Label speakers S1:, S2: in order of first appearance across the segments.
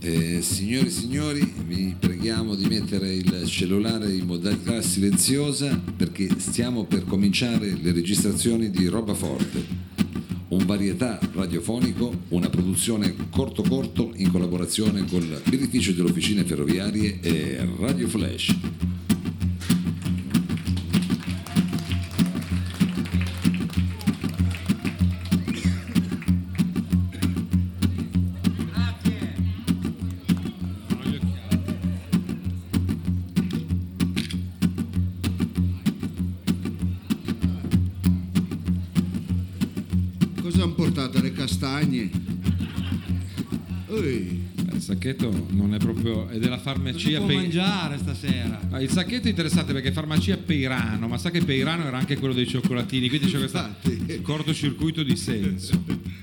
S1: Eh, signore e signori, vi preghiamo di mettere il cellulare in modalità silenziosa perché stiamo per cominciare le registrazioni di Roba Forte, un varietà radiofonico, una produzione corto corto in collaborazione con l'edificio delle officine ferroviarie e Radio Flash.
S2: Cosa hanno portato? Le castagne? Ehi,
S3: Eh, Il sacchetto non è proprio. è della
S4: Cosa
S3: farmacia.
S4: può
S3: Pe-
S4: mangiare stasera?
S3: Ah, Il sacchetto è interessante perché è farmacia Peirano, ma sa che Peirano era anche quello dei cioccolatini, quindi c'è questo
S2: Infatti.
S3: cortocircuito di senso.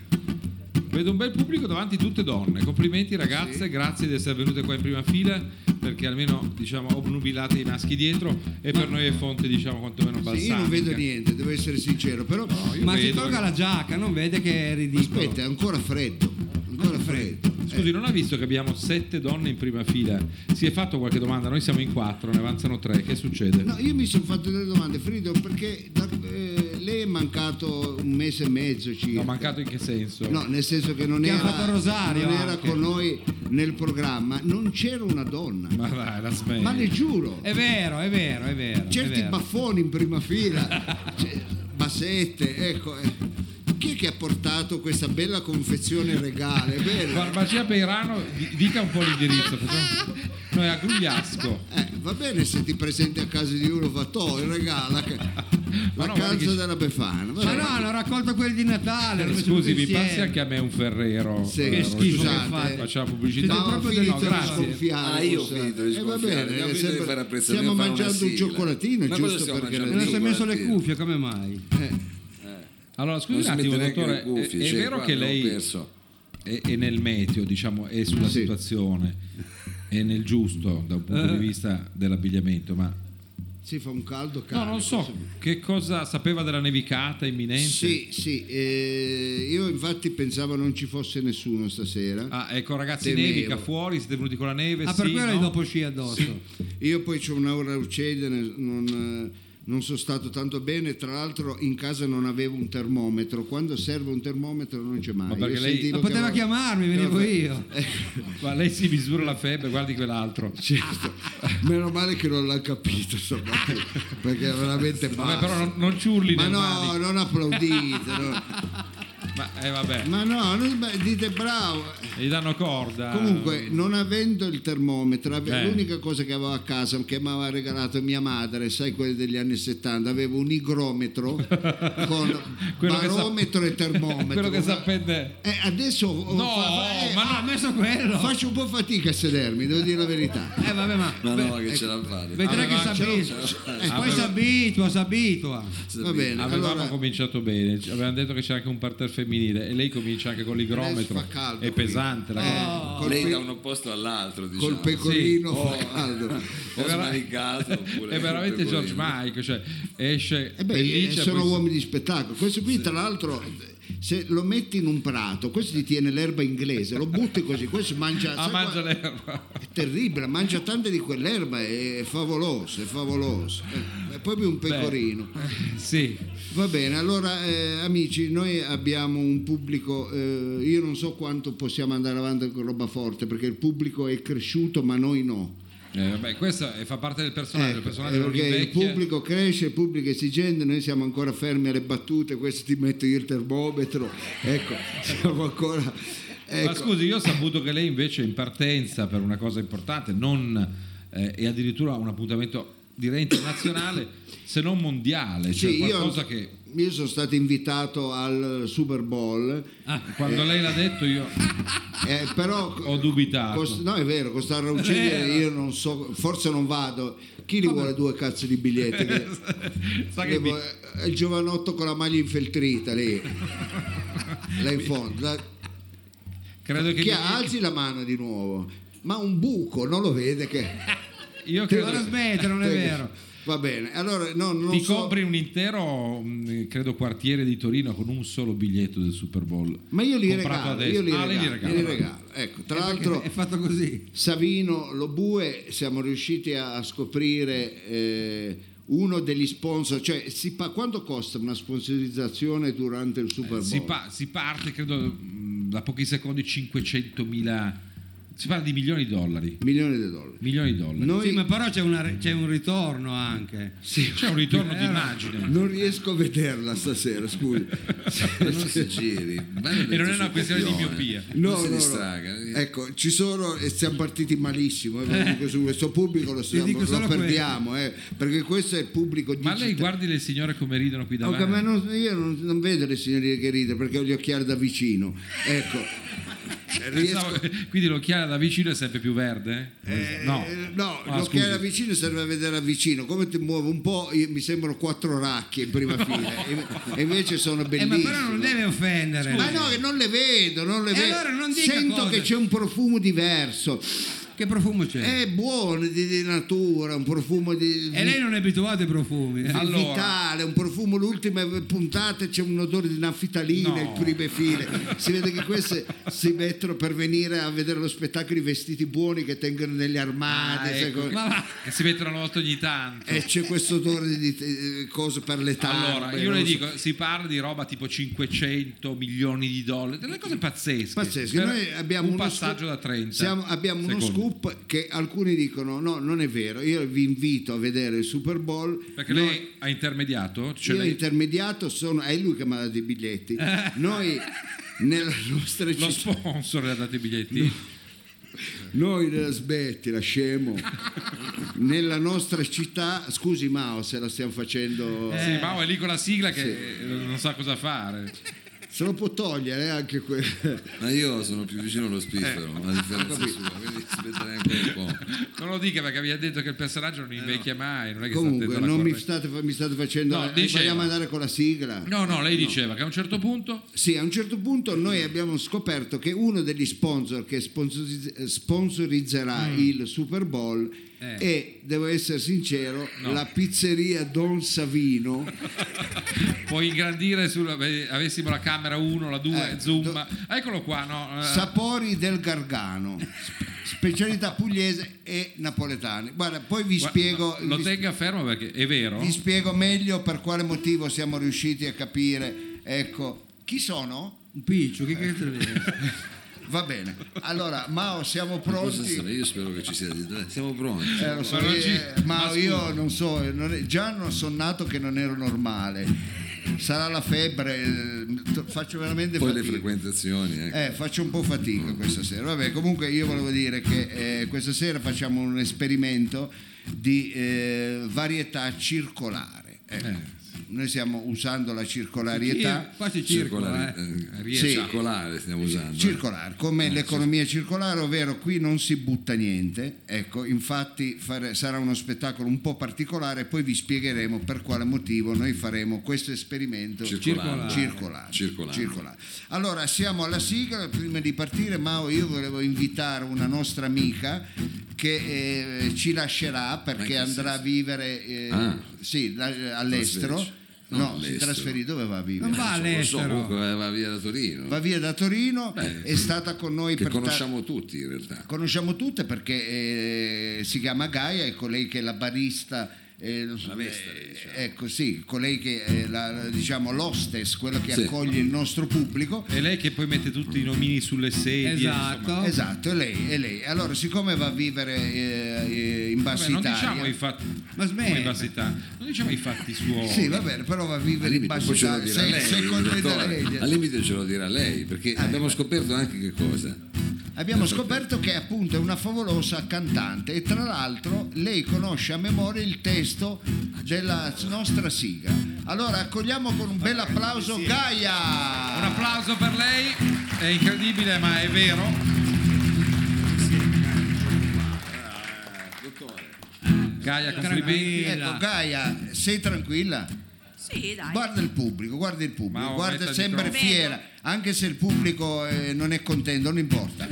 S3: Vedo un bel pubblico davanti, tutte donne. Complimenti ragazze, grazie di essere venute qua in prima fila perché almeno diciamo obnubilate i maschi dietro e per noi è fonte diciamo quantomeno balsamica.
S2: sì, io non vedo niente, devo essere sincero, però
S3: io
S4: Ma si
S3: vedo-
S4: tolga la giacca, non vede che è ridicolo.
S2: aspetta, è ancora freddo, ancora freddo. eh.
S3: Scusi, non ha visto che abbiamo sette donne in prima fila? Si è fatto qualche domanda? Noi siamo in quattro, ne avanzano tre, che succede?
S2: No, io mi sono fatto delle domande, Frido, perché da- eh, lei è mancato un mese e mezzo circa.
S3: No, mancato in che senso?
S2: No, nel senso che non
S4: Che ha
S2: era,
S4: fatto Rosario
S2: non era
S4: anche.
S2: con noi nel programma, non c'era una donna,
S3: Ma dai, la smetti.
S2: ma le giuro,
S4: È vero, è vero, è vero. è
S2: certi
S4: vero.
S2: baffoni in prima fila, cioè, bassette, ecco. eh. Chi è che ha portato questa bella confezione regale? Bella.
S3: Farmacia Peirano, di- dica un po' l'indirizzo. facciamo- No, è a Grugliasco.
S2: Eh, va bene se ti presenti a casa di uno, va to, il regala, che- la
S3: no, guarda
S2: calza
S3: che-
S2: della Befana. va
S4: Ma
S2: bene.
S4: no, hanno raccolto quelli di Natale. hanno messo
S3: Eh, Scusi,
S4: tutti
S3: mi passi
S4: insieme.
S3: anche a me un Ferrero.
S2: Sì,
S3: eh,
S2: che
S3: Rosso.
S2: schifo che
S4: fate.
S3: Facciamo pubblicità.
S4: Siete proprio
S3: No,
S4: dei
S3: no, grazie.
S2: sgonfiare.
S1: Ah, io ho
S2: forse.
S1: finito di
S2: Eh, va
S1: sgonfiare,
S2: bene,
S1: abbiamo
S2: è
S1: finito di
S2: sempre-
S1: fare apprezzamento,
S2: Stiamo
S1: fare una
S2: mangiando un
S1: sigla.
S2: ciotcolatino,
S1: Ma cosa
S2: giusto
S1: stiamo
S2: perché...
S4: Me ne
S1: mangiando?
S4: sono messo le
S3: eh.
S1: Guardi.
S4: cuffie, come mai?
S3: Allora,
S1: Non
S3: scusi un
S1: si mette
S3: attimo,
S1: neanche le
S3: dottore.
S1: cuffie,
S3: è- è
S1: cioè,
S3: vero
S1: qua
S3: che
S1: abbiamo
S3: lei
S1: perso.
S3: È, è nel meteo, diciamo, è sulla
S2: Sì. Eh.
S3: situazione, è nel giusto da un punto di vista dell'abbigliamento, ma
S2: Si fa un caldo
S3: No,
S2: caro.
S3: non so che cosa sapeva della nevicata imminente.
S2: Sì, sì, eh, io infatti pensavo non ci fosse nessuno stasera.
S3: Ah, ecco, ragazzi,
S2: Temevo.
S3: nevica fuori, siete venuti con la neve.
S4: Ah,
S3: sì,
S4: per quello
S3: no?
S4: hai dopo sci addosso.
S2: Io poi c'ho un'ora uccide, non, eh, non sono stato tanto bene, tra l'altro in casa non avevo un termometro, quando serve un termometro non c'è mai.
S3: Ma perché
S2: Io
S3: lei-
S2: sentivo
S4: Ma poteva
S2: che- Eh,
S4: chiamarmi, venivo io.
S3: Ma lei si misura la febbre, guardi quell'altro.
S2: Certo, meno male che non l'ha capito, insomma, perché è veramente
S3: Vabbè,
S2: basta.
S3: però non, non ci urli
S2: Ma
S3: nel
S2: no,
S3: manico.
S2: non applaudite, no.
S3: Ma eh, vabbè,
S2: ma no, non sbag- dite bravo.
S3: gli danno corda.
S2: Comunque,
S3: Ehm.
S2: non avendo il termometro, ave-
S3: Eh.
S2: l'unica cosa che avevo a casa che mi aveva regalato mia madre, sai, quelli degli anni 70, avevo un igrometro con
S3: Quello che sa-
S2: barometro e termometro.
S3: quello che sa prendere.
S2: Eh, adesso oh,
S3: No,
S2: fa- eh,
S3: ma no,
S4: Ha messo quello.
S2: faccio un po' fatica a sedermi, devo dire la verità.
S4: Eh, vabbè, ma.
S1: Ma no,
S4: beh,
S3: ecco,
S1: che ce la fate.
S4: Vedrai che
S3: Aveva-
S4: si abitua. Eh, Poi si abitua, si abitua.
S2: Va bene,
S3: Avevamo
S2: allora,
S3: cominciato bene, ci- avevamo detto che c'è anche un parterre femminile e lei comincia anche con l'igrometro.
S2: Adesso fa caldo
S3: È
S2: qui.
S3: pesante la cosa.
S2: eh, col,
S1: Lei
S2: pe-
S1: da un opposto all'altro, diciamo.
S2: col pecorino
S3: Sì. Oh.
S2: fa caldo.
S1: O
S3: vera-
S1: smanicato, oppure-
S3: È veramente
S1: oppure-
S3: George Mike, cioè esce
S2: Eh beh,
S3: pelliccia,
S2: eh, sono
S3: poi-
S2: uomini di spettacolo. Questo qui, tra l'altro, se lo metti in un prato, questo ti tiene l'erba inglese, lo butti così, questo mangia.
S3: Ah,
S2: sai qua-
S3: mangia l'erba.
S2: È terribile, mangia tante di quell'erba, è favoloso, è favoloso. Eh, È proprio un pecorino.
S3: Sì,
S2: Va bene, allora eh, amici, noi abbiamo un pubblico, eh, io non so quanto possiamo andare avanti con roba forte, perché il pubblico è cresciuto, ma noi no.
S3: Eh, vabbè, questo è- fa parte del personaggio, il
S2: Ecco,
S3: personaggio non
S2: perché il
S3: invecchia.
S2: pubblico cresce, il pubblico è esigente, noi siamo ancora fermi alle battute, questo ti metto io il termometro, ecco, siamo ancora... Ecco.
S3: Ma scusi, io ho saputo che lei invece è in partenza per una cosa importante, non, eh, e addirittura un appuntamento direi internazionale, se non mondiale, cioè
S2: Sì, io,
S3: qualcosa che
S2: io sono stato invitato al Super Bowl,
S3: Ah, quando lei l'ha detto io
S2: eh, però...
S3: ho dubitato.
S2: cost- no, è vero, costa Rauciglia, io non so, forse non vado. Chi li vuole due cazzo di biglietti? Che-
S3: Sa
S2: che
S3: che mi-
S2: vuole- è il giovanotto con la maglia infeltrita lì, là in fondo. là-
S3: credo che
S2: Chi
S3: mi-
S2: ha- alzi la mano di nuovo, ma un buco non lo vede che
S3: io
S4: Ma
S3: credo
S4: la smette, non è
S2: Prego.
S4: vero.
S2: Va bene, allora no, non
S3: Ti
S2: so-
S3: compri un intero, mh, credo, quartiere di Torino con un solo biglietto del Super Bowl.
S2: Ma io li
S3: comprato
S2: regalo,
S3: adesso.
S2: io li
S3: Ah, lei
S2: regalo,
S3: li regala.
S2: glieli regalo. Ecco, tra
S4: Eh, perché
S2: l'altro
S4: è fatto così.
S2: Savino Lobue siamo riusciti a scoprire eh, uno degli sponsor, cioè si pa- quanto costa una sponsorizzazione durante il Super Bowl?
S3: Eh, Si, pa- si parte, credo, mh, da pochi secondi 500.000... Si parla di milioni di dollari.
S2: Milioni di dollari.
S3: Milioni di dollari.
S2: Noi-
S4: Sì, ma però c'è, una re- c'è un ritorno anche.
S3: C'è un ritorno
S2: Eh,
S3: d'immagine.
S2: Non riesco a vederla stasera, scusi.
S1: non si giri.
S3: E non è una questione di miopia.
S1: No, non si eh. distraga.
S2: Ecco, ci sono e siamo partiti malissimo. eh, ve lo dico su questo pubblico lo, stiamo-
S4: dico
S2: lo
S4: solo quello.
S2: perdiamo, eh, perché questo è il pubblico di
S3: Ma lei eh.
S2: città.
S3: guardi le signore come ridono qui
S2: Ok,
S3: davanti.
S2: ma non- io non, non vedo le signorine che ridono perché ho gli occhiali da vicino. Ecco, riesco-
S3: Eh, Pensavo- Quindi l'occhiale da vicino è sempre più verde?
S2: eh,
S3: no.
S2: no,
S3: Ah,
S2: l'occhiale da
S3: scusi.
S2: vicino serve a vedere da vicino. Come ti muovo un po', io- mi sembrano quattro racchie in prima fila, e, e invece sono
S4: Eh, ma
S2: bellissime.
S4: però non deve offendere.
S2: Ma no, che non le vedo, non le
S4: E
S2: vedo.
S4: allora non dica
S2: Sento
S4: cose.
S2: che c'è un profumo diverso.
S4: Che profumo
S3: Eh,
S4: c'è?
S2: È buono di, di natura, un profumo di,
S4: Eh. E lei non è abituato ai profumi. eh?
S3: Allora.
S2: vitale, un profumo. L'ultima puntata c'è un odore di naftalina
S3: No.
S2: in prime file. Si vede che queste si mettono per venire a vedere lo spettacolo i vestiti buoni che tengono negli armadi.
S3: Ah,
S2: sai
S3: ecco,
S2: come-
S4: Ma va.
S3: Che si mettono una volta ogni tanto.
S2: E c'è questo odore di eh, cose per le tappe.
S3: Allora, io
S2: non
S3: le
S2: so.
S3: dico, si parla di roba tipo 500 milioni di dollari, delle cose pazzesche.
S2: Pazzesco,
S3: Per
S2: noi abbiamo
S3: un
S2: uno
S3: passaggio
S2: scoop-
S3: da 30.
S2: siamo- abbiamo uno
S3: secondi.
S2: scoop che alcuni dicono: no, non è vero. Io vi invito a vedere il Super Bowl.
S3: Perché
S2: Noi-
S3: lei ha intermediato? Cioè
S2: io
S3: lei-
S2: intermediato sono, è lui che mi ha dato i biglietti. Noi nella nostra
S3: lo
S2: città,
S3: sponsor le ha dato i biglietti?
S2: noi nella smetti, la scemo. nella nostra città, scusi Mao se la stiamo facendo,
S3: Sì, Mao è lì con la sigla che eh, non sa cosa fare.
S2: se lo può togliere eh, anche quello.
S1: Ma io sono più vicino allo
S3: Eh.
S1: spiffero, a differenza sua, quindi aspetterei ancora un po'.
S3: Non lo dica perché vi ha detto che il personaggio non invecchia mai, non è che sta attento
S2: Eh, Comunque,
S3: alla
S2: non mi
S3: corrente.
S2: state, mi state facendo,
S3: No,
S2: eh,
S3: diceva.
S2: vogliamo andare con la sigla.
S3: No, no, lei diceva che a un certo punto
S2: Sì, a un certo punto noi abbiamo scoperto che uno degli sponsor che sponsorizz- sponsorizzerà
S3: Mm.
S2: il Super Bowl
S4: Eh.
S2: è, devo essere sincero,
S3: No.
S2: la pizzeria Don Savino.
S3: puoi ingrandire sul beh, avessimo la camera 1, la 2,
S2: Eh,
S3: zoom.
S2: do-
S3: Eccolo qua, no. eh,
S2: Sapori del Gargano, sp- specialità pugliese e napoletane. Guarda, poi vi
S3: gua-
S2: spiego,
S3: no, lo
S2: vi,
S3: tenga fermo perché è vero.
S2: vi spiego meglio per quale motivo siamo riusciti a capire. Ecco, chi sono?
S4: Un piccio, che cazzo è?
S2: Va bene. Allora, Mao, siamo
S1: Cosa
S2: pronti?
S1: sarà? Io spero che ci sia di te. Siamo pronti.
S2: Eh, lo so,
S3: Ma non
S2: io-
S3: ci-
S2: ma
S3: ma
S2: io non so, non è- già non sono nato che non ero normale. Sarà la febbre, eh, t- faccio veramente
S1: Poi le
S2: fatica.
S1: frequentazioni, ecco.
S2: Eh, faccio un po' fatica questa sera. Vabbè, comunque io volevo dire che eh, questa sera facciamo un esperimento di eh, varietà circolare. Ecco.
S3: Eh.
S2: Noi stiamo usando la circolarietà.
S4: Qua c'è circolo,
S1: circolare,
S4: eh.
S1: eh,
S2: Riesci.
S1: circolare stiamo usando. eh.
S2: Circolare, come l'economia circolare, ovvero qui non si butta niente, ecco, infatti fare- sarà uno spettacolo un po' particolare, poi vi spiegheremo per quale motivo noi faremo questo esperimento
S1: Circolare.
S2: circolare.
S1: Circolare.
S2: Circolare. Allora siamo alla sigla, prima di partire Mao io volevo invitare una nostra amica che eh, ci lascerà perché
S1: che
S2: andrà a
S1: senso?
S2: vivere eh,
S1: Ah.
S2: sì, la- eh, all'estero.
S1: Trasferisce. No,
S2: No, si
S1: all'estero.
S2: trasferì dove va a vivere?
S4: Non va
S1: Lo so,
S4: all'estero.
S1: comunque va via da Torino.
S2: va via da Torino, è stata con noi
S1: Eh, che
S2: per ta-
S1: conosciamo tutti in realtà.
S2: conosciamo tutte perché eh, si chiama Gaia, è colei che è la barista. eh, non so-
S1: La vestare,
S2: eh,
S1: diciamo.
S2: ecco sì, colei che è la, diciamo l'hostess, quella che
S1: Sì.
S2: accoglie il nostro pubblico.
S3: È lei che poi mette tutti i nomini sulle sedie. eh, insomma.
S4: Esatto.
S2: Esatto, è lei, è lei. Allora, siccome va a vivere eh, eh, in Bassa
S3: Vabbè, non
S2: Italia,
S3: diciamo i fatti.
S4: Ma smetta.
S3: come in Bassa Italia. Non diciamo i fatti suoi.
S2: sì, va bene, però va a
S1: Al
S2: vivere in
S1: limite,
S2: Bassa
S1: poi ce lo
S2: Italia.
S1: dirà
S2: Sei,
S1: lei,
S2: sei contenta
S1: dottore.
S2: lei?
S1: Al limite ce lo dirà lei, perché abbiamo scoperto anche che cosa.
S2: Abbiamo scoperto che appunto è una favolosa cantante e tra l'altro lei conosce a memoria il testo della nostra sigla. Allora accogliamo con un bel applauso
S3: Un
S2: Gaia!
S3: applauso per lei, è incredibile ma è vero. Gaia, complimenti.
S4: Tranquilla.
S2: Ecco Gaia, sei tranquilla?
S5: Sì, dai.
S2: Guarda il pubblico, guarda il pubblico,
S3: Ma oh,
S2: guarda
S3: metta di
S2: sempre
S5: fronte.
S2: fiera, anche se il pubblico eh, non è contento, non importa.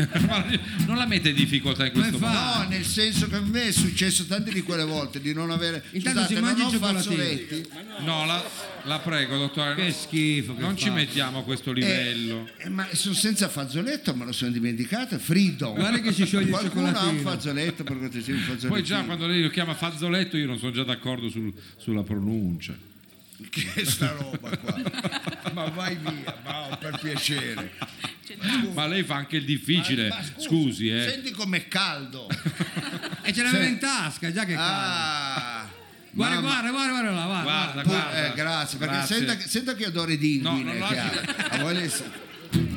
S3: non la mette in difficoltà in questo modo.
S2: No, nel senso che a me è successo tante di quelle volte di non avere
S4: Intanto
S2: Scusate,
S4: si
S2: non
S4: mangi i
S2: ho
S4: cioccolatini.
S2: fazzoletti.
S3: No, la, la prego, dottore.
S4: Che
S3: non-
S4: schifo che
S3: non ci
S4: fa.
S3: mettiamo a questo livello.
S2: Eh, eh, ma sono senza fazzoletto, me lo sono dimenticato, Freedom.
S4: Guarda che si scioglie il
S2: Qualcuno ha un
S4: cioccolatino.
S2: fazzoletto per cortesia, un fazzoletto.
S3: Poi già quando lei lo chiama fazzoletto io non sono già d'accordo sul- sulla pronuncia.
S2: Che è sta roba qua? ma vai via, ma oh, per piacere.
S5: C'è tanto.
S3: Ma lei fa anche il difficile.
S2: Ma- ma scusa,
S3: Scusi, eh.
S2: Senti com'è caldo.
S4: E ce l'aveva in tasca, già che cazzo.
S2: Ah,
S4: Guarda,
S2: mamma-
S4: guarda, guarda, guarda, là, guarda,
S3: Guarda,
S4: guarda.
S2: Pu-
S3: guarda.
S2: eh, grazie, perché
S3: Grazie.
S2: Sento, che- sento che odore di
S3: No,
S2: indine
S3: non
S2: che
S3: lasci-
S2: ha. A voi le-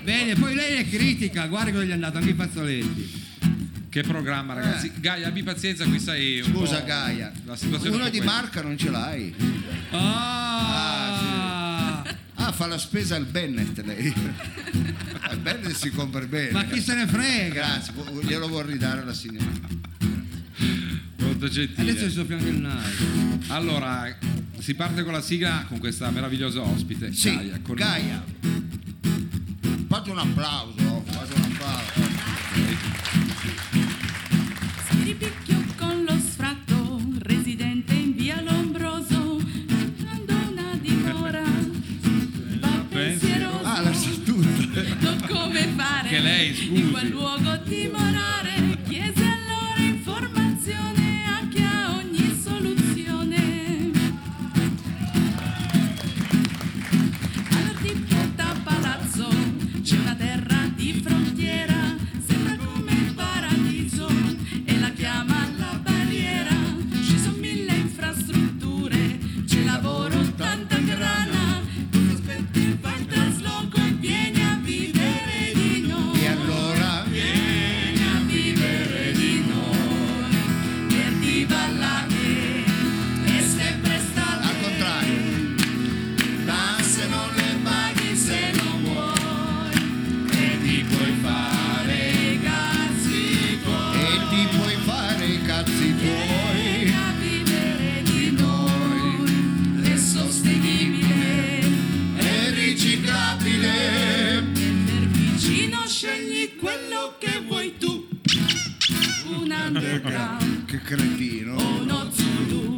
S4: Bene, poi lei è critica, guarda cosa gli è andato, anche i fazzoletti.
S3: Che programma, ragazzi. Gaia, abbi pazienza, qui sai. un
S2: Scusa
S3: po'
S2: Gaia,
S3: La situazione
S2: uno
S3: è
S2: di
S3: questa.
S2: marca non ce l'hai.
S4: Ah,
S2: Ah, fa la spesa al Bennett lei. al Bennett si compra bene.
S4: ma chi se ne frega?
S2: Eh, Grazie, vo- glielo vorrei ridare alla signora.
S3: Molto gentile.
S4: Adesso ci soffia anche il naso.
S3: Allora, si parte con la sigla con questa meravigliosa ospite.
S2: Sì,
S3: Gaia. con-
S2: Gaia. Fate un applauso, fate un applauso.
S5: Scribicchio con lo sfratto, residente in via Lombroso, cantando una dimora, va pensieroso.
S2: Ah, la sa tutta.
S5: Non come fare
S3: Che lei, scusi.
S5: in quel luogo timorare. Chiese allora informazione anche a ogni soluzione. Allora di porta a palazzo c'è una terra di frontiera, sembra come il paradiso e la chiama la barriera. Ci sono mille infrastrutture, c'è lavoro, tanta grana, tu aspetti il fai trasloco e vieni a vivere di noi.
S2: E allora
S5: Vieni a vivere di noi, per di ballare e sempre
S2: al
S5: sta bene.
S2: contrario.
S5: Ma se non le paghi, se non vuoi, e ti puoi fare i cazzi tuoi,
S2: E ti puoi fare i cazzi
S5: vieni
S2: tuoi.
S5: a vivere di noi, è sostenibile,
S2: È riciclabile.
S5: per vicino scegli quello che vuoi tu, un underground
S2: Che cretino.
S5: o uno zulu,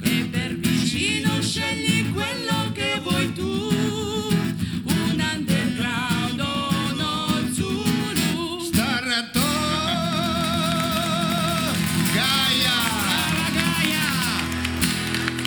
S5: e per vicino scegli quello che vuoi tu, un underground o uno zulu.
S2: Starratò Gaia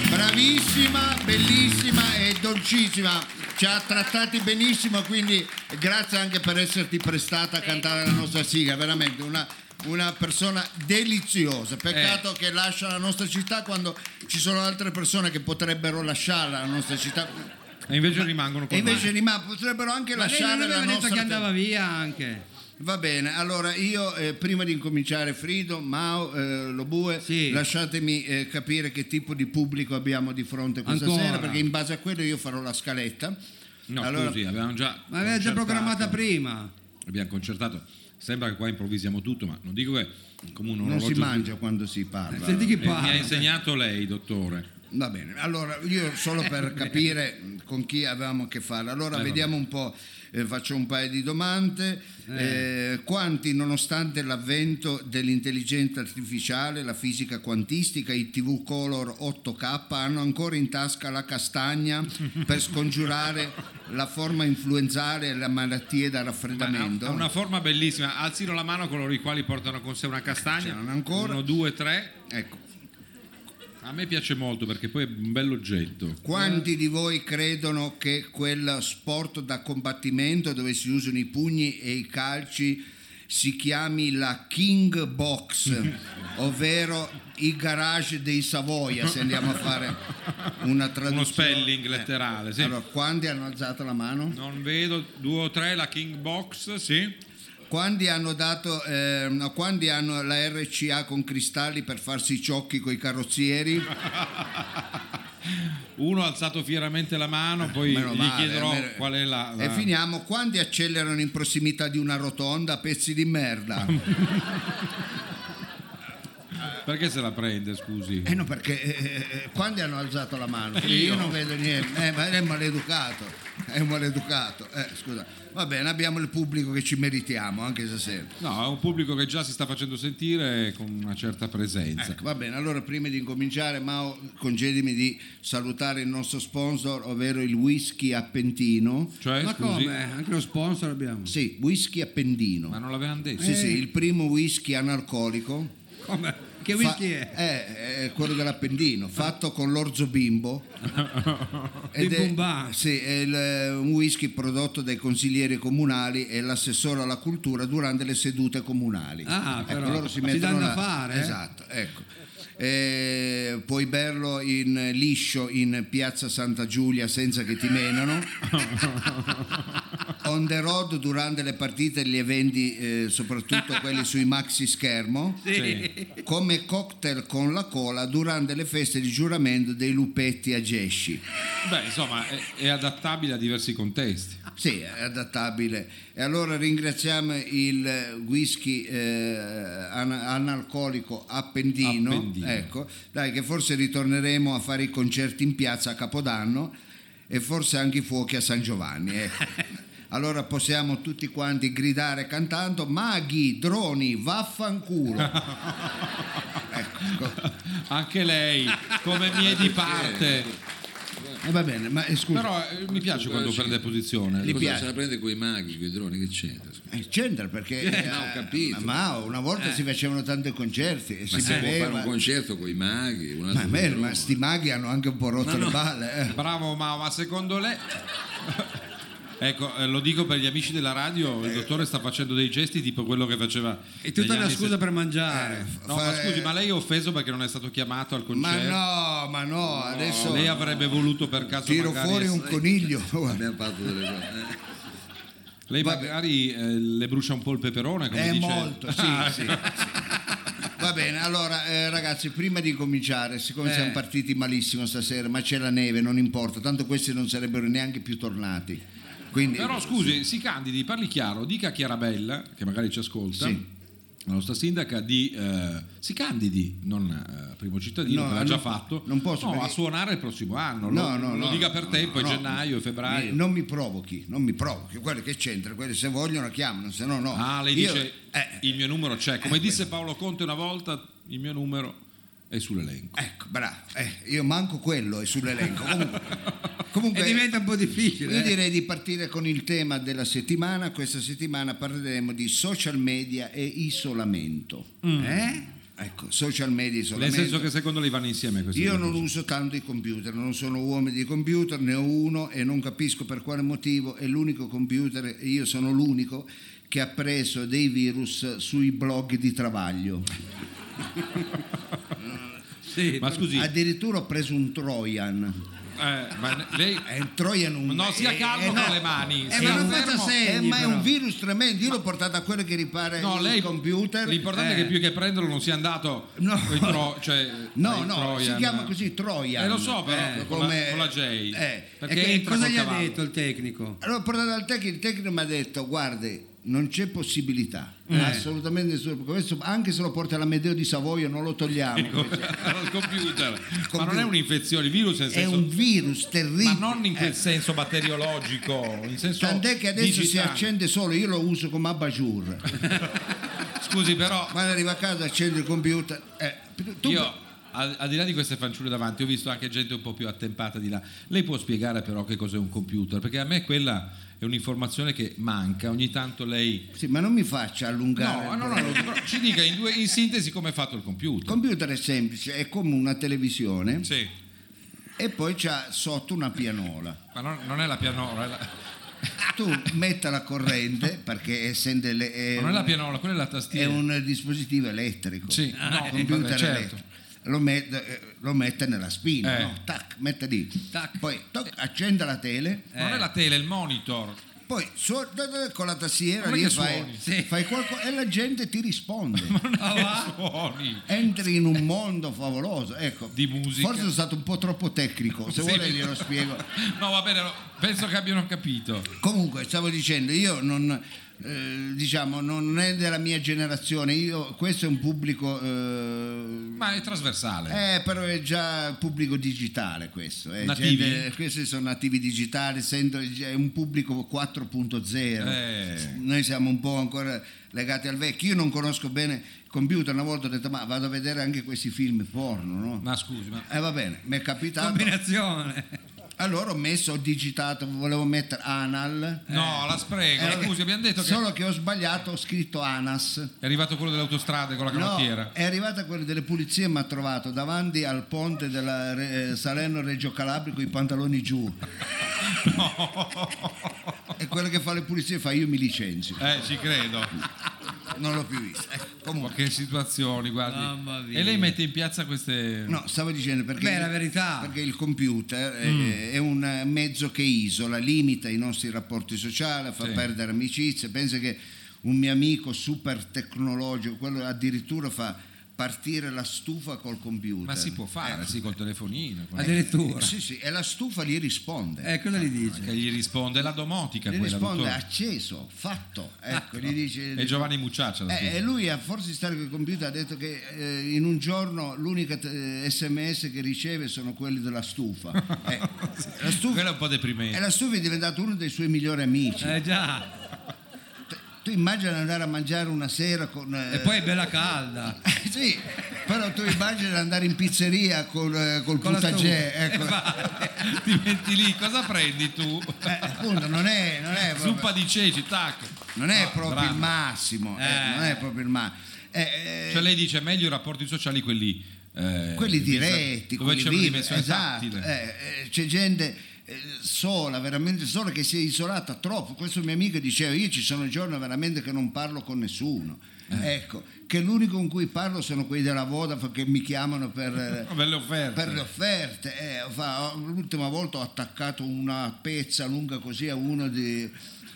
S2: bravissima bellissima e dolcissima ci ha trattati benissimo quindi grazie anche per esserti prestata a cantare la nostra sigla veramente una una persona deliziosa, peccato
S4: Eh.
S2: che lascia la nostra città quando ci sono altre persone che potrebbero lasciarla la nostra città
S3: E invece rimangono con
S2: e invece
S3: noi.
S2: rimane, potrebbero anche
S4: Ma lei non
S2: lasciare la
S4: aveva detto
S2: nostra
S4: che andava via anche.
S2: Va bene, allora io eh, prima di incominciare Frido, Mao, eh, Lobue,
S4: Sì.
S2: lasciatemi eh, capire che tipo di pubblico abbiamo di fronte questa
S4: Ancora.
S2: sera, perché in base a quello io farò la scaletta.
S3: No,
S2: Allora,
S3: scusi, avevamo già.
S4: Ma l'aveva già
S3: concertato.
S4: programmata prima.
S3: Abbiamo concertato. Sembra che qua improvvisiamo tutto, ma non dico che come un
S2: non
S3: orologio
S2: si mangia quando si parla.
S4: Senti chi
S3: Eh, Mi ha
S4: parla.
S3: insegnato lei, dottore.
S2: Va bene, allora io solo per capire mh, con chi avevamo a che fare. Allora vediamo un po', eh, faccio un paio di domande. Eh, quanti, nonostante l'avvento dell'intelligenza artificiale, la fisica quantistica, i TV Color 8K hanno ancora in tasca la castagna per scongiurare la forma influenzale e le malattie da
S3: Ma Ha
S2: raffreddamento?
S3: ha una forma bellissima. Alzino la mano coloro i quali portano con sé una castagna.
S2: Ce n'hanno ancora.
S3: Uno, due, tre.
S2: Ecco.
S3: A me piace molto perché poi è un bell'oggetto.
S2: Quanti di voi credono che quel sport da combattimento dove si usano i pugni e i calci si chiami la King Box, ovvero i garage dei Savoia, se andiamo a fare una traduzione.
S3: Uno spelling letterale, sì.
S2: eh, Allora, quanti hanno alzato la mano?
S3: Non vedo, due o tre, la King Box, sì.
S2: Quanti hanno dato, eh, no, quanti hanno la RCA con cristalli per farsi i ciocchi con i carrozzieri?
S3: Uno ha alzato fieramente la mano, poi
S2: Meno
S3: gli
S2: male,
S3: chiederò
S2: almeno-
S3: qual è la... la-
S2: E finiamo, quanti accelerano in prossimità di una rotonda, pezzi di merda?
S3: Perché se la prende, scusi?
S2: Eh no, perché eh, eh, quando hanno alzato la mano? Io, non vedo niente, eh, ma è maleducato, è un maleducato. Eh, scusa. Va bene, abbiamo il pubblico che ci meritiamo anche stasera.
S3: No, è un pubblico che già si sta facendo sentire con una certa presenza.
S2: Ecco, va bene, allora prima di incominciare, Mao, concedimi di salutare il nostro sponsor, ovvero il whisky appentino.
S3: Cioè,
S4: Ma
S3: scusi,
S4: come? Anche lo sponsor abbiamo.
S2: Sì, whisky appendino.
S3: ma eh. non l'avevano detto.
S2: Sì, sì, il primo whisky analcolico.
S4: Come? Che whisky
S2: Fa-
S4: è?
S2: Eh, è quello dell'Appendino, fatto con l'orzo bimbo.
S4: Il Bombà.
S2: sì, è il- un whisky prodotto dai consiglieri comunali e l'assessore alla cultura durante le sedute comunali.
S4: Ah,
S2: Ecco,
S4: però,
S2: loro si
S4: si
S2: mettono
S4: danno
S2: là.
S4: da fare, eh?
S2: Esatto, ecco. Eh, puoi berlo in liscio in piazza Santa Giulia senza che ti menano on the road durante le partite e gli eventi eh, soprattutto quelli sui maxi schermo
S3: Sì.
S2: come cocktail con la cola durante le feste di giuramento dei lupetti a Gesci.
S3: Beh, insomma, è, è adattabile a diversi contesti.
S2: Sì, è adattabile. E allora ringraziamo il whisky eh, an- analcolico Appendino,
S3: Appendino.
S2: Ecco, dai, che forse ritorneremo a fare i concerti in piazza a Capodanno e forse anche i fuochi a San Giovanni. ecco. Allora possiamo tutti quanti gridare cantando Maghi, droni, vaffanculo. ecco.
S3: Anche lei, come mi è di parte.
S2: E va bene, ma eh, scusa.
S3: Però eh, mi piace quando prende posizione.
S2: Li-
S1: Cosa
S2: piace.
S1: se la prende con i maghi, con i droni, che c'entra? scusa?
S2: Eh, C'entra perché
S1: no, ho
S2: eh,
S1: capito. Eh.
S2: Ma una volta si facevano tanti concerti e
S1: Ma
S2: si
S1: si può fare
S2: beveva.
S1: un concerto con i maghi, un altro
S2: ma,
S1: coi
S2: beh,
S1: droni.
S2: ma sti maghi hanno anche un po' rotto le balle. eh.
S3: Bravo Mao, ma secondo lei... Ecco, eh, lo dico per gli amici della radio, il dottore sta facendo dei gesti tipo quello che faceva...
S4: È tutta
S3: negli
S4: una
S3: anni
S4: scusa per mangiare.
S3: No, ma
S2: Fa-
S3: scusi, ma lei è offeso perché non è stato chiamato al
S2: Ma
S3: concerto?
S2: no, ma no, adesso
S3: Lei avrebbe voluto per caso
S2: tiro
S3: magari
S2: fuori un coniglio.
S1: Abbiamo fatto delle cose. eh.
S3: Lei
S2: Vabbè.
S3: magari eh, le brucia un po' il peperone, come
S2: È
S3: dice...
S2: molto, sì, sì, sì.
S3: Ah.
S2: Va bene, allora eh, ragazzi, prima di cominciare,
S3: Eh.
S2: siccome siamo partiti malissimo stasera, ma c'è la neve, non importa, tanto questi non sarebbero neanche più tornati. Quindi,
S3: Però scusi, si candidi, parli chiaro, dica a Chiarabella, che magari ci ascolta,
S2: Sì.
S3: la nostra sindaca, di eh, si candidi, non a primo cittadino,
S2: No,
S3: che l'ha
S2: non-
S3: già fatto,
S2: non posso,
S3: no,
S2: perché-
S3: a suonare il prossimo anno.
S2: No,
S3: lo,
S2: no,
S3: lo
S2: no,
S3: dica per
S2: no,
S3: tempo, è
S2: no.
S3: gennaio,
S2: Mi-
S3: febbraio.
S2: non mi provochi, non mi provochi, quello che c'entra, quelli se vogliono chiamano, se no no.
S3: Ah, lei
S2: Io-
S3: dice
S2: eh,
S3: il mio numero c'è. Come disse Paolo Conte una volta, il mio numero è sull'elenco.
S2: ecco, bravo, eh, io manco quello è sull'elenco. Comunque, comunque
S4: E diventa un po'
S2: io
S4: difficile. eh.
S2: direi di partire con il tema della settimana. Questa settimana parleremo di social media e isolamento.
S4: Eh?
S2: Ecco, social media e
S3: Mm. Nel
S2: isolamento.
S3: senso che secondo lei vanno insieme questi
S2: Io
S3: due
S2: non
S3: cose?
S2: uso tanto i computer, non sono uomo di computer, ne ho uno e non capisco per quale motivo è l'unico computer, e io sono l'unico che ha preso dei virus sui blog di travaglio.
S4: Sì.
S3: Ma
S2: Eh,
S3: scusi,
S2: Addirittura ho preso un Trojan.
S3: eh, ma lei...
S2: È un Trojan un...
S3: No, sia
S2: eh,
S3: calmo
S2: eh,
S3: con
S2: no.
S3: le mani.
S4: Eh,
S2: Eh,
S3: sia
S2: ma non
S3: fermo.
S2: faccia segni,
S4: Eh,
S2: ma è un
S4: però.
S2: virus tremendo. Io l'ho portato a quello che ripara
S3: No,
S2: eh, il
S3: lei,
S2: computer.
S3: L'importante
S2: Eh.
S3: è che più che prenderlo non sia andato.
S2: No.
S3: coi tro- cioè,
S2: No,
S3: ai
S2: no, si
S3: Trojan.
S2: chiama così Trojan.
S3: Eh, lo so, però, con la- con la J.
S2: eh,
S3: Perché
S2: e che-
S3: entra
S4: Cosa
S3: col
S4: gli ha
S3: cavallo.
S4: detto il tecnico?
S2: Allora ho portato al tecnico, il tecnico mi ha detto guardi non c'è possibilità,
S3: Eh.
S2: assolutamente nessuno, questo anche se lo porta all'Amedeo di Savoia non lo
S3: Ecco,
S2: togliamo,
S3: Al computer. Ma non
S2: computer.
S3: è un'infezione, il virus è in
S2: è
S3: senso.
S2: un virus
S3: Ma
S2: terribile.
S3: non in quel senso batteriologico, in senso.
S2: Tant'è che adesso si
S3: digitale.
S2: accende solo, io lo uso come abajur.
S3: Scusi, però,
S2: Quando arrivo a casa accendo il computer. eh, tu-
S3: io. Al, al di là di queste fanciulle davanti, ho visto anche gente un po' più attempata di là. Lei può spiegare però che cos'è un computer? Perché a me quella è un'informazione che manca. Ogni tanto lei.
S2: Sì, ma non mi faccia allungare.
S3: No,
S2: il
S3: no, no,
S2: problema.
S3: no, però ci dica in, due- in sintesi come è fatto il
S2: Il
S3: computer.
S2: computer è semplice, è come una televisione
S3: Sì.
S2: e poi c'ha sotto una pianola.
S3: Ma non, non è la pianola, è la-
S2: Tu metta la corrente perché essendo le-
S3: ma non è la pianola, quella è la tastiera.
S2: è un dispositivo elettrico
S3: Sì, no,
S2: il computer
S3: vabbè, certo.
S2: elettrico lo mette, eh, lo mette nella spina
S3: Eh.
S2: no? tac mette lì
S4: Tac.
S2: poi toc, accende la tele
S3: Ma Non è la tele, è il monitor.
S2: poi su- con la tastiera
S3: Ma
S2: lì
S3: che
S2: fai,
S3: suoni?
S4: Sì.
S2: fai qualcosa e la gente ti risponde
S3: Ma che suoni?
S2: entri in un mondo favoloso ecco
S3: Di musica.
S2: forse sono stato un po' troppo tecnico se
S3: Sì.
S2: vuole glielo spiego
S3: No, va bene, no, penso che abbiano capito.
S2: Comunque, stavo dicendo, io non, eh, diciamo, non è della mia generazione. Io, questo è un pubblico. eh,
S3: Ma è trasversale.
S2: eh, però è già pubblico digitale questo. eh,
S3: Nativi?
S2: gente- questi sono nativi digitali, essendo è un pubblico 4.0.
S3: Eh.
S2: Noi siamo un po' ancora legati al vecchio. Io non conosco bene il computer, una volta ho detto ma vado a vedere anche questi film porno, no?
S3: Ma scusi, ma
S2: Eh va bene, mi è capitato.
S4: Combinazione.
S2: Allora ho messo, ho digitato, volevo mettere anal.
S3: no, la
S2: Eh,
S3: sprego.
S2: vabbè.
S3: scusi, abbiamo detto che
S2: Solo che ho sbagliato, ho scritto anas.
S3: è arrivato quello delle autostrade con la
S2: No,
S3: canottiera.
S2: è arrivata quella delle pulizie e mi ha trovato davanti al ponte della Re- eh, Salerno-Reggio Calabria con i pantaloni giù. e quello che fa le pulizie fa io mi licenzio.
S3: Eh, ci credo.
S2: Non l'ho più vista. Eh,
S3: Ma
S2: comunque.
S3: che situazioni, guardi.
S4: Mamma mia.
S3: E lei mette in piazza queste...
S2: No, stavo dicendo perché...
S4: Beh, è la verità.
S2: Perché il computer eh,
S3: Mm.
S2: è un eh, mezzo che isola, limita i nostri rapporti sociali, fa
S3: Sì.
S2: perdere amicizie. Pensa che un mio amico super tecnologico, quello addirittura fa partire la stufa col computer.
S3: Ma si può fare,
S2: Eh,
S3: sì, col telefonino. con-
S4: Addirittura.
S2: Sì, sì, e la stufa gli risponde.
S4: Eh, cosa gli dice?
S3: Che gli risponde la domotica
S2: gli
S3: Ecco quella,
S2: risponde
S3: dottore.
S2: acceso, fatto. Ecco, gli dice...
S3: È Giovanni Mucciaccia la
S2: Eh,
S3: sua.
S2: e lui a forza di stare con il computer ha detto che eh, in un giorno l'unica eh, sms che riceve sono quelli della stufa. Eh, la stufa
S3: Quello è un po'
S2: e
S3: deprimente.
S2: la stufa è diventato uno dei suoi migliori amici.
S4: Eh già.
S2: Tu immagina andare a mangiare una sera con... eh,
S4: E poi è bella calda.
S2: sì, però tu immagina andare in pizzeria col, eh, col
S4: Con la
S2: putagè,
S4: stufa. Eh,
S2: ecco.
S3: Ti metti lì, cosa prendi tu?
S2: Eh, appunto, non è... Non è proprio-
S3: Zuppa di ceci, tac.
S2: non è
S3: No,
S2: proprio
S3: dramma.
S2: il massimo, eh,
S4: Eh.
S2: non è proprio il eh, massimo.
S3: Cioè lei dice meglio i rapporti sociali quelli... eh,
S2: quelli
S3: di-
S2: diretti,
S3: Dove
S2: quelli
S3: c'è una
S2: vivi,
S3: dimensione
S2: esatto,
S3: diciamo, tattile.
S2: eh, eh, c'è gente eh, sola, veramente sola, che si è isolata troppo. Questo mio amico diceva, io ci sono giorni veramente che non parlo con nessuno.
S3: Eh.
S2: Ecco, che l'unico con cui parlo sono quelli della Vodafone che mi chiamano per... eh,
S3: No, belle offerte.
S2: per le offerte. eh, fa- l'ultima volta ho attaccato una pezza lunga così a uno di,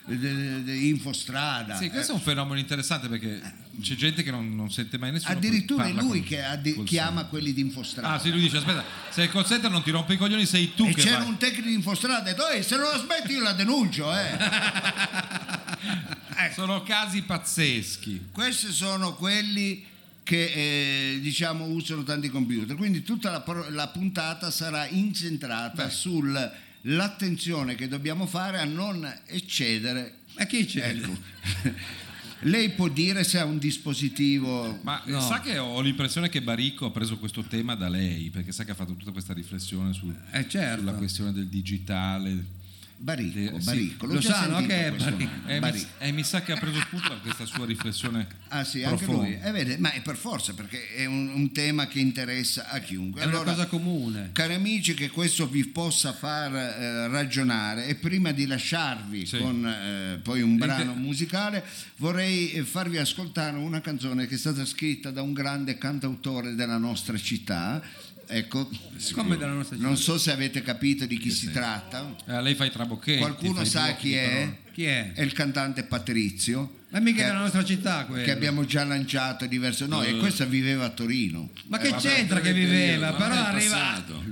S2: di- di Infostrada. Eh,
S3: Sì, questo è un fenomeno interessante perché c'è gente che non, non sente mai nessuno.
S2: Addirittura è
S3: parla
S2: lui
S3: col-
S2: che addi-
S3: col
S2: chiama quelli di Infostrada.
S3: Ah, sì, lui dice: Aspetta, se il call center non ti rompe i coglioni, sei tu
S2: e
S3: che
S2: c'era
S3: vai.
S2: un tecnico di Infostrada e ha detto, "Ehi, se non la smetti io la denuncio. eh." ecco.
S3: Sono casi pazzeschi.
S2: Questi sono quelli che eh, diciamo usano tanti computer. Quindi tutta la, pro- la puntata sarà incentrata sull'attenzione che dobbiamo fare a non eccedere.
S4: Ma chi c'è?
S2: Ecco. Lei può dire se ha un dispositivo...
S3: Ma eh, sa che ho l'impressione che Baricco ha preso questo tema da lei, perché sa che ha fatto tutta questa riflessione su-
S4: Eh, certo.
S3: sulla questione del digitale.
S2: Baricco,
S3: Eh, sì.
S2: Baricco. l'ho
S4: Lo
S2: Oh, già
S4: sanno
S2: sentito
S4: che è
S2: questo
S4: Baricco.
S2: nome,
S3: E mi,
S2: Baricco.
S3: eh, mi sa che ha preso spunto da questa sua riflessione.
S2: Ah sì, anche
S3: profonda.
S2: lui. Eh, vede, ma è per forza perché è un, un tema che interessa a chiunque.
S4: È una
S2: Allora,
S4: cosa comune.
S2: Cari amici, che questo vi possa far eh, ragionare e prima di lasciarvi
S3: Sì.
S2: con eh, poi un brano
S3: Inter-
S2: musicale, vorrei eh, farvi ascoltare una canzone che è stata scritta da un grande cantautore della nostra città. Ecco,
S4: Come della nostra città.
S2: non so se avete capito di chi si tratta.
S3: Eh, lei fa i trabocchetti. fa
S2: Qualcuno
S3: i
S2: sa
S3: blocchi
S2: chi
S3: di
S2: è?
S3: parole.
S4: Chi è?
S2: È il cantante Patrizio.
S3: Eh,
S4: Ma mica
S2: Eh, che-
S4: è della nostra città quello.
S2: che abbiamo già lanciato diverse no
S3: Eh.
S2: e questa viveva a Torino
S4: Ma che
S1: Eh, vabbè,
S4: c'entra che
S1: periodo,
S4: viveva?
S1: ma
S4: Però
S1: non è
S4: arriva,
S1: passato.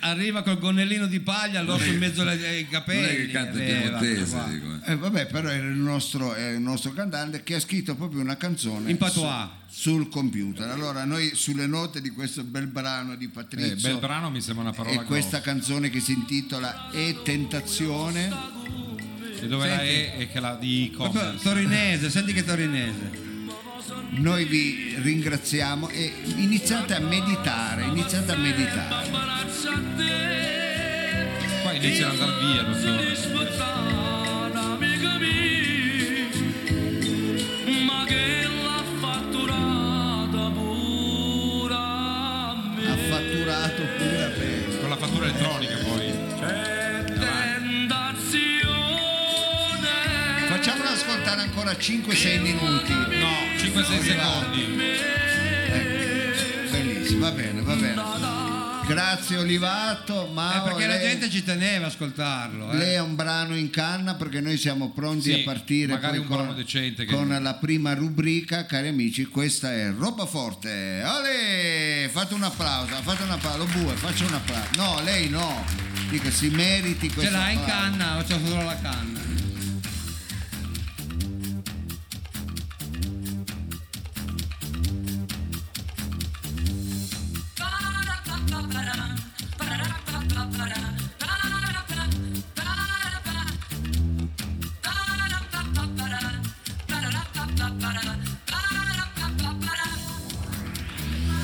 S4: arriva col gonnellino di paglia, all'osso in mezzo ai- ai capelli.
S1: Non è che canta in
S4: aveva,
S1: piemontese,
S4: qua.
S1: dico. eh.
S2: Eh, vabbè però era il nostro, era il nostro cantante che ha scritto proprio una canzone
S4: In patois.
S2: su- sul computer allora noi sulle note di questo bel brano di
S3: Eh,
S2: Patrizio
S3: bel brano mi sembra una parola
S2: e questa
S3: grossa.
S2: canzone che si intitola E Tentazione
S3: E dove la è e che la di
S4: Proprio
S3: e-commerce.
S4: Torinese, senti che torinese. Eh,
S2: noi vi ringraziamo e iniziate a meditare iniziate a meditare
S3: Qua inizia ad andare via, dottore.
S6: Ma che l'ha fatturata pure a
S2: ha
S6: me
S2: fatturato pure a me
S3: Con la fattura elettronica poi.
S6: Tentazione
S2: facciamola ascoltare ancora 5-6 minuti
S3: No, 5-6
S2: eh.
S3: secondi.
S2: Bellissimo, va bene, va bene. Grazie Olivato,
S4: Eh,
S2: ma
S4: perché la
S2: lei,
S4: gente ci teneva a ascoltarlo. eh.
S2: lei ha un brano in canna perché noi siamo pronti
S3: Sì,
S2: a partire
S3: magari
S2: poi
S3: un
S2: con,
S3: brano decente che-
S2: con la prima rubrica, cari amici, questa è roba forte. Ale, fate un applauso, fate un applauso, bue, faccio un applauso. No, lei no. Dica, si meriti
S4: Ce
S2: questo
S4: l'ha in
S2: applauso.
S4: canna o c'ho solo la canna?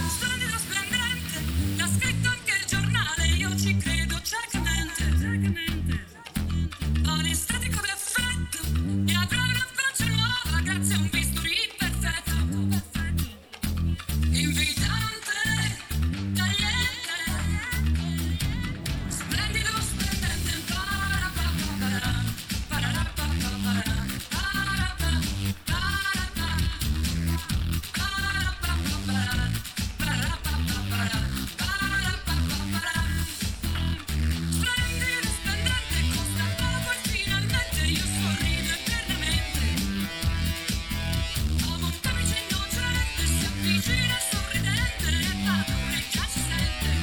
S7: Splendido, splendente, l'ha scritto anche il giornale, io ci credo ciecamente. Anestetico d'effetto, mi avrà una faccia nuova grazie a un bisturi perfetto. Invitante, tagliente, splendido, splendente, parapapapara, parapapapara, parapa, parapa. Splendido, splendente, costa poco e finalmente io sorrido eternamente. Amo un camice innocente, si avvicina sorridente e padrone già si sente.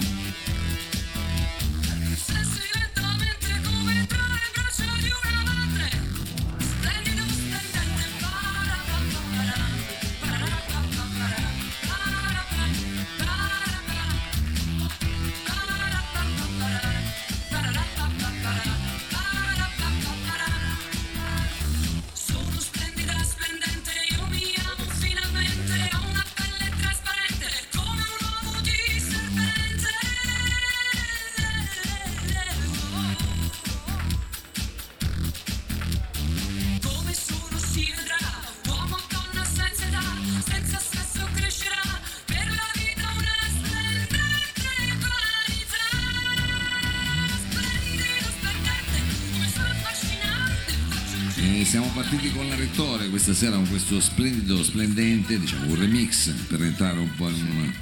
S7: Sessi lentamente come tra le braccia di una madre. Splendido, splendente, para para para para sono splendida, splendente, io mi amo finalmente, ho una pelle trasparente, come un uovo di serpente. Come sono si vedrà, uomo o donna senza età, senza sesso crescerà, per la vita una splendente qualità. Splendido, splendente, come sono affascinante, faccio un giro.
S1: eh. E siamo partiti con la rettore questa sera con questo splendido, splendente, diciamo un remix per entrare un po' in un.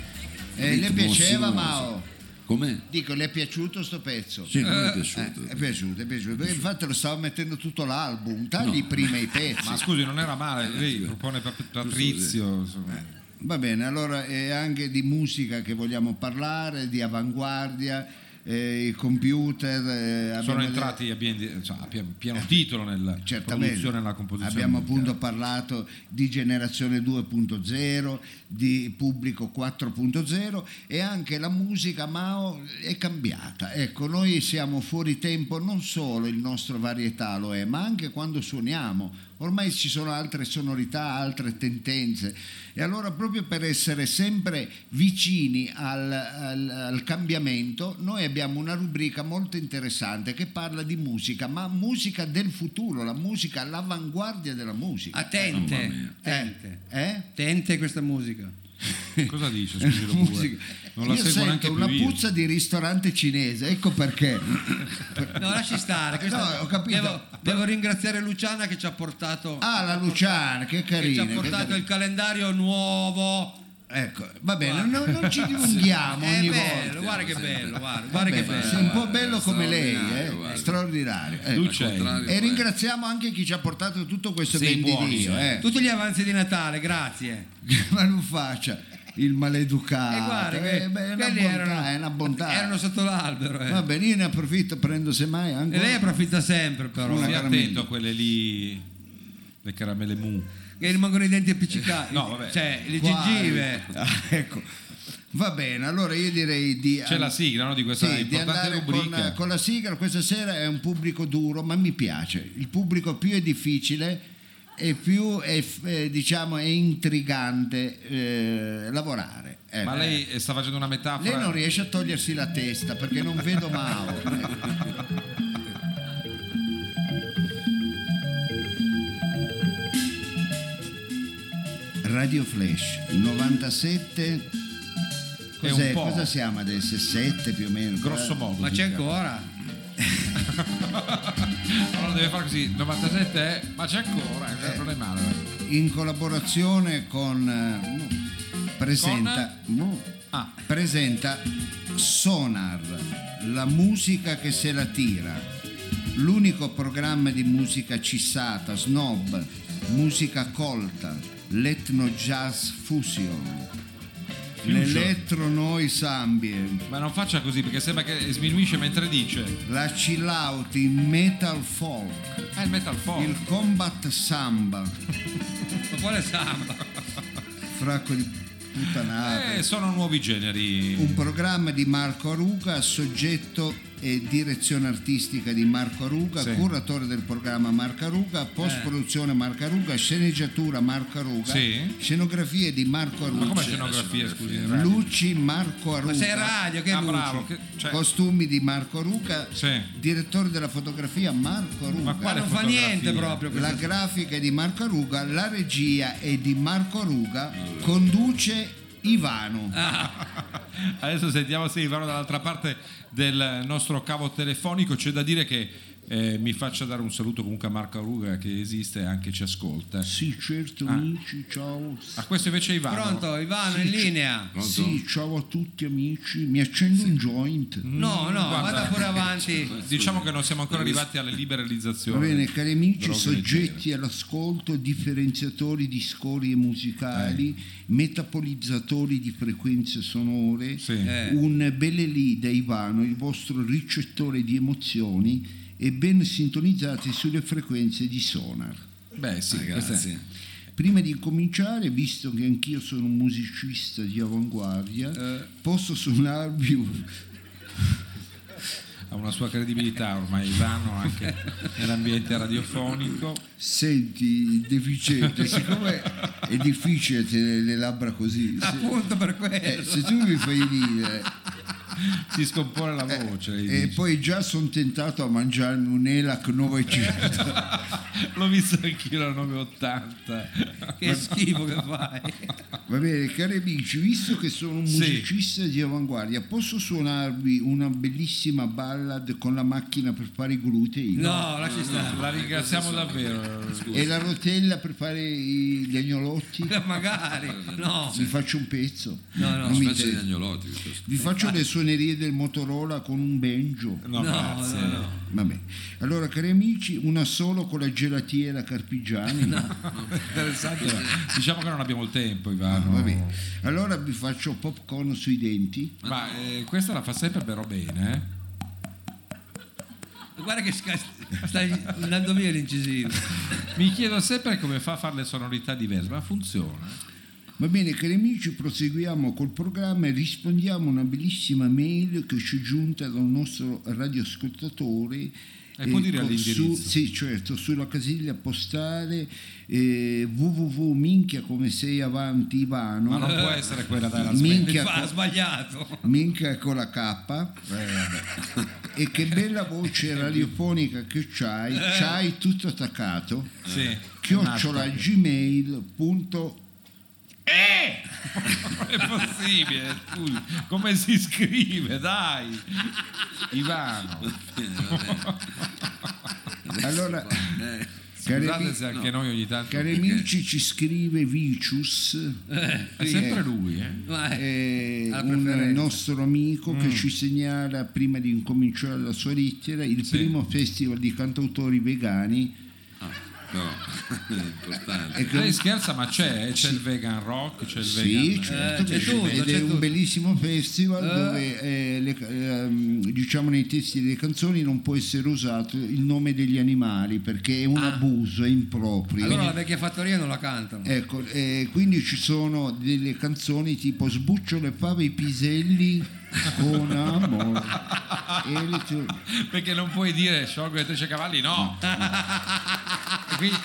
S2: Eh,
S1: ritmo
S2: le piaceva,
S1: sinuoso.
S2: Mao?
S1: Com'è?
S2: Dico, le è piaciuto sto pezzo?
S1: Sì, non mi è
S2: Eh,
S1: piaciuto.
S2: è piaciuto, è piaciuto. Perché infatti lo stavo mettendo tutto l'album, tagli prima i pezzi.
S3: Ma scusi, non era male, lei propone Pat- Patrizio.
S2: Eh,
S3: insomma.
S2: Va bene, allora è anche di musica che vogliamo parlare, di avanguardia, eh, i computer. eh, abbiamo-
S3: Sono entrati a, bien- cioè, a pia- pieno titolo nella
S2: Eh, Certamente,
S3: produzione e nella composizione.
S2: abbiamo appunto
S3: musicale.
S2: parlato di generazione 2.0, di pubblico 4.0 e anche la musica Mao è cambiata. Ecco, noi siamo fuori tempo, non solo il nostro varietà lo è, ma anche quando suoniamo. Ormai ci sono altre sonorità, altre tendenze e allora proprio per essere sempre vicini al, al- al cambiamento noi abbiamo una rubrica molto interessante che parla di musica, ma musica del futuro, la musica all'avanguardia della musica.
S4: Attente, attente.
S2: Eh?
S4: Attente questa musica.
S3: Cosa dice? Scusi, lo
S2: Musica.
S3: pure. Non la
S2: io
S3: seguo neanche
S2: sento
S3: più
S2: una
S3: io.
S2: puzza di ristorante cinese, ecco perché.
S4: No, lasci stare. questa-
S2: No, ho capito.
S4: Devo, devo ringraziare Luciana che ci ha portato,
S2: Ah, la Luciana, che
S4: che ci
S2: carina.
S4: ha
S2: che
S4: portato
S2: carina.
S4: il calendario nuovo.
S2: Ecco, va bene, non, non ci dilunghiamo
S4: è
S2: Ah, ogni volta.
S4: bello, guarda che bello, guarda, guarda che
S2: Beh,
S4: bello.
S2: sei un po' bello come lei,
S1: straordinario,
S2: eh,
S1: guarda.
S2: straordinario. eh.
S3: Lucia,
S1: Al contrario,
S2: E
S1: eh.
S2: ringraziamo anche chi ci ha portato tutto questo
S3: Sei
S2: ben di
S3: buoni,
S2: Dio,
S3: eh.
S2: eh.
S4: Tutti gli avanzi di Natale, grazie.
S2: ma non faccia il maleducato.
S4: E guarda,
S2: eh,
S4: que-
S2: beh, è, una
S4: quelli
S2: bontà,
S4: erano,
S2: è una bontà.
S4: erano sotto l'albero. eh.
S2: Va bene, io ne approfitto, prendo semmai anche.
S4: E lei approfitta sempre, però.
S2: Una
S3: Stia
S2: caramella.
S3: attento a quelle lì, le caramelle mu.
S2: Eh,
S4: Che rimangono i denti appiccicati.
S3: No, vabbè.
S4: Cioè, le
S2: Qua-
S4: gengive.
S2: Ah, ecco. Va bene, allora io direi di.
S3: C'è la sigla no, di questa
S2: Sì, di
S3: importante
S2: andare
S3: rubrica.
S2: con, con la sigla questa sera è un pubblico duro, ma mi piace. Il pubblico più è difficile e più è, eh, diciamo, è intrigante eh, lavorare. Ecco.
S3: Ma lei eh, sta facendo una metafora.
S2: Lei non riesce a togliersi la testa perché non vedo Mao. Radio Flash 97
S3: È un
S2: Cos'è?
S3: po'.
S2: Cosa siamo adesso? 7 più o meno? eh?
S3: Grosso modo.
S4: Ma c'è ancora?
S3: Allora deve fare così, 97 è, ma c'è ancora, eh, non è male. dai.
S2: In collaborazione con eh, no, presenta no,
S3: Ah.
S2: presenta Sonar, la musica che se la tira. L'unico programma di musica cissata, snob, musica colta, l'etno jazz fusion. L'elettro noise ambient,
S3: Ma non faccia così perché sembra che sminuisce mentre dice.
S2: la chill out in metal folk,
S3: È il metal
S4: Oh.
S3: folk.
S2: il combat samba,
S4: Ma quale samba?
S2: fracco di Sputtanate.
S3: Eh, sono nuovi generi.
S2: Un programma di Marco Aruga, soggetto e direzione artistica di Marco Aruga,
S3: Sì. Eh.
S2: curatore del programma Marco Aruga, post-produzione Marco Aruga, sceneggiatura Marco Aruga,
S3: Sì.
S2: scenografie di Marco Aruga.
S3: Ma come scenografia, scusi? radio?
S2: Luci Marco Aruga.
S4: Ma sei radio, che
S3: Ah,
S4: luci?
S3: bravo. che- cioè,
S2: Costumi di Marco Aruga,
S3: Sì.
S2: direttore della fotografia Marco Aruga.
S3: Ma quale
S4: non fa
S3: fotografia?
S4: niente proprio
S2: La
S4: questo.
S2: grafica è di Marco Aruga, la regia è di Marco Aruga, conduce Ivano.
S3: Ah. Adesso sentiamo se Ivano dall'altra parte del nostro cavo telefonico. C'è da dire che eh, mi faccia dare un saluto comunque a Marco Aruga che esiste e anche ci ascolta.
S2: Sì, certo,
S3: Ah.
S2: amici, ciao.
S3: A questo invece è Ivano.
S4: Pronto, Ivano in linea.
S1: Pronto?
S2: Sì, ciao a tutti amici, mi accendo un joint.
S4: No, no,
S3: Guarda.
S4: vada pure avanti.
S3: Diciamo che non siamo ancora arrivati alle
S2: Va
S3: liberalizzazioni.
S2: bene, cari amici,
S3: Droga
S2: soggetti all'ascolto, differenziatori di scorie musicali, metabolizzatori di frequenze sonore,
S3: Sì.
S4: Eh.
S2: un belle lì da Ivano, il vostro ricettore di emozioni e ben sintonizzati sulle frequenze di sonar.
S3: Beh, sì, questa è-
S2: Prima di cominciare, visto che anch'io sono un musicista di avanguardia, posso suonarvi un-
S3: ha una sua credibilità ormai Ivano anche nell'ambiente radiofonico.
S2: Senti, deficiente, siccome è difficile tenere le labbra così, se,
S4: Appunto per
S2: eh,
S4: questo.
S2: se tu mi fai ridere
S3: Si scompone la voce. gli
S2: e
S3: dici.
S2: poi già sono tentato a mangiarmi un Elac 900,
S3: L'ho visto anch'io al 980.
S4: Che schifo che fai.
S2: va bene cari amici, visto che sono un
S3: Sì.
S2: musicista di avanguardia, posso suonarvi una bellissima ballad con la macchina per fare i glutei?
S4: No, lasci stare.
S3: La ringraziamo davvero.
S2: E la rotella per fare i- gli agnolotti?
S4: Magari. No.
S2: Vi faccio un pezzo.
S4: No, no.
S2: Non mi
S1: Specie di
S2: intendo.
S1: agnolotti. questo.
S2: Vi faccio le suonerie del Motorola con un banjo.
S3: No, grazie.
S2: Vabbè. Allora, cari amici, una solo con la gelatiera carpigiani.
S3: Diciamo che non abbiamo il tempo, Ivano.
S2: Vabbè. Allora vi faccio popcorn sui denti.
S3: Ma eh, questa la fa sempre però bene. eh.
S4: Guarda che sca- stai andando via l'incisivo.
S3: Mi chiedo sempre come fa a fare le sonorità diverse, ma funziona.
S2: Va bene, cari amici, proseguiamo col programma e rispondiamo a una bellissima mail che ci è giunta da un nostro radioascoltatore.
S3: E può dire
S2: co-
S3: l'indirizzo?
S2: su- sì, certo, sulla casella postale eh, www.minchia come sei avanti Ivano.
S3: Ma non può essere quella della
S4: Mi
S2: Minchia,
S4: fa- ha
S2: co-
S4: sbagliato.
S2: minchia con la K. eh, e che bella voce radiofonica che c'hai, c'hai tutto attaccato.
S3: Sì.
S2: Chiocciola gmail.com
S3: Non è possibile, scusi. Come si scrive, dai. Ivano.
S2: Allora,
S1: Eh,
S2: cari,
S3: Scusate
S2: ami-
S3: se anche noi ogni tanto...
S2: cari amici, ci scrive Vicius,
S3: È sempre lui, eh.
S4: Vai.
S2: eh,
S4: alla
S2: un
S4: preferenza.
S2: nostro amico
S3: Mm.
S2: che ci segnala prima di incominciare la sua lettera il primo festival di cantautori vegani.
S1: no, è importante.
S2: e che-
S3: Lei scherza, ma c'è, eh? c'è il vegan rock, c'è il
S2: Sì,
S3: vegan...
S2: certo,
S4: Eh, c'è
S2: che
S4: tutto,
S2: c'è. ed
S4: c'è
S2: è
S4: tutto.
S2: un bellissimo festival dove eh, le- ehm, diciamo nei testi delle canzoni non può essere usato il nome degli animali perché è un abuso, è improprio.
S4: Ah. Allora la vecchia fattoria non la cantano.
S2: Ecco, eh, quindi ci sono delle canzoni tipo Sbuccio le fave i piselli con amore. E le tu-
S3: Perché non puoi dire sciolgo le trecce cavalli, no. E quindi,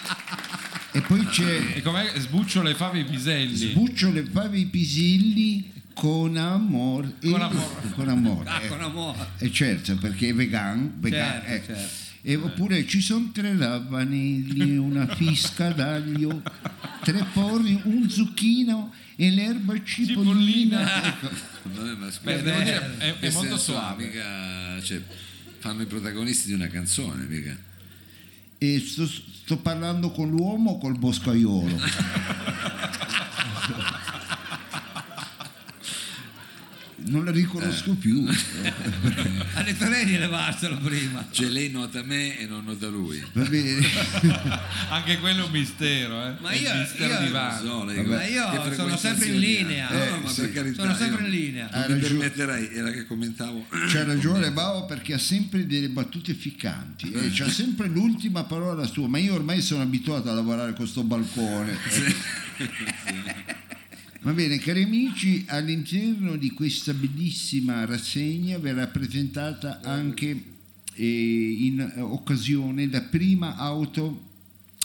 S2: E poi c'è
S3: e com'è? Sbuccio le fave i piselli.
S2: Sbuccio le fave i piselli con amore. E-
S3: Con amor.
S2: Con amore. ecco.
S4: Ah, con amore.
S2: E certo, perché è vegan. vegan,
S4: Certo,
S2: eh.
S4: certo.
S2: E oppure ci sono tre ravanelli, una fisca d'aglio, tre porri, un zucchino e l'erba cipollina. Ecco.
S1: Vabbè, ma scusa,
S3: Beh, devo dire, è- è
S1: che
S3: molto
S1: senso ha?
S3: suave.
S1: Mica, cioè, fanno i protagonisti di una canzone, mica.
S2: E sto, sto parlando con l'uomo o col boscaiolo? Non la riconosco più.
S4: Eh. Ha detto lei di levarselo prima.
S1: Cioè lei nota me e non nota lui.
S2: Va bene.
S3: Anche quello è un mistero, eh.
S4: Ma
S3: È il
S4: io-
S3: mistero
S4: io-
S3: di
S1: Non
S3: Ivano.
S1: so, lei
S4: Ma
S1: come- che
S4: Ah, io sono
S1: frequentazioni
S4: sempre in
S1: ha?
S4: linea.
S1: Eh,
S4: No, ma
S1: sì.
S4: per carità, sono sempre in linea.
S2: Ah,
S1: Non
S2: ragione.
S1: mi permetterei, era che commentavo.
S4: Eh,
S2: C'ha ragione Bao perché ha sempre delle battute ficcanti e c'ha sempre l'ultima parola sua, ma io ormai sono abituato a lavorare con sto balcone. Va bene, cari amici, all'interno di questa bellissima rassegna verrà presentata anche eh, in occasione la prima auto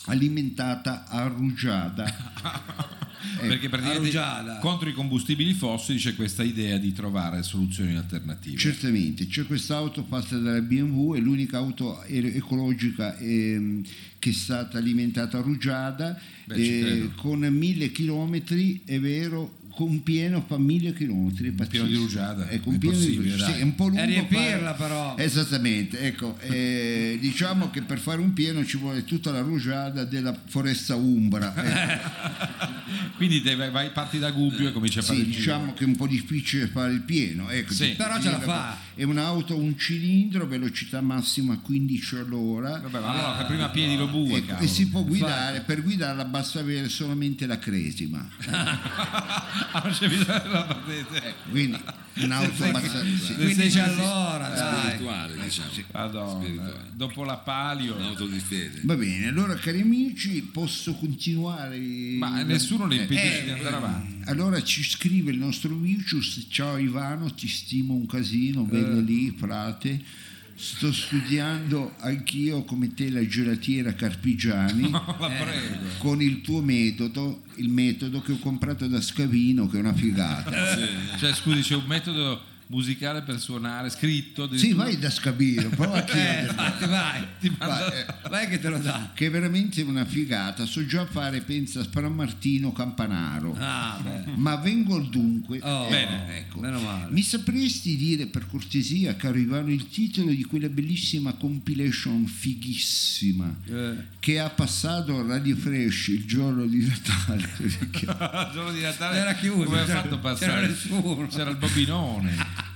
S2: alimentata a rugiada. Eh,
S3: Perché praticamente
S4: Arrugiada.
S3: contro i combustibili fossili c'è questa idea di trovare soluzioni alternative.
S2: Certamente, c'è quest'auto fatta dalla BMW, è l'unica auto e- ecologica ehm, che è stata alimentata a rugiada, eh,
S3: Beh, ci credo.
S2: con 1000 chilometri, è vero, con pieno fa 1000 chilometri. È
S3: pieno di
S2: pazzesco.
S3: rugiada,
S2: È con
S3: è
S2: pieno di
S3: possibile,
S2: rugiada,
S3: dai.
S2: sì, è un po' lungo.
S4: È
S2: fare-
S4: riempirla, però.
S2: Esattamente, ecco, eh, diciamo che per fare un pieno ci vuole tutta la rugiada della foresta umbra. ecco.
S3: Quindi te vai, vai- parti da Gubbio e cominci a fare
S2: Sì,
S3: il giro.
S2: diciamo che è un po' difficile fare il pieno, ecco,
S3: Sì.
S2: di-
S4: Però
S2: di-
S4: ce la fa.
S2: È un'auto, un cilindro, velocità massima 15 all'ora.
S3: Vabbè, ma allora prima a piedi lo bue,
S2: Ecco,
S3: cavolo.
S2: e si può guidare, per guidarla basta avere solamente la cresima.
S3: Ah, non c'è bisogno della patente.
S2: Quindi un'auto abbastanza. sì.
S4: 15 all'ora, dai.
S1: Spirituale, diciamo.
S3: Madonna,
S1: Spirituale.
S3: dopo la palio.
S1: Un'auto di fede.
S2: Va bene, allora cari amici, posso continuare? Mm.
S3: Ma eh, nessuno
S2: Eh,
S3: le impedisce di andare avanti.
S2: Allora ci scrive il nostro Vicius, ciao Ivano, ti stimo un casino, bello lì, frate. Sto studiando anch'io come te la gelatiera Carpigiani Eh,
S3: La prego.
S2: con il tuo metodo, il metodo che ho comprato da Scavino, che è una figata.
S3: Cioè, scusi, c'è un metodo musicale per suonare, scritto.
S2: Sì,
S3: addirittura?
S2: vai da Scavino, prova a
S4: Eh,
S2: chiedere.
S4: infatti, vai.
S2: Va- eh,
S4: Vai che te lo dà.
S2: che è veramente una figata, so già fare, pensa, Martino Campanaro.
S4: Ah,
S3: Eh,
S4: beh.
S2: Ma vengo al dunque.
S4: Oh,
S2: Eh,
S4: bene, meno male.
S2: Mi sapresti dire per cortesia, caro Ivano, il titolo di quella bellissima compilation fighissima
S4: Eh.
S2: che ha passato a Radio Fresh il giorno di Natale? Perché-
S3: Il giorno di Natale
S4: Era chiuso,
S3: come ha
S2: cioè,
S4: c'era-
S3: fatto a passare?
S4: c'era nessuno.
S3: C'era il bobinone.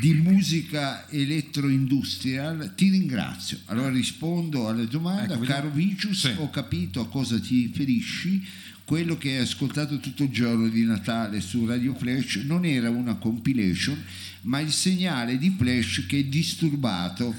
S2: di musica elettroindustrial ti ringrazio allora rispondo alla domanda
S3: Ecco, vediamo.
S2: caro Vicius
S3: Sì.
S2: ho capito a cosa ti riferisci quello che hai ascoltato tutto il giorno di Natale su Radio Flash non era una compilation ma il segnale di Flash che è disturbato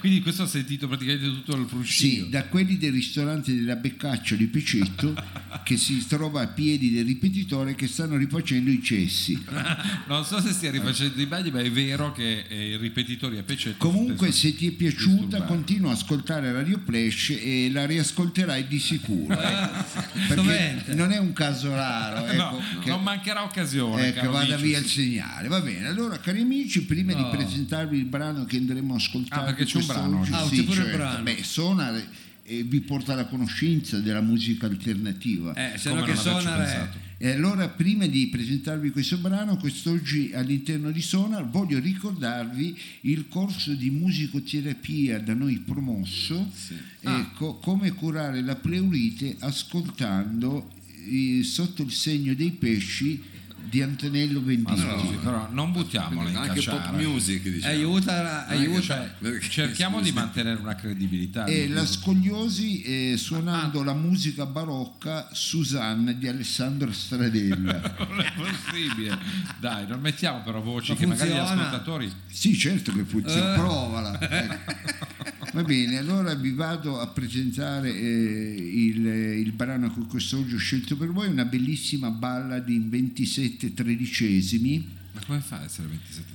S3: Quindi questo ha sentito praticamente tutto il
S2: sì,
S3: fruscio.
S2: da quelli del ristorante della Beccaccia di Picetto che si trova a piedi del ripetitore che stanno rifacendo i cessi
S3: Non so se stia rifacendo i bagni, ma è vero che eh, i ripetitori a Pecetto.
S2: Comunque,
S3: Esatto.
S2: se ti è piaciuta,
S3: disturbare.
S2: continua a ascoltare Radio Flash e la riascolterai di sicuro. ecco. Perché
S4: Sovente.
S2: non è un caso raro ecco,
S3: no,
S2: che,
S3: non mancherà occasione.
S2: eh, che
S3: caro
S2: vada
S3: Vicious.
S2: via il segnale. Va bene, allora, cari amici, prima di presentarvi il brano che andremo a ascoltare,
S3: Ah, perché c'è un
S2: questa
S3: brano
S2: oggi-
S4: oggi. Ah,
S2: sì,
S4: c'è pure il
S2: certo.
S4: brano.
S2: Beh, suona e vi porta alla conoscenza della musica alternativa.
S4: Eh, se
S3: Come
S4: no che
S3: non averci
S4: suonare.
S3: pensato.
S2: E allora prima di presentarvi questo brano, quest'oggi all'interno di Sonar voglio ricordarvi il corso di musicoterapia da noi promosso, ecco, come curare la pleurite ascoltando eh, sotto il segno dei pesci di Antonello
S3: Ah,
S2: Venditti.
S3: Scusi, però non buttiamola in
S1: Anche pop
S3: cacciara.
S1: music,
S4: Eh,
S1: diciamo.
S4: Aiuta, aiuta.
S3: Cioè, cerchiamo di mantenere una credibilità.
S2: E la scogliosi eh, suonando la musica barocca Susanna di Alessandro Stradella.
S3: Non è possibile. Dai, non mettiamo però voci
S4: Ma
S3: che magari gli
S4: funziona?
S3: ascoltatori
S2: Sì, certo che funziona, provala. ecco. Va bene, allora vi vado a presentare eh, il, il brano che quest'oggi ho scelto per voi, una bellissima balla di 27 tredicesimi.
S3: Ma come fa ad essere 27?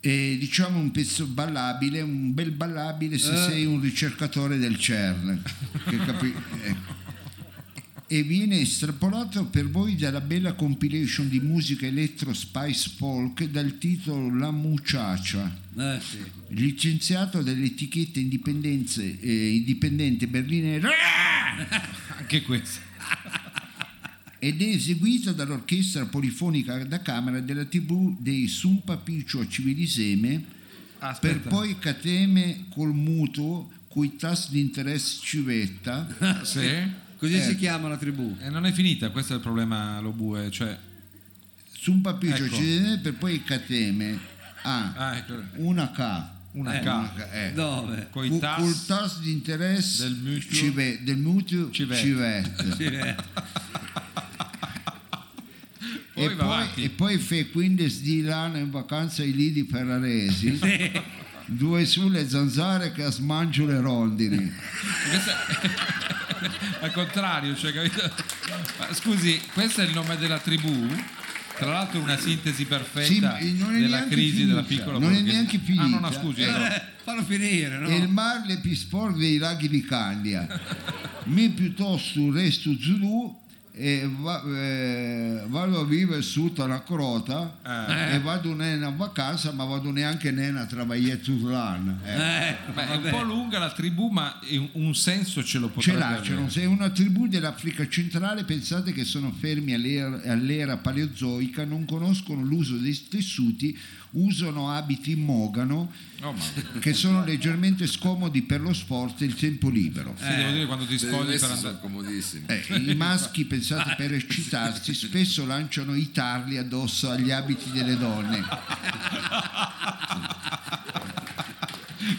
S2: E diciamo un pezzo ballabile, un bel ballabile se
S4: Eh.
S2: sei un ricercatore del CERN. che capi- ecco. E viene estrapolato per voi dalla bella compilation di musica electro spice folk dal titolo La Muchacha.
S4: Eh, sì.
S2: licenziato dall'etichetta indipendenze- eh, indipendente berlinese
S3: Anche questo.
S2: ed è eseguito dall'orchestra polifonica da camera della tv dei Sumpa Piccio a Civiliseme per
S3: Aspetta.
S2: poi Cateme col mutuo cui tasso di interesse civetta
S3: Sì. E
S4: Così si chiama la tribù.
S3: non è finita, questo è il problema Lobue, cioè
S2: Sumpa Piccio a
S3: Ecco.
S2: Civiliseme per poi Cateme a
S3: ah, ecco,
S2: una K
S3: una
S4: Eh,
S3: K
S2: eh.
S4: Dove?
S3: con i
S2: Cu-
S3: tas-
S2: col tasso di interesse
S3: Del mutuo.
S2: cive- del mutuo
S3: Civetta.
S2: civetta.
S3: poi
S4: Sì, eh.
S2: e,
S3: va
S2: poi,
S3: avanti.
S2: e poi fe quindi di Lano in vacanza ai lidi ferraresi Due sulle zanzare che smangio le rondini.
S3: Al contrario, cioè, capito? Ma scusi, questo è il nome della tribù? Tra l'altro una sintesi
S2: Sì,
S3: perfetta
S2: ma non è
S3: della
S2: neanche
S3: crisi
S2: finita,
S3: della piccola
S2: non è
S3: borghese-
S2: neanche finita.
S3: Ah, no, no, scusi.
S2: Eh,
S3: no.
S4: Fallo finire, no?
S2: E il mar le più sporco dei laghi di Candia. Mi piuttosto resto Zulu e va- eh, vado a vivere sotto la crota
S3: Eh.
S2: e vado non a vacanza ma vado neanche né a travagliare tutto l'anno. Ecco.
S4: Eh,
S3: Beh, è un
S4: vabbè.
S3: po' lunga la tribù, ma in- un senso ce lo
S2: Ce
S3: potrebbe
S2: l'ha, ce
S3: avere.
S2: l'ha. se una tribù dell'Africa centrale pensate che sono fermi all'era, all'era paleozoica, non conoscono l'uso dei tessuti, usano abiti in mogano
S3: No, Oh, ma ti
S2: che sono leggermente scomodi per lo sport e il tempo libero.
S3: devo dire quando ti
S1: Per il
S4: Eh,
S3: scogli per
S1: resto
S3: andare...
S1: sono comodissimi.
S2: Eh, I maschi, pensate, per eccitarsi spesso lanciano i tarli addosso agli abiti delle donne.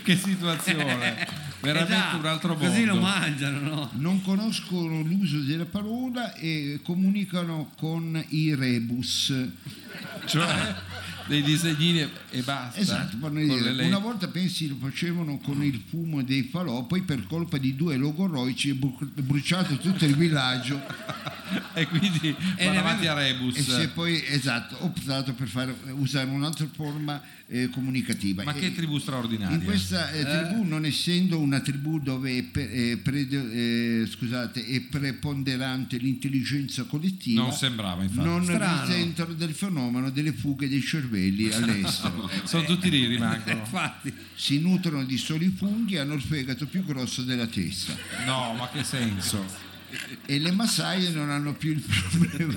S3: Che situazione! Veramente
S4: Eh già,
S3: un altro mondo.
S4: Così lo mangiano, no?
S2: Non conoscono l'uso della parola e comunicano con i rebus.
S3: Cioè, dei disegnini e- e basta.
S2: Esatto, vorrei
S3: Con
S2: dire,
S3: le
S2: una
S3: lenti.
S2: volta pensi lo facevano con il fumo dei falò, poi per colpa di due logoroici è bu- bruciato tutto il villaggio
S3: E quindi
S4: ne
S3: vanno avanti a
S2: e si è
S3: Rebus.
S2: poi esatto, optato per fare- usare un'altra forma eh, comunicativa.
S3: Ma che
S2: E-
S3: tribù straordinaria.
S2: In questa eh, tribù, non essendo una tribù dove è, pre- eh, prede- eh, scusate, è preponderante l'intelligenza collettiva,
S3: Non sembrava, infatti.
S2: non
S4: Strano.
S2: risentano del fenomeno delle fughe dei cervelli all'estero.
S3: Sono tutti lì, rimangono.
S4: Eh, Infatti,
S2: si nutrono di soli funghi e hanno il fegato più grosso della testa.
S3: No, ma che senso?
S2: E le massaie non hanno più il problema.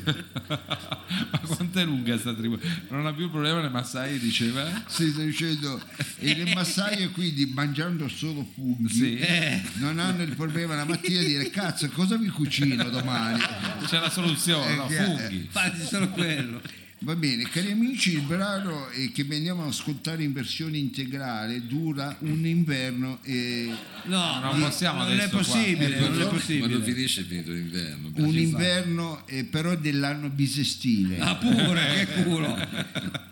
S3: Ma quanto è lunga sta tribù? Non ha più il problema, le Massai diceva.
S2: Si sta dicendo, e le massaie quindi mangiando solo funghi
S3: Sì. Eh,
S2: non hanno il problema la mattina di dire cazzo cosa mi cucino domani?
S3: C'è la soluzione,
S2: Eh,
S3: no?
S2: chi è?
S3: Funghi.
S4: infatti solo quello.
S2: Va bene, cari amici, il brano eh, che andiamo ad ascoltare in versione integrale dura un inverno e
S3: Ah,
S4: No,
S3: Non possiamo
S4: non
S3: adesso
S4: è
S3: qua. Eh,
S4: possibile, non è
S1: Quando
S4: possibile.
S1: finisce finito l'inverno.
S2: un inverno eh, però dell'anno bisestile.
S4: Ah pure, che culo.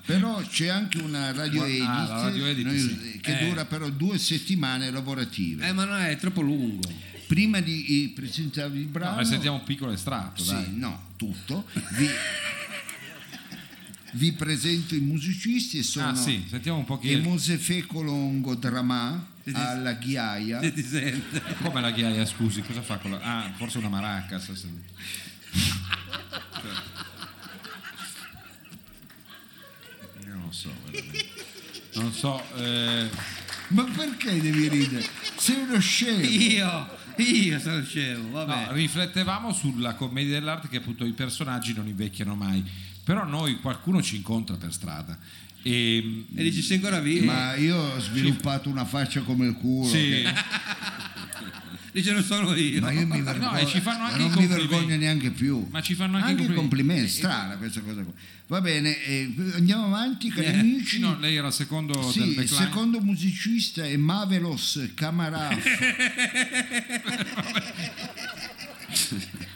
S2: Però c'è anche una radio
S3: Ah,
S2: edit,
S3: la radio edit,
S2: noi-
S3: sì.
S2: che
S4: Eh.
S2: dura però due settimane lavorative.
S4: Eh ma no, è troppo lungo.
S2: Prima di eh, presentarvi il brano,
S3: Ma sentiamo un piccolo estratto,
S2: sì,
S3: dai.
S2: no, tutto, vi, vi presento i musicisti e sono
S3: Ah, sì, sentiamo un po' chi è.
S2: Emosefe Colongo Dramà alla Ghiaia.
S3: Eh.
S4: Se ti sente.
S3: Come la ghiaia, scusi, cosa fa con la... Ah, forse una maracca. se- se- Io non so, veramente. Non so, eh,
S2: Ma perché devi ridere? Sei uno scemo.
S4: Io, io sono scemo, vabbè.
S3: no, riflettevamo sulla commedia dell'arte che appunto i personaggi non invecchiano mai, però noi qualcuno ci incontra per strada Ehm, e...
S4: E dici sei ancora vivo?
S2: Ma io ho sviluppato una faccia come il culo.
S3: Sì,
S2: che-
S4: Dice non sono io.
S2: Ma io mi vergogno,
S3: No, e ci fanno
S2: ma
S3: anche i
S2: non mi
S3: complimenti.
S2: vergogno neanche più.
S3: Ma ci fanno anche i
S2: i complimenti.
S3: complimenti.
S2: È strana questa cosa qua. Va bene, eh, andiamo avanti, cari
S4: Eh,
S2: amici.
S3: no, lei era il secondo
S2: Sì,
S3: del
S2: il
S3: backline.
S2: secondo musicista è Mavelos Camarafo.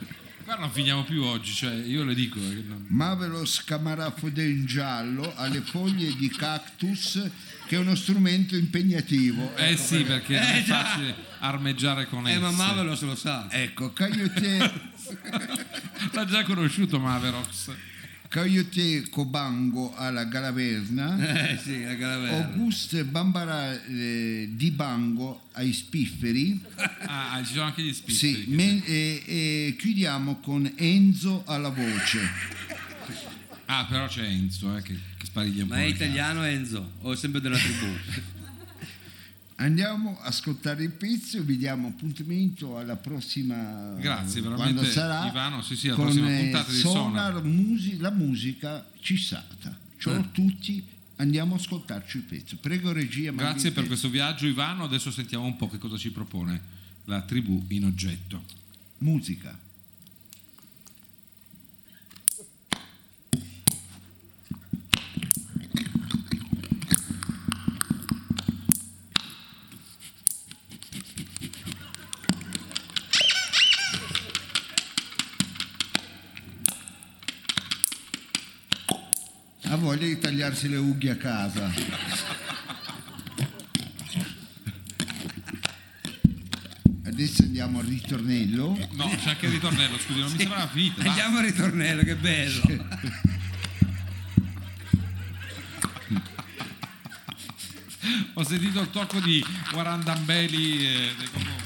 S3: Qua non finiamo più oggi, cioè io le dico... eh, che non-
S2: Mavelos Camarafo del Giallo alle foglie di cactus, che è uno strumento impegnativo.
S3: Eh sì, perché non è
S4: Eh, già.
S3: facile armeggiare con
S4: Eh ma
S3: esse.
S4: Mavelo se lo sa.
S2: Ecco, Cagliotte
S3: L'ha già conosciuto Maverox.
S2: Coyote Cobango alla Galaverna,
S4: Eh sì, la
S3: Oh,
S4: calavera.
S2: Auguste Bambara eh, di Bango ai Spifferi,
S3: Ah, ci sono anche gli spifferi.
S2: Sì, me- e, e chiudiamo con Enzo alla voce.
S3: Ah, però c'è Enzo eh, che, che spariglia un
S4: Ma
S3: po'.
S4: è
S3: le
S4: italiano Enzo, o è sempre della tribù.
S2: Andiamo a ascoltare il pezzo, vi diamo appuntamento alla prossima
S3: Grazie, veramente,
S2: quando sarà
S3: Ivano, sì, sì, alla
S2: con
S3: prossima
S2: eh,
S3: puntata di
S2: Sonar,
S3: Sonar.
S2: Musi- la musica cissata. Ciao a tutti, andiamo a ascoltarci il pezzo. Prego regia.
S3: case.
S2: mandi
S3: Grazie
S2: il
S3: per
S2: pezzo.
S3: questo viaggio Ivano, adesso sentiamo un po' che cosa ci propone la tribù in oggetto.
S2: Musica. Ha voglia di tagliarsi le unghie a casa. adesso andiamo al ritornello.
S3: No, c'è anche il ritornello, scusi, non mi sembrava finita. va.
S4: Andiamo al ritornello, che bello.
S3: Ho sentito il tocco di Guarandambeli. eh, dei Cocomeri.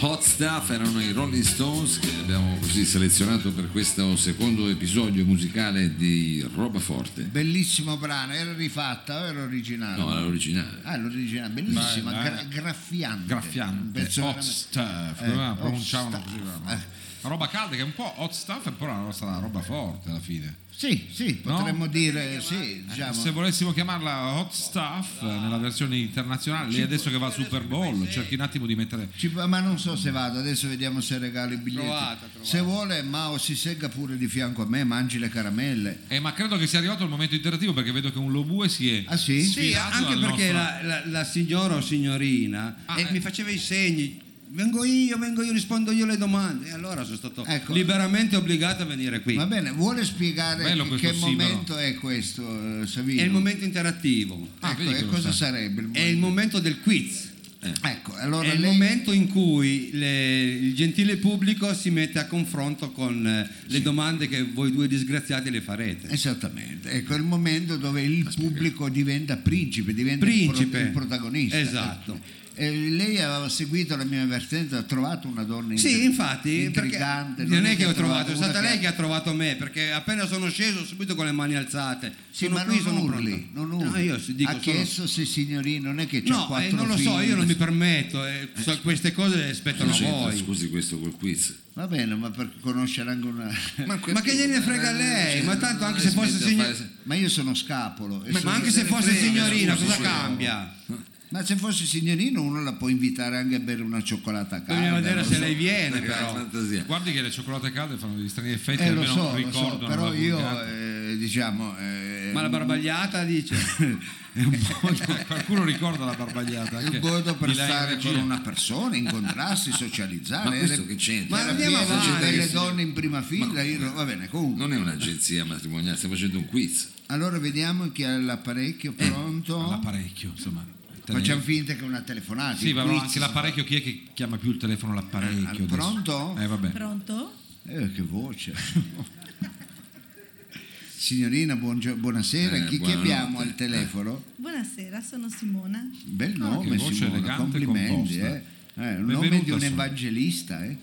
S1: Hot Stuff erano i Rolling Stones che abbiamo così selezionato per questo secondo episodio musicale di Roba Forte.
S2: Bellissimo brano, era rifatta o era originale?
S1: No, era l'originale.
S2: Ah, l'originale, bellissima,
S3: Vai, vai.
S2: gra- graffiante. Un
S3: Graffiante,
S2: pezzo
S3: Eh, hot
S2: veramente-
S3: stuff,
S2: Eh,
S3: dovevamo
S2: hot
S3: pronunciarlo
S2: stuff.
S3: così. dovevamo.
S2: Eh.
S3: Una roba calda che è un po' hot stuff, però è una nostra roba forte alla fine.
S2: Sì, sì,
S3: No? Eh,
S2: potremmo dire, sì, diciamo.
S3: Se volessimo chiamarla hot stuff eh, nella versione internazionale, lei adesso che va al Super Bowl, cerchi un attimo di mettere
S2: Ci- ma non so se vado, adesso vediamo se regalo i biglietti.
S4: Trovate, trovate.
S2: Se vuole, Mao si segga pure di fianco a me, mangi le caramelle.
S3: Eh, ma credo che sia arrivato il momento interativo perché vedo che un lobue si è.
S2: Ah sì?
S4: Sì,
S3: ispirato
S4: anche
S3: al nostro-
S4: perché la, la- la signora o signorina
S3: Ah,
S4: eh,
S3: eh.
S4: mi faceva i segni. Vengo io, vengo io, rispondo io alle domande. E allora sono stato
S2: Ecco.
S4: liberamente obbligato a venire qui.
S2: Va bene, vuole spiegare
S3: Bello
S2: che-
S3: questo
S2: che
S3: simbolo.
S2: momento è questo, eh, Savino?
S4: È il momento interattivo,
S3: Ah,
S2: Ecco,
S3: vedi
S2: e
S3: che lo
S2: cosa
S3: sa.
S2: sarebbe?
S4: è il momento del quiz.
S2: Ecco, allora
S4: È il
S2: lei-
S4: momento in cui le- il gentile pubblico si mette a confronto con eh, le domande che voi due disgraziati le farete.
S2: Esattamente, ecco è il momento dove il pubblico diventa principe, diventa il pro-
S4: Principe.
S2: il protagonista.
S4: Esatto.
S2: Eh, lei aveva seguito la mia avvertenza, ha trovato una donna
S4: Sì,
S2: inter-
S4: infatti, perché
S2: intrigante.
S4: non è che ho trovato, è
S2: una
S4: stata
S2: che-
S4: lei che ha trovato me, perché appena sono sceso subito con le mani alzate.
S2: Sì,
S4: sono
S2: ma
S4: qui,
S2: non,
S4: sono
S2: urli,
S4: pronto.
S2: non urli.
S4: No, io si- dico
S2: ha
S4: solo-
S2: chiesto se signorino, non è che c'è
S4: No, eh,
S2: quattro
S4: non lo so,
S2: figli.
S4: io non mi permetto, eh, so- queste cose le aspettano a
S1: Cosa c'entra,
S4: voi.
S1: Scusi questo col quiz.
S2: Va bene, ma per conoscere anche una...
S4: Ma, che gliene
S1: Eh,
S4: frega
S1: cioè,
S4: lei? Ma tanto anche se fosse signorina.
S2: ma io sono scapolo. e
S4: Ma,
S2: sono-
S4: anche se fosse
S1: frega,
S4: signorina,
S1: scusi,
S4: cosa
S1: sì.
S4: cambia?
S2: Ma se fosse signorino uno la può invitare anche a bere una cioccolata calda.
S4: Dobbiamo vedere
S2: non
S4: se
S2: so.
S4: lei viene,
S1: Però.
S4: però.
S1: fantasia.
S3: Guardi che le cioccolate calde fanno degli strani effetti,
S2: Eh, lo
S3: almeno
S2: so, lo so,
S3: ricordano.
S2: però
S3: la
S2: io
S3: vulgata.
S2: eh, diciamo... eh,
S4: Ma la barbagliata dice.
S2: è un modo,
S3: Qualcuno ricorda la barbagliata.
S2: è
S3: anche
S2: un modo per
S3: di lei in
S2: stare
S3: regia.
S2: con una persona, incontrarsi, socializzare.
S1: Ma questo che c'entra?
S4: Ma
S2: era
S4: andiamo
S2: pieno di
S4: avanti.
S2: belle donne in prima fila, io non- va bene, comunque.
S1: Non è un'agenzia matrimoniale, stiamo facendo un quiz.
S2: Allora vediamo chi ha l'apparecchio pronto.
S3: Eh, L'apparecchio, insomma.
S2: Facciamo finta che è una telefonata.
S3: Sì,
S2: il
S3: ma
S2: quiz.
S3: anche l'apparecchio, chi è che chiama più il telefono l'apparecchio? adesso?
S2: Pronto?
S3: Eh, vabbè.
S5: Pronto?
S2: Eh, che voce. Signorina, buongio- buonasera.
S1: Eh,
S2: chi chi
S1: buonanotte.
S2: abbiamo al telefono?
S5: Buonasera, sono Simona.
S2: Bel
S3: Eh. Ah,
S2: nome,
S3: che voce
S2: Simona,
S3: elegante e
S2: complimenti.
S3: composta.
S2: Eh. Eh, un nome di
S3: Benvenuta,
S2: un
S3: Simona.
S2: evangelista. Eh.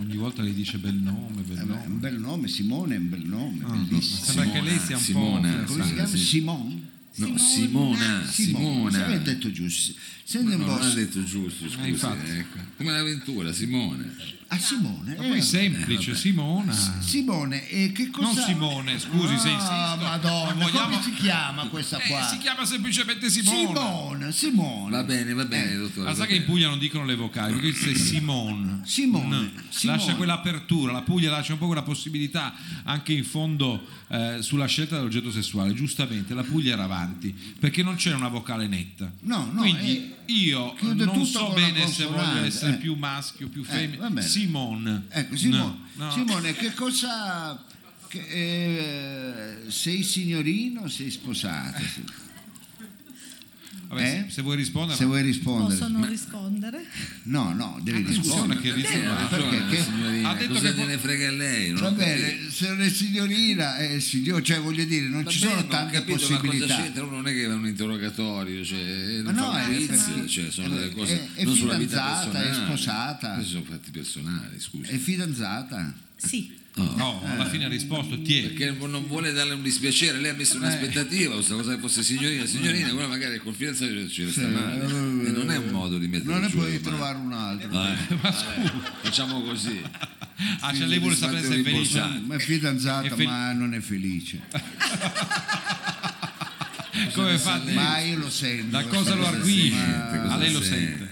S3: Ogni volta le dice bel nome, bel
S2: Eh, beh, è
S3: nome.
S2: un bel nome, Simone è un bel nome,
S3: Ah,
S2: bellissimo.
S3: Sembra che lei sia un
S1: Simona,
S3: po'.
S2: Come si
S1: sì,
S2: chiama?
S1: sì.
S2: Simone? Ah,
S1: No, Simona,
S2: Se
S1: Simona.
S2: l'ho detto giusto. Senti un
S1: No,
S2: po'.
S1: non ha detto giusto, scusi.
S3: infatti.
S1: ecco. Come l'avventura, Simone.
S2: A Simone.
S3: Ma
S2: eh,
S3: poi semplice, Simona.
S2: Simone, e che cosa...
S3: Non Simone, scusi se insisto.
S2: Ah,
S3: Ma
S2: Madonna,
S3: vogliamo-
S2: come si chiama questa
S3: Eh,
S2: qua?
S3: si chiama semplicemente Simona.
S2: Simone, Simone.
S1: Va bene, va bene, dottore.
S3: Ma
S1: va
S3: sai che in
S1: bene.
S3: Puglia non dicono le vocali, perché c'è Simone.
S2: Simone,
S3: No,
S2: Simone.
S3: Lascia quell'apertura, la Puglia lascia un po' quella possibilità anche in fondo eh, sulla scelta dell'oggetto sessuale. Giustamente, la Puglia era avanti, perché non c'era una vocale netta.
S2: No, no,
S3: Quindi
S2: eh,
S3: io
S2: chiude
S3: non
S2: tutto
S3: so
S2: con la
S3: bene se voglio
S2: consonante,
S3: essere
S2: eh.
S3: più maschio, più
S2: va
S3: femmina.
S2: bene.
S3: Simone.
S2: Ecco, Simone,
S3: No, no.
S2: Simone, che cosa... che, eh, sei signorino o sei sposata?
S3: Eh, Vabbè, se-
S2: eh?
S3: Se vuoi rispondere,
S2: Se vuoi rispondere.
S8: Posso non rispondere?
S2: No, no, devi
S3: Scusa,
S2: rispondere. Eh,
S3: Ah, che rispondere.
S1: Ha
S2: perché-
S1: ragione la
S2: che-
S1: signorina,
S3: ha detto
S1: cosa
S3: che può-
S1: gliene frega a lei? Non
S2: Va
S1: ho
S2: bene,
S1: capito.
S2: se non è signorina, è signor, cioè voglio dire, non
S1: Va
S2: ci
S1: bene,
S2: sono
S1: ma ho
S2: tante
S1: capito, Ma cosa
S2: possibilità.
S1: c'entra? Uno non è che è un interrogatorio, cioè, eh,
S2: Ma
S1: non
S2: no,
S1: fa un
S2: è-
S1: quiz,
S2: è-
S1: cioè, sono
S2: è-
S1: delle cose
S2: è- è
S1: non sulla vita
S2: fidanzata, è
S1: personale.
S2: sposata.
S1: Questi sono fatti personali, scusi.
S2: È fidanzata?
S8: Sì.
S3: no, alla fine
S2: Eh.
S3: ha risposto, tieni.
S1: Perché non vuole darle un dispiacere, lei ha messo
S3: Eh.
S1: un'aspettativa, questa cosa che fosse signorina, signorina, quella magari è confidenza ci
S3: Eh.
S1: resta male. E non è un modo di mettere
S2: Non ne
S1: giù la
S2: puoi
S1: mano.
S2: trovare un altro.
S1: Eh, vabbè, facciamo così.
S3: Ah, cioè lei vuole sapere se è felice.
S1: Rimborsati.
S2: Ma è fidanzata,
S3: È fel-
S2: ma non è felice.
S3: Come fa
S2: Ma io lo sento.
S3: Da
S2: lo
S3: Ah, cosa
S2: sento.
S3: lo arguisce?
S2: Ma-
S3: A lei lo sente.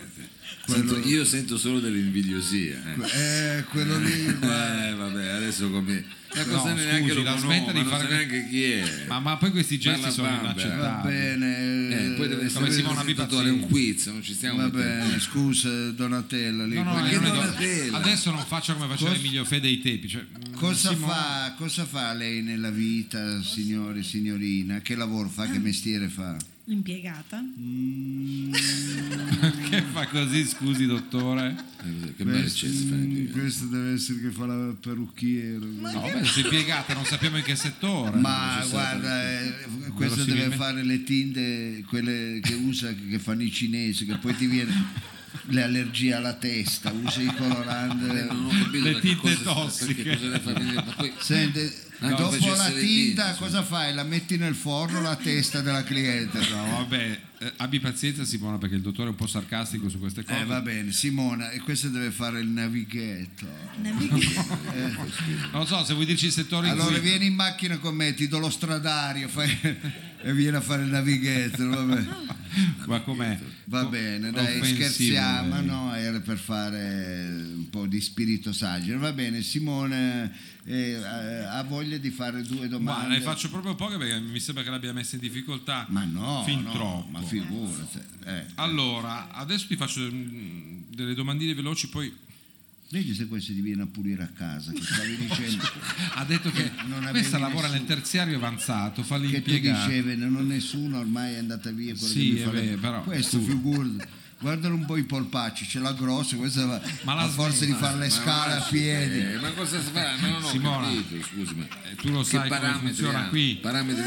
S1: Sento- io sento solo dell'invidiosia. Eh.
S2: Eh, quello lì, guarda.
S1: Eh, vabbè, adesso come... La
S3: Eh, No,
S1: cosa neanche
S3: scusi,
S1: lo
S3: la
S1: conosco,
S3: smetta
S1: ma
S3: di
S1: non
S3: fare
S1: sa
S3: que-
S1: neanche chi è.
S3: Ma, ma poi questi gesti
S1: Parla
S3: sono
S1: bambera.
S2: Va
S3: inaccettabili.
S1: Eh,
S2: bene.
S1: poi deve essere
S3: Come Simona
S1: presentatore, è un
S3: Bipazzini.
S1: quiz, non ci stiamo
S2: Va
S1: mettendo.
S2: bene, scusa Donatella. Lì,
S3: No, no,
S2: voglio-
S1: perché
S3: io non
S1: non
S3: vedo-
S1: è bella?
S3: Adesso non faccia come faceva
S2: Cos-
S3: Emilio Fede ai tempi. cioè, mm,
S2: cosa,
S3: Simone-
S2: fa, cosa fa lei nella vita, signore, signorina? Che lavoro fa, che mestiere fa?
S8: L'impiegata?
S3: Che fa così, scusi, dottore?
S1: Eh, Che bel cesso fai
S2: Mm,
S1: prima.
S2: questo deve essere che fa la parrucchiera.
S3: No, beh, si è piegata, non sappiamo in che settore.
S2: Ma guarda, eh, questo deve
S3: Verosimilmente.
S2: fare le tinte, quelle che usa, che fanno i cinesi, che poi ti viene l'allergia alla testa, usa i
S1: Non
S2: coloranti.
S1: ho capito
S3: Le
S1: da che
S3: tinte
S1: cosa-
S3: tossiche.
S1: perché cosa ne fa venire, ma poi-
S2: Senti,
S1: No,
S2: dopo
S1: invece
S2: la
S1: se le
S2: tinta
S1: tinte,
S2: cosa fai? La metti nel forno la testa della cliente?
S3: No, vabbè, eh, abbi pazienza Simona perché il dottore è un po' sarcastico su queste cose.
S2: Eh, va bene, Simona, e questo deve fare il navighetto.
S8: Navigata.
S3: Non so, se vuoi dirci il settore in
S2: Allora
S3: cui...
S2: vieni in macchina con me, ti do lo stradario fai- e vieni a fare il navighetto. Vabbè.
S3: Ma com'è?
S2: Va
S3: Co-
S2: bene, dai,
S3: offensivo,
S2: scherziamo,
S3: lei.
S2: no, era per fare un po' di spirito saggio. Va bene, Simone eh, ha voglia di fare due domande.
S3: Ma ne faccio proprio poche perché mi sembra che l'abbia messa in difficoltà
S2: Ma no,
S3: fin
S2: no,
S3: troppo.
S2: ma figurati. eh.
S3: Allora, adesso ti faccio mm, delle domandine veloci, poi
S2: Vedi se questo ti viene a pulire a casa, che stavi dicendo
S3: ha detto che
S2: Eh, Non avevi
S3: questa lavora
S2: nessuno.
S3: nel terziario avanzato, fa
S2: che tu
S3: l'impiegata.
S2: dicevi non nessuno ormai è andata via quello
S3: Sì,
S2: che mi
S3: è
S2: fa le-
S3: vero, però,
S2: questo figurati. Guardalo un po' i polpacci, ce l'ha grosso, questa va-
S3: Ma la
S2: a forza di
S3: smetta,
S2: fare le scale a piedi.
S1: Eh, ma cosa si fa? Ma non ho
S3: Simona,
S1: capito, scusi, ma eh,
S3: tu lo
S1: che
S3: sai come
S1: parametri
S3: funziona
S1: hanno?
S3: qui.
S1: Parametri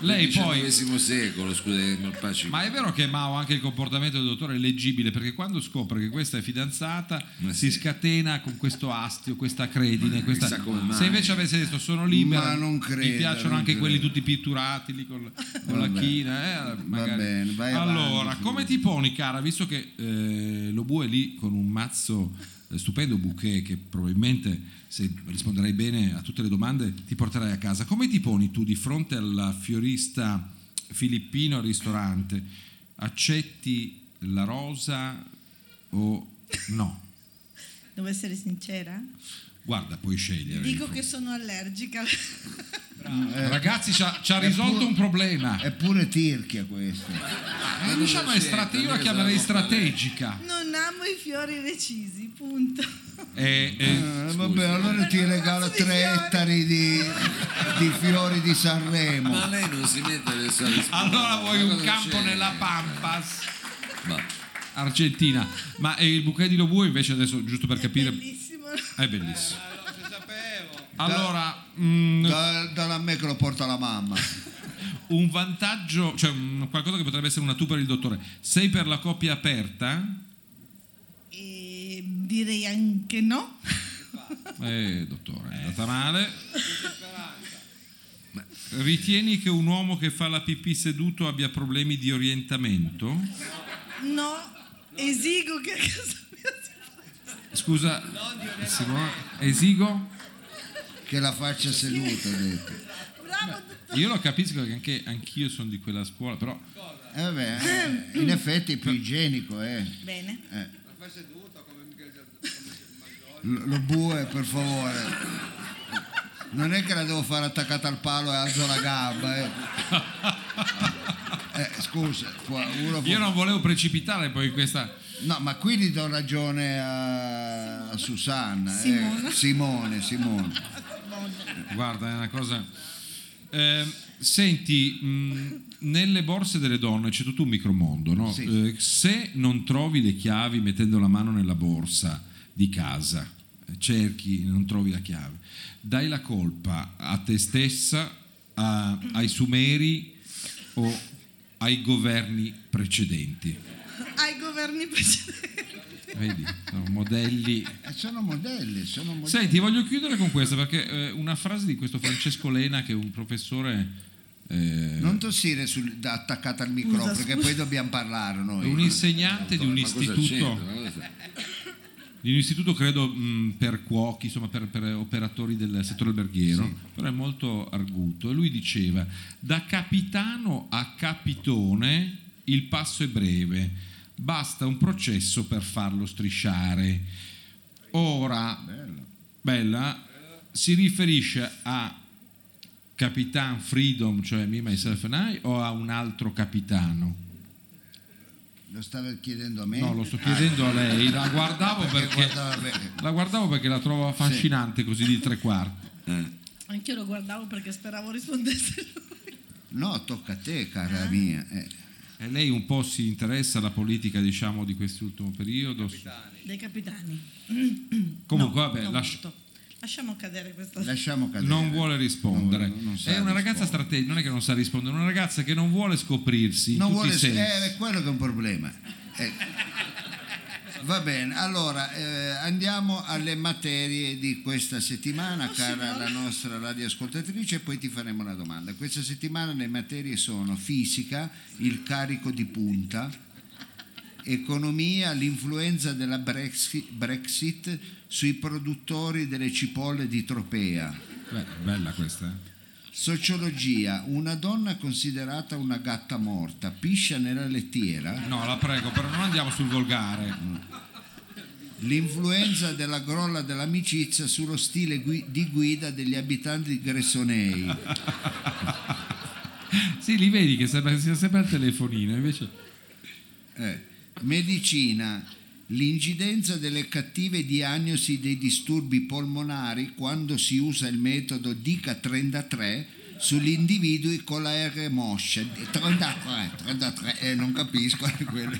S3: Lei
S1: del
S3: poi-
S1: XIX secolo, scusi, il pace.
S3: Ma è vero che Mao anche il comportamento del dottore è leggibile perché quando scopre che questa è fidanzata
S1: Ma
S3: si
S1: sì.
S3: scatena con questo astio, questa credine, questa...
S1: chissà come mai.
S3: se invece avesse detto sono libera,
S2: Ma non credo,
S3: mi piacciono
S2: non
S3: anche
S2: credo.
S3: quelli tutti pitturati lì con, con la
S2: Vabbè.
S3: china, eh, magari.
S2: Va bene, vai avanti,
S3: allora,
S2: Filippo.
S3: come ti poni cara, visto che eh, lo bue è lì con un mazzo eh, stupendo bouquet che probabilmente se risponderai bene a tutte le domande ti porterai a casa, come ti poni tu di fronte alla fiorista filippino al ristorante? Accetti la rosa o no?
S8: Devo essere sincera?
S3: Guarda, puoi scegliere.
S8: Dico che sono allergica.
S3: Ragazzi, ci ha, ci ha risolto
S2: pure-
S3: un problema.
S2: È pure tirchia questo.
S3: Eh, diciamo è strate- io la chiamerei strategica.
S8: Non amo i fiori recisi, punto.
S3: Eh, eh,
S2: Eh, vabbè, allora ti regalo
S8: Cazzo di
S2: tre
S8: fiori.
S2: ettari di, di fiori di Sanremo.
S1: Ma lei non si mette adesso a rispondere.
S3: allora vuoi
S1: Ma
S3: un
S1: cosa
S3: campo
S1: c'è?
S3: nella Pampas?
S1: Ma-
S3: Argentina. Ma eh, il bouquet di Lobu invece adesso, giusto per capire,
S8: Bellissimo.
S3: è bellissimo. Allora, mm, mh,
S2: Da, dalla me che lo porta la mamma.
S3: un vantaggio, cioè un- qualcosa che potrebbe essere una tu per il dottore. Sei per la coppia aperta?
S8: E direi anche no.
S3: Eh, dottore, è andata male. Ma Ritieni che un uomo che fa la pipì seduto abbia problemi di orientamento?
S8: No, esigo che a casa mia si
S3: Scusa, Simone, esigo?
S2: Che la faccia seduta, ho detto.
S8: fa- Bravo, dottore.
S3: Io lo capisco che anche, anch'io sono di quella scuola, però
S2: Eh, vabbè, eh, in effetti è più igienico, eh.
S8: Bene.
S2: Eh. Lo lo bue, per favore. Non è che la devo fare attaccata al palo e alzo la gamba, eh. Eh, scusa, può- uno può-
S3: io non volevo precipitare poi in questa...
S2: No, ma qui gli do ragione a, a Susanna. eh.
S8: Simona.
S2: Simone, Simone.
S3: Guarda, è una cosa... Ehm, senti, mh, nelle borse delle donne c'è tutto un micromondo, no?
S2: Sì.
S3: Eh, se non trovi le chiavi mettendo la mano nella borsa di casa, eh, cerchi, non trovi la chiave, dai la colpa a te stessa, a- ai sumeri o ai governi precedenti.
S8: Ai governi precedenti.
S3: Vedi, sono modelli
S2: Eh, sono modelli, sono modelli.
S3: Senti, voglio chiudere con questa perché eh, una frase di questo Francesco Lena, che è un professore, eh,
S2: Non tossire sul- da- attaccata al microfono,
S8: Scusa,
S2: perché
S8: scusa.
S2: poi dobbiamo parlare noi.
S3: un insegnante di un
S1: Ma cosa c'entra?
S3: istituto,
S1: Ma cosa-
S3: di un istituto credo mh, per cuochi, insomma per, per operatori del settore alberghiero, però è molto arguto. E lui diceva: da capitano a capitone il passo è breve, basta un processo per farlo strisciare. Ora, bella, si riferisce a Capitan Freedom, cioè Me, Myself and I, o a un altro capitano?
S2: Lo stava chiedendo a me?
S3: No, lo sto chiedendo a lei, la guardavo perché
S2: Guarda, vabbè.
S3: la, guardavo perché la trovo affascinante così di tre quarti.
S8: Anch'io lo guardavo perché speravo rispondesse lui.
S2: No, tocca a te, cara mia. Eh,
S3: E lei un po' si interessa alla politica, diciamo, di quest'ultimo periodo?
S8: Dei capitani.
S3: Comunque,
S8: No,
S3: vabbè,
S8: non
S3: lascia-
S8: molto. lasciamo cadere questa
S2: lasciamo cadere.
S3: non vuole rispondere.
S2: No, no, non sa
S3: è una ragazza
S2: rispondere.
S3: strategica, non è che non sa rispondere, è una ragazza che non vuole scoprirsi in
S2: Non
S3: tutti
S2: vuole
S3: i sensi.
S2: eh, è quello che è un problema. Eh. Va bene, allora eh, andiamo alle materie di questa settimana, cara la nostra radioascoltatrice, e poi ti faremo una domanda. Questa settimana le materie sono fisica, il carico di punta, economia, l'influenza della Brexi- Brexit sui produttori delle cipolle di Tropea.
S3: Beh, bella questa. eh.
S2: Sociologia, una donna considerata una gatta morta, piscia nella lettiera,
S3: No, la prego, però non andiamo sul volgare.
S2: Mm. l'influenza della grolla dell'amicizia sullo stile gui- di guida degli abitanti di Gressonei.
S3: Sì, li vedi che sembra che sia sempre al telefonino, invece
S2: Eh, Medicina, l'incidenza delle cattive diagnosi dei disturbi polmonari quando si usa il metodo DICA 33 sugli individui con la R moscia. 33, 33, eh, non capisco. quello.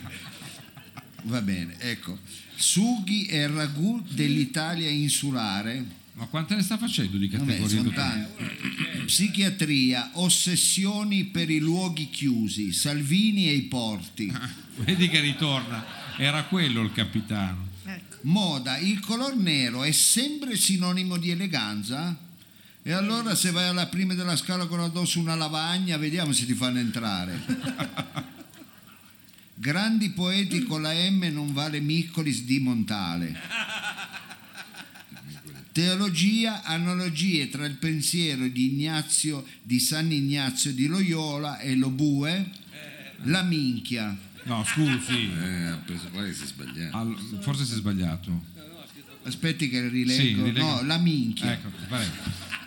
S2: Va bene, ecco. Sughi e ragù dell'Italia insulare.
S3: Ma quante ne sta facendo di
S2: Vabbè,
S3: categorie?
S2: sono
S3: dottor?
S2: tanti. Psichiatria, ossessioni per i luoghi chiusi, Salvini e i porti.
S3: Vedi che ritorna. Era quello il capitano.
S8: Ecco.
S2: Moda, il color nero è sempre sinonimo di eleganza? E allora se vai alla prima della scala con addosso una lavagna, vediamo se ti fanno entrare. Grandi poeti con la M non vale Miccolis di Montale. Teologia, analogie tra il pensiero di Ignazio di San Ignazio di Loyola e l'Obue, la minchia.
S3: No, scusi.
S1: Eh, ha preso quella che si è sbagliato.
S3: Al- forse si è sbagliato.
S2: Aspetti che rileggo.
S3: Sì, rileggo.
S2: No, la minchia.
S3: Ecco, vai.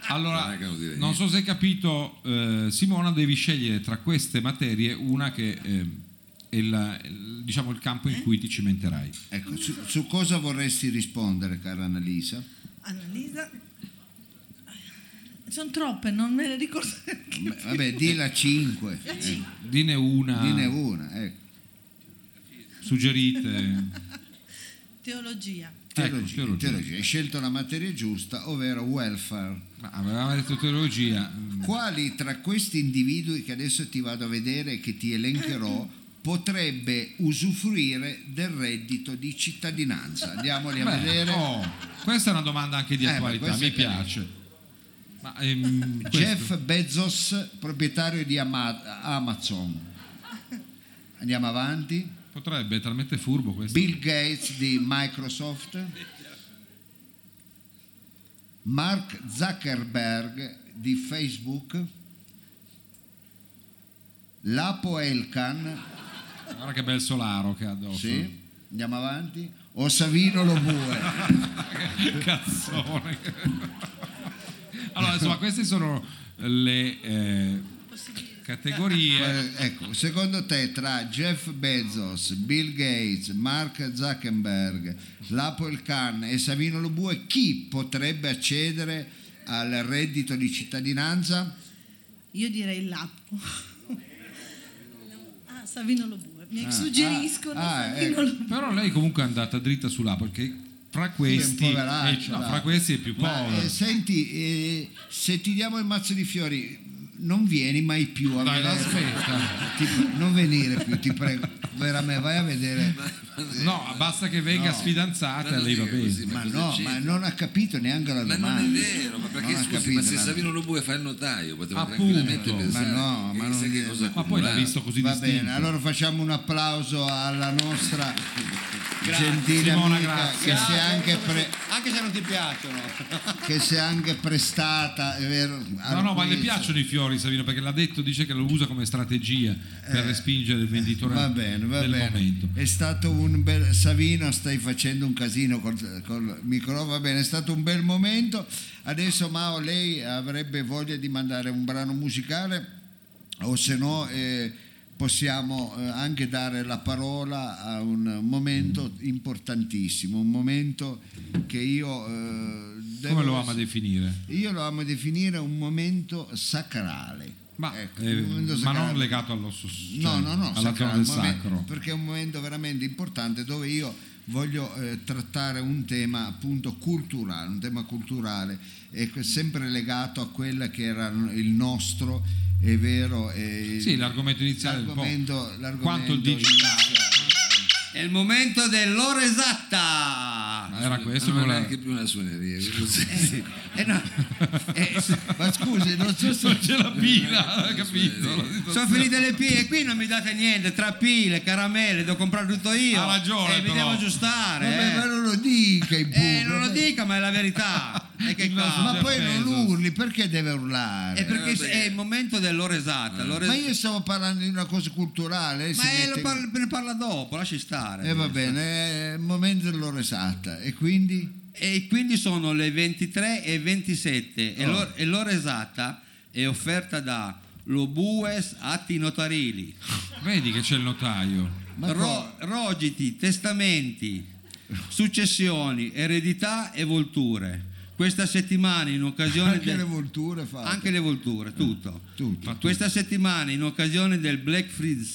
S3: Allora,
S1: Dai, che non direi
S3: non so se hai capito, eh, Simona, devi scegliere tra queste materie una che eh, è la- il- diciamo il campo in cui ti cimenterai.
S2: Ecco, su, su cosa vorresti rispondere, cara Annalisa?
S8: Annalisa. Sono troppe, non me le ricordo neanche.
S2: Beh, Vabbè, di la 5,
S3: Dine una,
S2: dine una. ecco.
S3: suggerite.
S8: Teologia.
S2: Teologia,
S3: Ecco, teologia.
S2: teologia. Hai scelto la materia giusta, ovvero welfare.
S3: Ma avevamo detto teologia. mm,
S2: Quali tra questi individui che adesso ti vado a vedere e che ti elencherò potrebbe usufruire del reddito di cittadinanza? Andiamoli a
S3: Beh,
S2: vedere.
S3: oh, Questa è una domanda anche di
S2: Eh, ma
S3: attualità,
S2: questa
S3: mi
S2: è carina.
S3: piace. Ma, ehm, questo-
S2: Jeff Bezos, proprietario di Ama- Amazon. Andiamo avanti.
S3: Potrebbe, è talmente furbo questo.
S2: Bill Gates di Microsoft, Mark Zuckerberg di Facebook, Lapo Elkan,
S3: Guarda che bel solaro che ha addosso.
S2: sì, andiamo avanti, o Savino Lobue.
S3: Cazzone. allora, insomma, queste sono le eh, categorie.
S2: Eh, ecco, secondo te tra Jeff Bezos, Bill Gates, Mark Zuckerberg, Lapo Elkan e Savino Lobue chi potrebbe accedere al reddito di cittadinanza?
S8: Io direi Lappo. Ah, Savino Lobue. Mi suggeriscono
S2: ah,
S8: Savino
S2: ecco.
S8: Lobue.
S3: Però lei comunque è andata dritta su là perché fra
S2: Sì, è
S3: questi,
S2: un poveraccio,
S3: no,
S2: dai.
S3: fra questi è più
S2: Ma,
S3: povero.
S2: eh, senti, eh, se ti diamo il mazzo di fiori, non vieni mai più a
S3: Dai,
S2: vedere.
S3: l'aspetta.
S2: Ti- non venire più, ti prego. Veramente, vai a vedere.
S3: No, basta che venga sfidanzata e lei va bene.
S1: così,
S2: Ma
S1: cosa
S2: no,
S1: c'entra?
S2: ma non ha capito neanche la
S1: Ma
S2: domanda.
S1: non è vero, ma perché
S2: Non ha
S1: scusi,
S2: capito
S1: ma se
S2: la-
S1: Savino Lobue fa il notaio, poteva
S3: Appunto,
S1: tranquillamente
S3: ma
S1: pensare
S2: no,
S1: che
S2: ma
S1: chissà
S2: non
S1: che
S2: è-
S1: cosa
S3: Ma poi l'ha
S1: accumulava.
S3: visto così
S2: Va
S3: distinto.
S2: bene, allora facciamo un applauso alla nostra gentile
S3: Simona,
S2: amica
S3: grazie.
S2: che si è anche pre-
S9: Anche se non ti piacciono.
S2: che si è anche prestata, è vero,
S3: No,
S2: al
S3: no, ma le
S2: quiz.
S3: piacciono i fiori, Savino, perché l'ha detto, dice che lo usa come strategia per respingere il venditore
S2: Eh. Va bene, va
S3: del
S2: bene.
S3: momento.
S2: È stato un bel Savino, stai facendo un casino col, col microfono, va bene, è stato un bel momento. Adesso Mao lei avrebbe voglia di mandare un brano musicale o se no eh, possiamo eh, anche dare la parola a un momento importantissimo, un momento che io eh, devo-
S3: Come lo ama definire?
S2: io lo amo definire un momento sacrale.
S3: Ma,
S2: Ecco,
S3: eh,
S2: un momento
S3: ma
S2: sacrale.
S3: non legato all'osso, cioè,
S2: No, no, no,
S3: alla
S2: sacra-
S3: zona del
S2: un momento-
S3: sacro.
S2: perché è un momento veramente importante dove io voglio eh, trattare un tema appunto culturale, un tema culturale e que- sempre legato a quella che era il nostro, è vero, eh,
S3: Sì, l'argomento iniziale è un po'
S2: l'argomento, l'argomento
S3: quanto il digitale.
S4: È il momento dell'ora
S3: esatto.
S4: esatta.
S3: Ma Era questo
S1: non
S3: con
S1: è
S3: la-
S1: neanche più una suoneria. così, sì.
S2: Eh no, eh, ma scusi, non so se...
S3: Non c'è la pila, capito? La situazione-
S4: Sono finite le pile, qui non mi date niente, tra pile, caramelle, devo comprare tutto io.
S3: Ha ragione,
S4: E mi
S3: però.
S4: devo
S2: Vabbè, ma
S4: aggiustare.
S2: non lo dica in
S4: eh. Eh,
S2: pubblico,
S4: non lo
S2: vabbè.
S4: dica, ma è la verità. E che
S3: Il nostro-
S4: cazzo?
S2: Ma
S3: Jeff
S2: poi non
S3: Bezos.
S2: urli, perché deve
S4: È
S2: urlare?
S4: Eh,
S3: Eh,
S4: perché
S1: vabbè.
S4: è il momento dell'ora esatta. l'ora
S2: Ma
S4: es-
S2: io stavo parlando di una cosa culturale. lei si
S4: ma eh,
S2: mette-
S4: lo parla- ne parla dopo, lasci stare.
S2: Eh, va bene, è il momento dell'ora esatta. E quindi?
S4: E quindi sono le 23 e 27
S3: Oh.
S4: e, l'ora, e l'ora esatta è offerta da Lobues Atti Notarili,
S3: Vedi che c'è il notaio.
S2: Ma
S4: Ro- rogiti, testamenti, successioni, eredità e volture. Questa settimana in occasione
S2: Anche
S4: del-
S2: le volture fate.
S4: anche le volture, tutto.
S2: Tutto.
S4: Questa settimana in occasione del Black Friday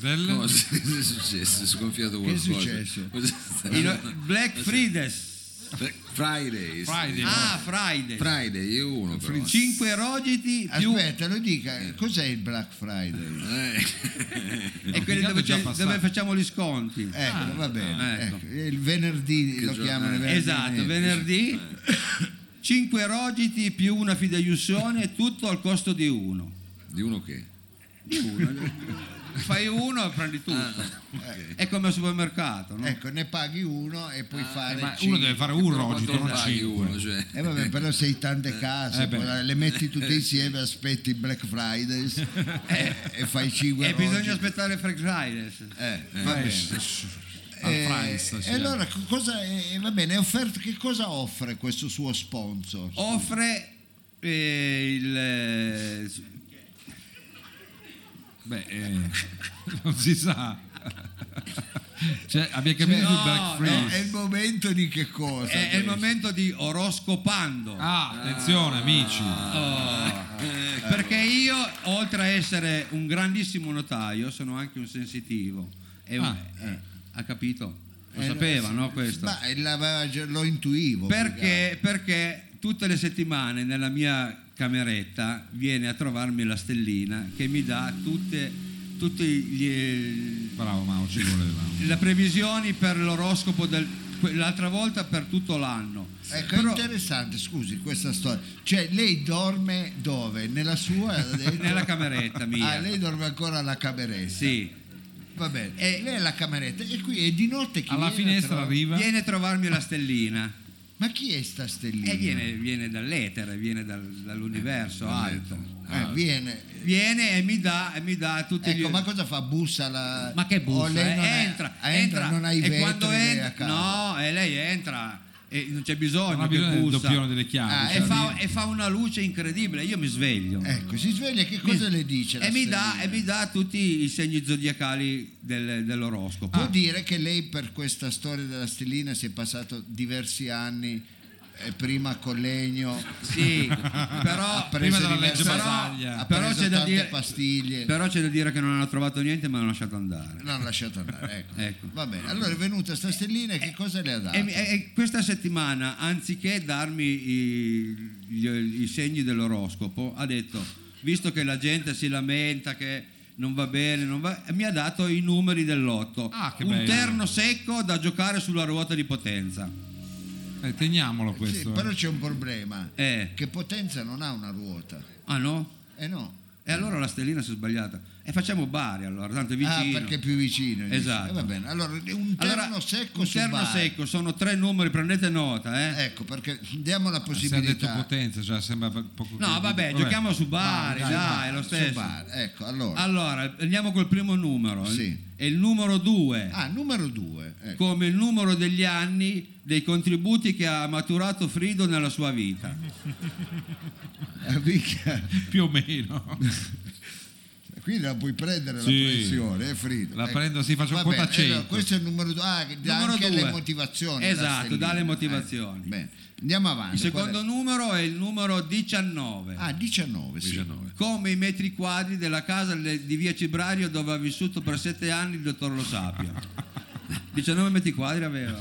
S3: Del...
S1: No, sì, che è successo? È sconfiato
S2: Che è
S1: qualcosa.
S2: successo?
S1: Cos'è
S4: il
S1: stato?
S4: Black Friday,
S1: Fridays.
S3: Friday.
S4: ah Friday,
S1: Friday, io uno però.
S4: 5 rogiti più
S2: Aspetta, lo dica, eh, cos'è il Black Friday?
S1: Eh,
S4: e quelli dove,
S3: è già
S4: c'è-
S3: passato.
S4: dove facciamo gli sconti.
S2: Ecco, va bene.
S4: Ah, ecco.
S2: ecco. Il venerdì lo
S1: giorno-
S2: chiamano.
S1: eh.
S2: il venerdì Eh.
S4: Esatto,
S2: nero.
S4: venerdì 5 rogiti più una fideiussione, tutto al costo di uno.
S1: di uno che?
S4: Fai uno e prendi
S2: Ah,
S4: tutto. È come al supermercato, no?
S2: Ecco, ne paghi uno e
S4: Ah,
S2: puoi
S4: eh,
S2: fare.
S3: Eh, Ma uno
S2: cinque.
S3: deve fare un rogito,
S1: Quanto
S3: non
S1: paghi
S3: cinque.
S1: uno? Cioè,
S2: Eh, vabbè, però sei tante case,
S3: Eh, beh.
S2: poi le metti tutte insieme, aspetti il Black Friday eh, e fai 5
S4: E bisogna aspettare Frank Friday.
S2: Eh, va bene.
S3: Al
S2: Eh,
S3: Price,
S2: e
S3: cioè.
S2: allora co- cosa, eh, va bene, è offerto, che cosa offre questo suo sponsor?
S4: Oh, Offre eh, il... eh,
S3: Beh, eh, non si sa. Cioè, abbiamo capito
S4: Cioè,
S3: il Black
S4: no, Eh,
S3: Friday.
S2: No, eh, è il momento di che cosa?
S4: è, è il momento di oroscopando.
S3: Ah, attenzione amici.
S4: Oh, perché io, oltre a essere un grandissimo notaio, sono anche un sensitivo. E un-
S3: Ah.
S4: eh, ha capito? Lo
S2: Eh,
S4: sapeva,
S2: sì.
S4: no? Questo.
S2: Ma eh, l'aveva già- lo intuivo.
S4: perché, perché tutte le settimane nella mia cameretta viene a trovarmi la stellina che mi dà tutte, tutti gli,
S3: Bravo Mao, ci voleva.
S4: le previsioni per l'oroscopo del, que- l'altra volta per tutto l'anno.
S2: Ecco, è interessante, scusi, questa storia. Cioè, lei dorme dove? Nella sua? ha detto?
S4: Nella cameretta mia.
S2: Ah, lei dorme ancora alla cameretta.
S4: Sì.
S2: Va bene. E lei è alla cameretta e qui è di notte chi
S10: Alla
S2: viene a
S10: finestra
S2: trovare-
S10: arriva.
S4: Viene a trovarmi la stellina.
S2: Ma chi è sta stellina?
S4: E Eh, viene, viene dall'etere, viene dal- dall'universo alto.
S2: Ah, viene.
S4: Viene e mi dà, e mi dà tutti
S2: Ecco,
S4: gli...
S2: ma cosa fa? Bussa la.
S4: Ma che
S2: O
S4: bussa,
S2: Oh, lei
S4: eh?
S2: non è-
S4: entra,
S2: ah,
S4: entra,
S2: non ha i
S4: e
S2: vetri
S4: quando
S2: lei
S4: entra,
S2: a casa.
S4: no, e lei entra e non c'è bisogno,
S3: Non ha bisogno
S4: che
S3: del
S4: bussa.
S3: doppione delle chiavi,
S4: Ah, e,
S3: cioè,
S4: fa, e fa una luce incredibile, io mi sveglio.
S2: Ecco, si sveglia e che cosa le dice? la
S4: E mi, dà,
S2: stellina?
S4: e mi dà tutti i segni zodiacali del- dell'oroscopo.
S3: Ah.
S2: Può dire che lei per questa storia della stellina si è passato diversi anni eh, prima con legno,
S4: Sì, però,
S2: ha preso
S3: della
S2: diverse-
S3: legge
S2: però-
S3: Basaglia.
S2: ha
S4: Però
S2: preso
S4: c'è da
S2: tante
S4: dire-
S2: pastiglie.
S4: però c'è da dire che non hanno trovato niente e mi hanno lasciato andare.
S2: No, lasciato andare, ecco.
S4: Ecco. Eh,
S2: Va bene, allora è venuta sta stellina e che cosa le ha dato?
S4: E, mi- e- e questa settimana, anziché darmi i, gli- i segni dell'oroscopo, ha detto, visto che la gente si lamenta che non va bene, non va- mi ha dato i numeri dell'otto.
S3: Ah, che
S4: un
S3: bello.
S4: terno secco da giocare sulla ruota di potenza.
S3: Eh, teniamolo
S2: Sì,
S3: questo. eh.
S2: però c'è un problema,
S4: Eh.
S2: che Potenza non ha una ruota.
S4: Ah no?
S2: Eh no.
S4: E allora la stellina si è sbagliata. E facciamo Bari allora, tanto è vicino.
S2: Ah, perché è più vicino. dice.
S4: Esatto.
S2: Eh, va bene, allora un terno
S4: Allora,
S2: secco
S4: un
S2: su
S4: terno
S2: Bari.
S4: secco, sono tre numeri, prendete nota, eh.
S2: Ecco, perché diamo la
S3: Se ha detto
S2: possibilità.
S3: potenza, cioè sembra poco...
S4: No, vabbè, giochiamo su Bari,
S2: Su
S4: dai,
S2: Bari,
S4: lo
S2: su
S4: stesso.
S2: Bari. Ecco, allora.
S4: Allora, andiamo col primo numero.
S2: Sì.
S4: E il numero 2,
S2: Ah, numero due. Ecco.
S4: come il numero degli anni dei contributi che ha maturato Frido nella sua vita.
S2: Ah, Mica-
S3: Più o meno.
S2: Qui la puoi prendere
S3: Sì.
S2: la pensione, eh, Frido.
S3: La prendo, sì, faccio un
S2: Va bene,
S3: conto a cento.
S2: allora, questo è il numero due. Ah, che dà
S4: Numero
S2: anche
S4: due.
S2: le motivazioni. la
S4: Esatto,
S2: stellina.
S4: dà le motivazioni.
S2: Eh, bene. Andiamo avanti.
S4: Il
S2: qual
S4: secondo
S2: è?
S4: numero è il numero 19.
S2: Ah, 19, sì.
S3: 19.
S4: Come i metri quadri della casa le- di via Cibrario dove ha vissuto per sette anni il dottor Lo Sapio. 19 metri quadri aveva,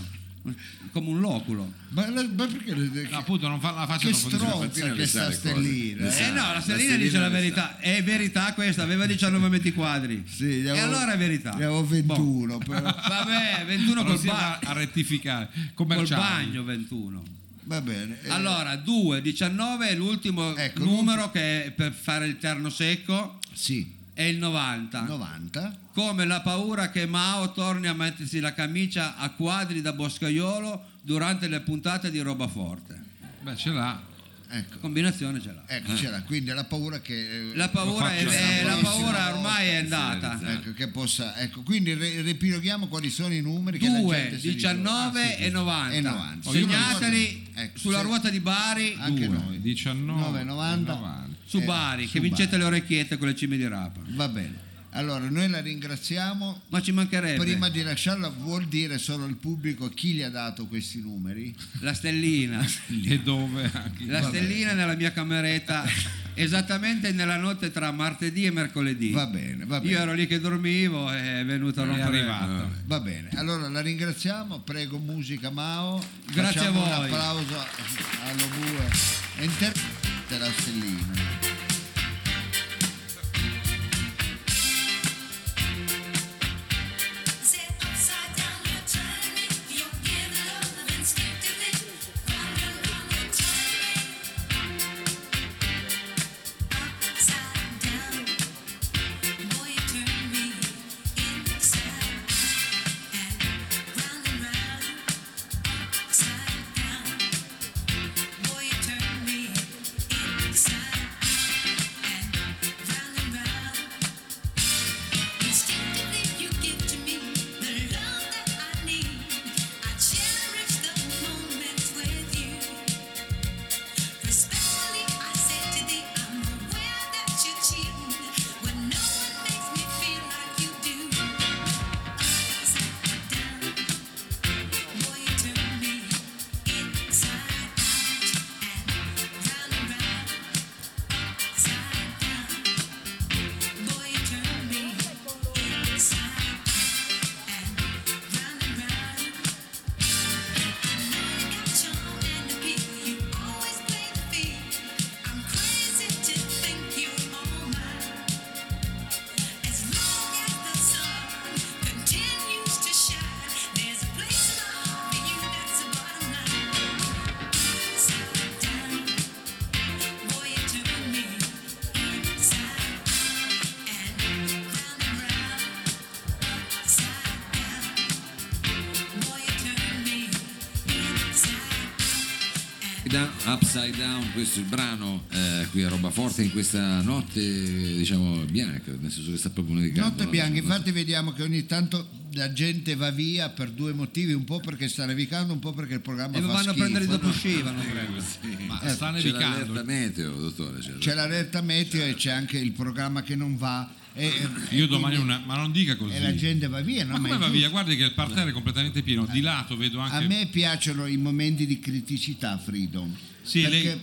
S4: come un loculo.
S2: Ma, la- ma perché
S3: No, appunto, non fa, la faccio
S2: che
S3: l'opposizione.
S2: stronza che sta
S1: le cose.
S2: stellina?
S4: Eh no, la Stellina dice la verità. È verità questa, aveva 19 metri quadri.
S2: Sì, ne
S4: e
S2: avevo-
S4: allora è verità. Boh.
S2: Ne avevo 21, però.
S4: Vabbè, 21
S3: Non
S4: col,
S3: si va
S4: ba-
S3: a rettificare.
S4: col
S3: Commerciali.
S4: bagno 21.
S2: Va bene. eh,
S4: Allora, 2, 19 è l'ultimo
S2: Ecco,
S4: numero che è per fare il terno secco
S2: Sì,
S4: è il 90.
S2: 90.
S4: Come la paura che Mao torni a mettersi la camicia a quadri da boscaiolo durante le puntate di roba forte.
S3: Beh, ce l'ha.
S2: Ecco,
S4: Combinazione ce l'ha.
S2: ecco c'era quindi la paura che... eh,
S4: Eh. La paura, è-
S3: Lo faccio
S4: è- la
S2: la
S4: paura
S2: prossima
S4: ormai è
S1: volta,
S4: andata.
S2: Ecco, che possa, ecco, quindi re- riepiloghiamo quali sono i numeri che la
S4: 2,
S2: gente si ricorda.
S4: 19
S2: Ah, sì, sì.
S4: e 90.
S2: E 90.
S4: Segnateli
S2: Ecco,
S4: sulla
S2: se-
S4: ruota di Bari,
S2: Anche
S3: Due,
S2: noi.
S3: 19,
S2: 90.
S3: 90.
S4: su
S2: Eh,
S4: Bari,
S2: su
S4: che vincete le orecchiette con le cime di rapa.
S2: Va bene. Allora, noi la ringraziamo.
S4: Ma ci mancherebbe
S2: Prima di lasciarla vuol dire solo al pubblico chi gli ha dato questi numeri?
S4: la stellina.
S3: E dove? anche-
S4: La
S2: Vabbè.
S4: stellina nella mia cameretta, esattamente nella notte tra martedì e mercoledì.
S2: Va bene, va
S4: Io
S2: bene. Eh,
S4: ero lì che dormivo e è venuta a
S3: È
S4: rompere-
S3: arrivata.
S2: Va bene. Allora la ringraziamo, prego musica Mao.
S4: Grazie
S2: Facciamo
S4: a
S2: Un
S4: voi.
S2: applauso allo Bue. E inter- della stellina.
S7: Turn me
S1: Down- Upside Down, questo è il brano eh, qui a Roba Forte in questa notte diciamo bianca, nel senso che sta proprio dedicando
S2: Notte
S1: la-
S2: bianca, infatti vediamo che ogni tanto la gente va via per due motivi, un po' perché sta nevicando, un po' perché il programma
S4: E
S2: fa
S4: lo vanno a
S2: schifo.
S4: prendere dopo sci, vanno a prendere.
S3: Ma
S2: eh,
S3: sta
S1: C'è
S3: nevicando.
S1: l'allerta meteo, dottore. cioè, c'è
S2: C'è l'allerta meteo e c'è anche il programma che non va. E, e-
S3: Io
S2: e
S3: domani
S2: quindi-
S3: una, ma non dica così.
S2: E la gente va via, no? Ma
S3: Ma come
S2: è
S3: va
S2: giusto.
S3: via? Guardi che il parterre è completamente pieno. Di lato vedo anche.
S2: A me piacciono i momenti di criticità, Freedom.
S3: Sì,
S2: perché
S3: lei-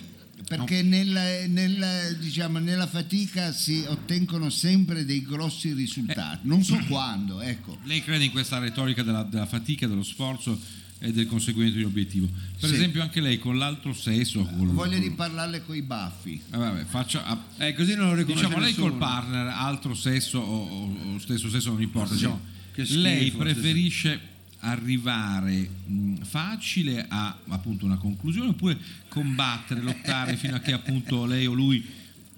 S2: perché nella, nella, diciamo, nella fatica si ottengono sempre dei grossi risultati.
S3: Eh.
S2: Non so quando, ecco.
S3: Lei crede in questa retorica della, della fatica, dello sforzo e del conseguimento di un obiettivo. Per
S2: Sì.
S3: esempio, anche lei con l'altro sesso. Con,
S2: Ho voglia
S3: con-
S2: di parlarle coi baffi.
S3: Eh, vabbè, faccia- ah,
S4: Eh, così non lo riconosce
S3: diciamo, lei
S4: nessuno.
S3: col partner, altro sesso o, o- o stesso sesso, non importa. diciamo,
S4: Che schifo,
S3: lei
S4: stesso-
S3: preferisce arrivare mh, facile a appunto una conclusione oppure combattere, lottare fino a che appunto lei o lui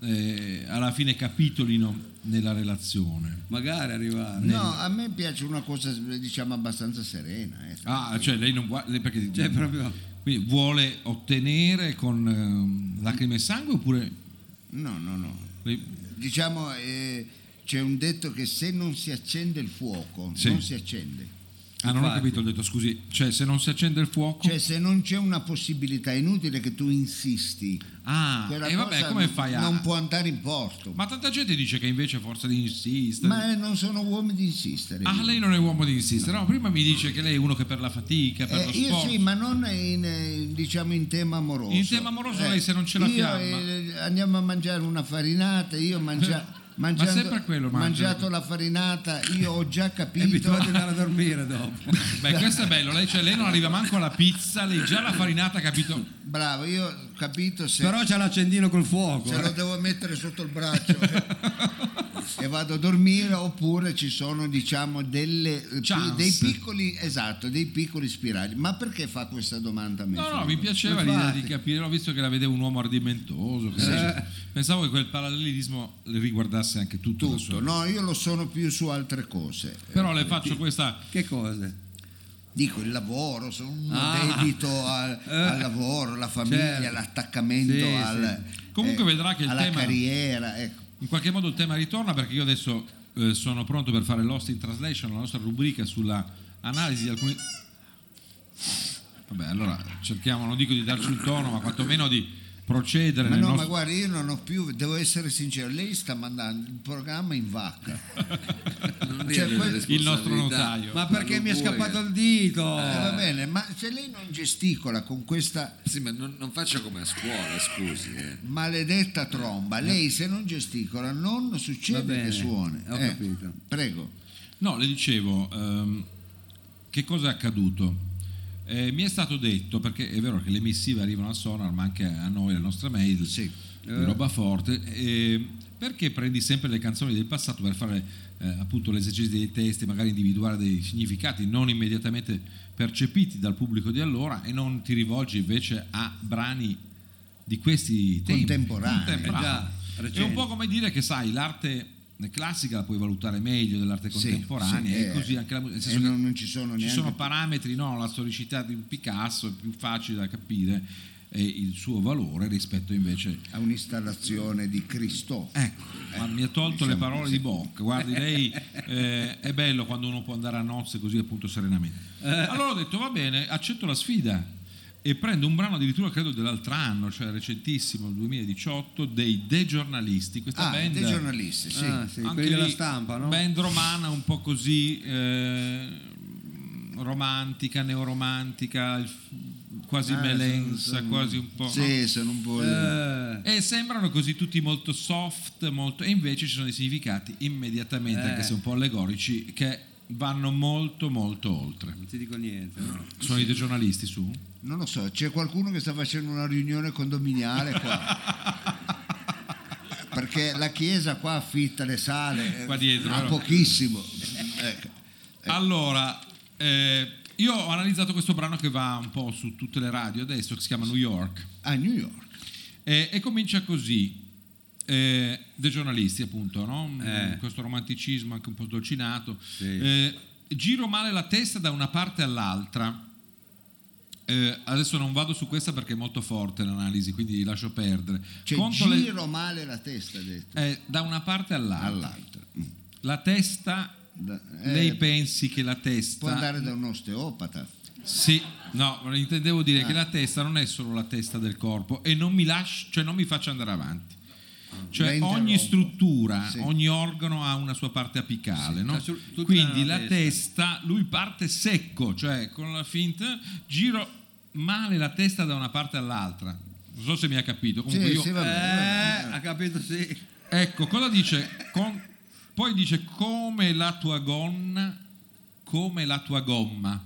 S3: eh, alla fine capitolino nella relazione.
S4: Magari arrivare.
S2: No, a me piace una cosa diciamo abbastanza serena. ecco.
S3: Ah, cioè lei non vuole lei perché
S4: Cioè, proprio.
S3: quindi vuole ottenere con ehm, lacrime e sangue oppure
S2: No, no, no.
S3: lei-
S2: Diciamo eh, c'è un detto che se non si accende il fuoco,
S3: Sì.
S2: non si accende.
S3: Ah, non ho capito, ho detto scusi, cioè se non si accende il fuoco
S2: Cioè se non c'è una possibilità, è inutile che tu insisti.
S3: Ah,
S2: Quella
S3: e vabbè,
S2: cosa
S3: come fai a
S2: Non può andare in porto.
S3: Ma tanta gente dice che invece forza di insistere.
S2: Ma eh, non sono uomini di insistere.
S3: Ah,
S2: io.
S3: lei non è uomo di insistere. No, prima mi dice che lei è uno che per la fatica, per
S2: Eh,
S3: lo
S2: io
S3: sport.
S2: sì, ma non in, eh, diciamo in tema amoroso.
S3: In tema amoroso lei se non ce la
S2: io,
S3: fiamma.
S2: eh, andiamo a mangiare una farinata, io mangia,
S3: Ma
S2: mangiando,
S3: sempre quello mangia.
S2: mangiato la farinata, io ho già
S4: È
S2: capito.
S4: abituato ad andare a dormire dopo.
S2: Cioè-
S3: Beh, questo è bello, lei, cioè, lei non arriva manco alla pizza, lei già la farinata, capito?
S2: Bravo, io ho capito se
S4: Però c'ha l'accendino col fuoco.
S2: se lo devo mettere sotto il braccio. eh, E vado a dormire oppure ci sono diciamo delle,
S3: Chance.
S2: dei piccoli esatto, dei piccoli spiragli. Ma perché fa questa domanda a me?
S3: No, no,
S2: Franco?
S3: mi piaceva l'idea di capire, ho visto che la vedevo un uomo ardimentoso. che
S2: Eh.
S3: dice- Pensavo che quel parallelismo le riguardasse anche tutto. la sua-
S2: Tutto, no, io lo sono più su altre cose.
S3: Però le faccio questa.
S4: Che cose?
S2: Dico il lavoro, sono un
S4: Ah.
S2: dedito al,
S4: Eh.
S2: al lavoro, alla famiglia,
S4: Certo.
S2: l'attaccamento
S4: Sì,
S2: al, eh,
S3: Comunque vedrà che il
S2: alla
S3: tema-
S2: carriera. Ecco.
S3: In qualche modo il tema ritorna perché io adesso eh, sono pronto per fare l'host in translation, la nostra rubrica sulla analisi di alcuni... Vabbè, allora cerchiamo, non dico di darci un tono, ma quantomeno di procedere
S2: Ma
S3: nel
S2: no, ma
S3: nostro...
S2: guarda, io non ho più, devo essere sincero, lei sta mandando il programma in vacca.
S1: Non
S2: Cioè,
S1: dire le
S2: quel-
S3: il nostro
S1: responsabilità.
S3: notaio.
S4: Ma perché
S1: lo
S4: mi è
S1: vuoi,
S4: scappato
S1: eh?
S4: il dito?
S2: Eh, va bene, ma se lei non gesticola con questa
S1: Sì, ma non, non faccia come a scuola, scusi. eh.
S2: maledetta
S3: Eh.
S2: tromba, lei se non gesticola non
S4: Va
S2: succede
S4: bene,
S2: che suoni. Eh,
S4: ho capito.
S2: Prego.
S3: No, le dicevo, ehm, che cosa è accaduto? Eh, mi è stato detto, perché è vero che le missive arrivano a Sonar, ma anche a noi, alle nostre mail, sì. roba forte, ehm, perché prendi sempre le canzoni del passato per fare eh, appunto l'esercizio dei testi, magari individuare dei significati non immediatamente percepiti dal pubblico di allora e non ti rivolgi invece a brani di questi tempi
S2: Contemporanei,
S3: Contemporanei.
S4: già,
S3: è un
S4: recenti.
S3: po' come dire che sai l'arte classica la puoi valutare meglio dell'arte
S2: Sì,
S3: contemporanea
S2: sì,
S3: e
S2: eh,
S3: così anche la musica nel
S2: e
S3: senso che
S2: non- non ci sono neanche-
S3: sono parametri no la storicità di Picasso è più facile da capire e il suo valore rispetto invece
S2: A un'installazione di Cristo.
S3: ecco ma mi ha tolto
S2: diciamo
S3: le parole
S2: così.
S3: di bocca guardi lei eh, è bello quando uno può andare a nozze così appunto serenamente
S2: Eh.
S3: allora ho detto va bene accetto la sfida e prendo un brano addirittura credo dell'altro anno cioè recentissimo il 2018 dei De Giornalisti questa
S2: Ah,
S3: band
S2: dei giornalisti, sì.
S4: Ah, sì,
S3: Anche
S4: quelli della
S3: lì,
S4: stampa, no?
S3: Band romana un po' così eh, romantica, neoromantica, il f- quasi
S2: Ah,
S3: melensa,
S2: sono- sono-
S3: quasi un po'.
S2: Sì, sono un po'.
S4: Eh,
S3: E sembrano così tutti molto soft, molto- e invece ci sono dei significati immediatamente,
S4: Eh.
S3: anche se un po' allegorici, che vanno molto molto oltre.
S4: non ti dico niente. no.
S3: Sono i dei giornalisti su?
S4: Eh.
S2: Non lo so, c'è qualcuno che sta facendo una riunione condominiale qua. Perché la chiesa qua affitta le sale eh,
S3: Qua dietro,
S2: a
S3: no?
S2: pochissimo. Ecco.
S3: Allora, eh, io ho analizzato questo brano che va un po' su tutte le radio adesso, che si chiama New York.
S2: A New York.
S3: E, e comincia così. Eh, dei giornalisti, appunto, no? Mm,
S4: Eh.
S3: questo romanticismo anche un po' sdolcinato.
S4: Sì.
S3: Eh, giro male la testa da una parte all'altra. eh, adesso non vado su questa perché è molto forte l'analisi, quindi lascio perdere.
S9: Cioè,
S3: Conto le-
S9: giro male la testa, ha detto.
S3: eh, da una parte all'altra.
S9: All'altra. Mm.
S3: La testa,
S9: Da- eh,
S3: lei pensi che la
S9: Può
S3: testa...
S9: andare da un osteopata.
S3: Sì, no, intendevo dire che la testa non è solo la testa del corpo e non mi lascio, cioè non mi faccio andare avanti.
S9: La
S3: Cioè
S9: interrompo.
S3: ogni struttura,
S9: Sì.
S3: ogni organo ha una sua parte apicale, no?
S4: cioè, sul- tutta
S3: quindi la
S4: la
S3: testa. lui parte secco, cioè con la finta giro male la testa da una parte all'altra. Non so se mi ha capito, comunque
S9: Sì,
S3: io
S9: sì, va
S4: Eh,
S9: bene.
S4: ha capito sì.
S3: Ecco, cosa dice? Con- poi dice come la tua gonna, come la tua gomma.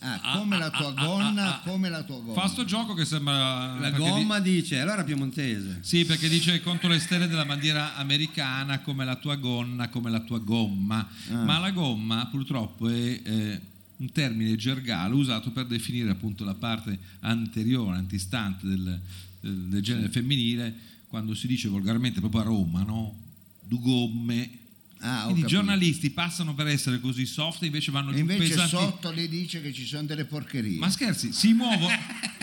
S9: Ah, come la tua gonna, come la tua gonna.
S3: ah, Fa sto gioco che
S2: Ah,
S3: sembra...
S4: La
S3: perché di-
S4: gomma dice, allora piemontese.
S3: sì, perché dice contro le stelle della bandiera americana, come la tua gonna, come la tua gomma.
S9: Ah.
S3: Ma la gomma purtroppo è eh, un termine gergale usato per definire appunto la parte anteriore, antistante del, del- del genere femminile, quando si dice volgarmente proprio a Roma, no? Du gomme.
S9: Ah, ho
S3: Quindi i
S9: capito.
S3: giornalisti passano per essere così soft e invece vanno
S9: E
S3: giù
S9: invece
S3: pesanti.
S9: sotto le dice che ci sono delle porcherie.
S3: Ma scherzi, si muovono,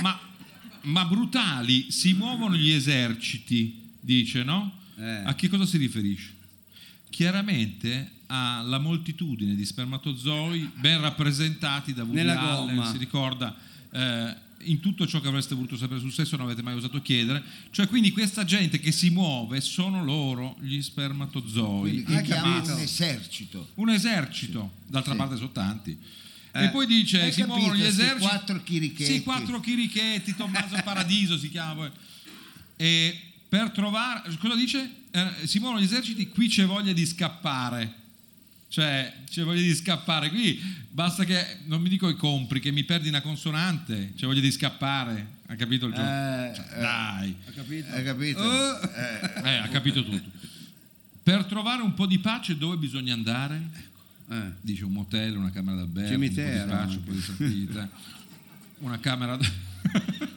S3: ma, ma brutali, si muovono gli eserciti, dice, no?
S4: Eh.
S3: A che cosa si riferisce? Chiaramente alla moltitudine di spermatozoi ben rappresentati da Woody
S4: Nella
S3: Allen,
S4: gomma.
S3: si ricorda, eh, in tutto ciò che avreste voluto sapere sul sesso non avete mai osato chiedere. Cioè quindi questa gente che si muove sono loro gli spermatozoi.
S9: Quindi che
S3: in
S9: chiama
S3: camassa.
S9: un esercito.
S3: Un esercito, d'altra
S9: Sì.
S3: parte sono tanti.
S4: Eh,
S3: e poi dice:
S9: hai
S3: si
S9: capito,
S3: muovono gli
S9: sti
S3: eserciti.
S9: quattro chirichetti.
S3: Sì, quattro chirichetti, Tommaso Paradiso si chiama. poi. E per trovare. Cosa dice? Eh, si muovono gli eserciti, qui c'è voglia di scappare. Cioè, c'è voglia di scappare. Qui basta che non mi dico i compri, che mi perdi una consonante. C'è voglia di scappare. Ha capito il gioco?
S9: Eh,
S3: Cioè, dai.
S9: Hai capito? Eh,
S3: Eh, ha capito tutto. Per trovare un po' di pace dove bisogna andare?
S4: Eh.
S3: Dice un motel, una camera d'albergo, un po' di
S4: Cimitero,
S3: spaccio,
S4: anche.
S3: un po' di sortita, una camera d-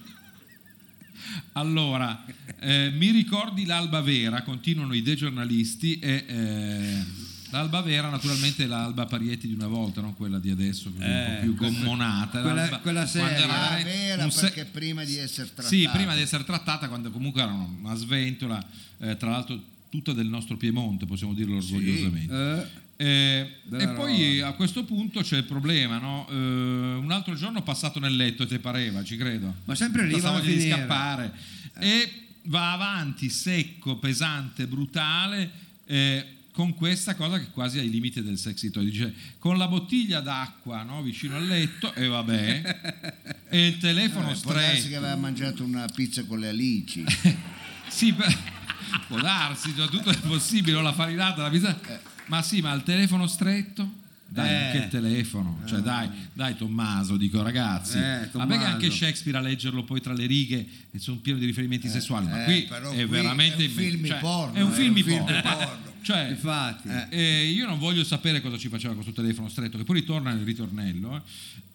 S3: Allora, eh, mi ricordi l'alba vera, continuano i dei giornalisti e eh, l'alba vera naturalmente è l'alba Parietti di una volta, non quella di adesso, così un po'
S4: Eh,
S3: più
S4: questa-
S3: gommonata.
S4: quella-
S3: l'alba-
S4: quella
S3: quando
S4: seria.
S3: era
S9: ah,
S3: re-
S9: vera
S3: Eh, un se-
S9: perché prima di essere trattata.
S3: sì, prima di essere trattata, quando comunque era una sventola, eh, tra l'altro tutta del nostro Piemonte, possiamo dirlo orgogliosamente.
S4: Eh,
S3: Eh,
S4: Bella
S3: e poi a questo punto c'è il problema, no? Eh, un altro giorno passato nel letto e te pareva, ci credo.
S4: Ma sempre lì
S3: Pensavo
S4: va a
S3: di
S4: finire. Eh.
S3: scappare. E va avanti, secco, pesante, brutale, eh, con questa cosa che quasi ai limiti del sexy toy. Dice, con la bottiglia d'acqua no? vicino al letto, e vabbè, e il telefono
S9: Eh, Può
S3: stretto.
S9: darsi che aveva mangiato una pizza con le alici.
S3: Sì, beh, può darsi, cioè, tutto è possibile, o la farinata, la pizza. Eh, Ma sì, ma il telefono stretto? Dai,
S4: Eh.
S3: anche il telefono, cioè dai, dai Tommaso, dico ragazzi,
S4: Eh,
S3: a me che
S4: Tommaso.
S3: anche Shakespeare a leggerlo poi tra le righe e sono pieno di riferimenti sessuali, ma
S9: eh,
S3: qui
S9: però
S3: è
S9: qui
S3: veramente
S9: è un
S3: immen-
S9: film
S3: cioè,
S9: porno,
S3: è un
S9: eh,
S3: film
S9: un film
S3: porno.
S9: porno.
S3: Cioè,
S4: Infatti.
S3: eh, io non voglio sapere cosa ci faceva questo telefono stretto, che poi ritorna nel ritornello. eh.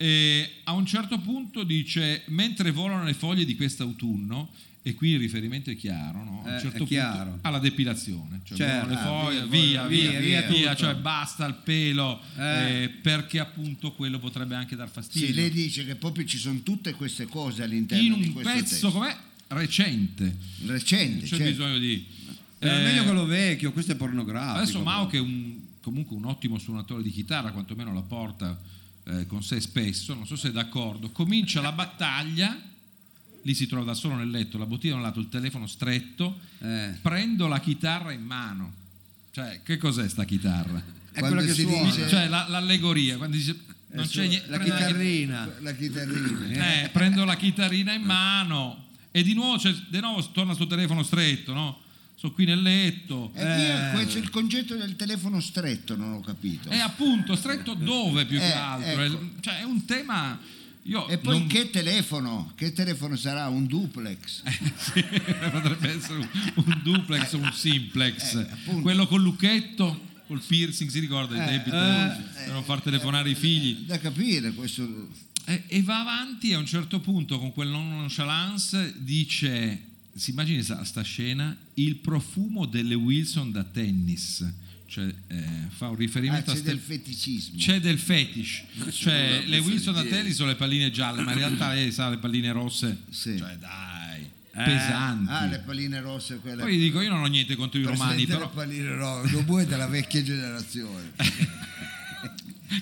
S3: E a un certo punto dice: Mentre volano le foglie di quest'autunno, e qui il riferimento è chiaro, no? a un
S4: Eh,
S3: certo
S4: è chiaro.
S3: punto alla depilazione, cioè
S4: Certo.
S3: volano le
S4: Ah,
S3: foglie, via,
S4: via,
S3: via, via,
S4: via, via, tutto.
S3: cioè basta il pelo,
S4: Eh.
S3: eh, perché appunto quello potrebbe anche dar fastidio.
S9: Sì, lei dice che proprio ci sono tutte queste cose all'interno
S3: In
S9: di
S3: un
S9: questo
S3: pezzo
S9: testo.
S3: com'è recente,
S9: Recente,
S3: c'è
S9: certo.
S3: bisogno di.
S4: Era
S3: Eh,
S4: Eh, meglio quello vecchio, questo è pornografico.
S3: Adesso Mao, che è un- comunque un ottimo suonatore di chitarra, quantomeno la porta eh, con sé spesso, non so se è d'accordo, comincia la battaglia, lì si trova da solo nel letto, la bottiglia da un lato, il telefono stretto,
S4: Eh.
S3: prendo la chitarra in mano. Cioè, che cos'è sta chitarra?
S4: È
S9: Quando
S4: quello che
S9: si
S4: suona.
S9: dice-
S3: Cioè, la- l'allegoria, quando dice... Non c'è niente,
S4: la
S3: prendo
S4: chitarrina.
S3: Cioè,
S9: La chitarrina.
S3: eh, prendo la chitarrina in mano e di nuovo, c'è- di nuovo torna sto telefono stretto, no? Sono qui nel letto.
S2: Eh,
S9: E io questo- il concetto del telefono stretto non ho capito.
S3: E appunto, stretto dove più che
S9: Eh, ecco.
S3: altro? È- Cioè, è un tema. Io
S9: E poi
S3: oh, non-
S9: che telefono? Che telefono sarà? Un duplex?
S3: Eh. Sì, potrebbe essere un, un duplex o un simplex.
S9: Eh, appunto. Eh,
S3: Quello col lucchetto, col piercing, si ricorda i tempi per per non far telefonare i figli.
S9: Da capire questo. eh.
S3: E, e va avanti a un certo punto con quel non nonchalance, dice, si immagini sta, sta scena, il profumo delle Wilson da tennis. cioè, eh, fa un
S2: Ah,
S3: riferimento a
S2: c'è
S3: ste-
S2: del feticismo.
S3: c'è del fetish, cioè le Wilson Ateli sono le palline gialle, ma in realtà lei sa le palline rosse,
S2: Sì.
S3: cioè dai, pesanti.
S2: Ah, le palline rosse, quelle.
S3: Poi dico, io non ho niente contro i romani,
S2: Presidente
S3: però Eh.
S2: del palline rosse, lo vuoi della vecchia generazione.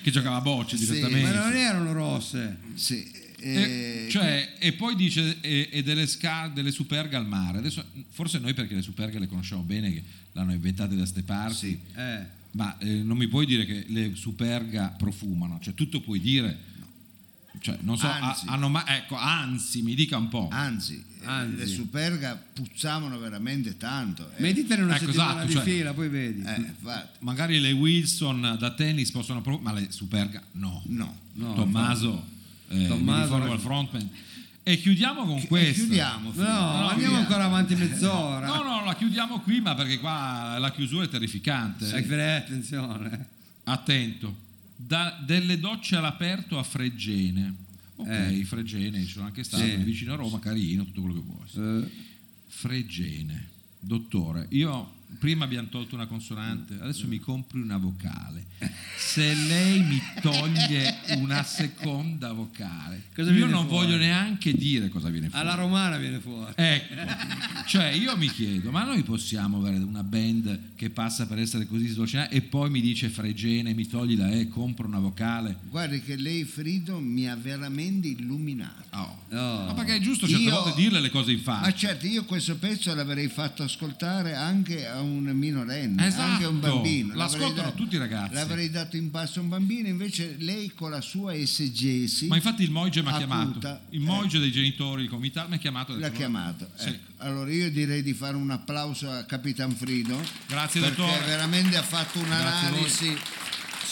S3: che giocava a bocce
S2: Sì,
S3: direttamente.
S4: Ma non erano rosse.
S2: Sì,
S3: E,
S2: eh,
S3: cioè, e poi dice e, e delle, sca- delle superghe al mare. Adesso, forse noi perché le superghe le conosciamo bene, che l'hanno inventate da ste parti.
S4: Eh.
S3: Ma eh, non mi puoi dire che le superga profumano, cioè tutto puoi dire. Cioè, non so, a-
S2: Anzi.
S3: hanno ma- ecco, anzi, mi dica un po'.
S2: Anzi, eh,
S4: Anzi.
S2: le superga puzzavano veramente tanto. eh.
S4: Meditene una
S3: Ecco,
S4: settimana
S3: esatto,
S4: di
S3: cioè-
S4: fila, poi vedi.
S2: Eh, infatti.
S3: Magari le Wilson da tennis possono provare, ma le superga no.
S2: No.
S4: No,
S3: Tommaso, eh,
S4: Tommaso-
S3: mi riformo al frontman. E chiudiamo con
S2: E
S3: questo.
S2: chiudiamo.
S4: No,
S2: Filippo.
S4: andiamo ancora avanti mezz'ora.
S3: No, no, la chiudiamo qui, ma perché qua la chiusura è terrificante.
S4: Sì,
S3: eh.
S4: Fre- attenzione.
S3: Attento. Da- delle docce all'aperto a Freggene. Ok,
S4: Eh.
S3: Freggene, ci sono anche stato,
S4: Sì. Eh.
S3: è vicino a Roma, carino, tutto quello che vuoi. Freggene. Dottore, io prima abbiamo tolto una consonante, adesso mi compri una vocale. Se lei mi toglie una seconda vocale,
S4: Cosa
S3: io
S4: viene
S3: non
S4: fuori?
S3: voglio neanche dire cosa viene fuori.
S4: Alla romana viene fuori.
S3: Ecco, cioè io mi chiedo, ma noi possiamo avere una band che passa per essere così sdolcinata e poi mi dice fregene, mi togli la E, compro una vocale?
S2: Guardi che lei Frido mi ha veramente illuminato.
S3: Oh.
S4: No.
S3: Ma perché è giusto certe
S2: Io-
S3: volte dirle le cose in
S2: Ma
S3: faccia?
S2: certo, io questo pezzo l'avrei fatto ascoltare anche a un minorenne,
S3: Esatto,
S2: anche a un bambino.
S3: l'ascoltano
S2: L'avrei dato-
S3: tutti i ragazzi.
S2: L'avrei dato in passo a un bambino, invece lei con la sua esegesi
S3: Ma infatti il Moige mi ha chiamato,
S2: Acuta,
S3: il Moige
S4: eh.
S3: dei genitori, il comitato mi ha chiamato. e ha
S2: l'ha
S3: detto,
S2: chiamato.
S3: Sì.
S2: Ecco, Allora io direi di fare un applauso a Capitan Frido.
S3: Grazie,
S2: perché
S3: dottore.
S2: veramente ha fatto un'analisi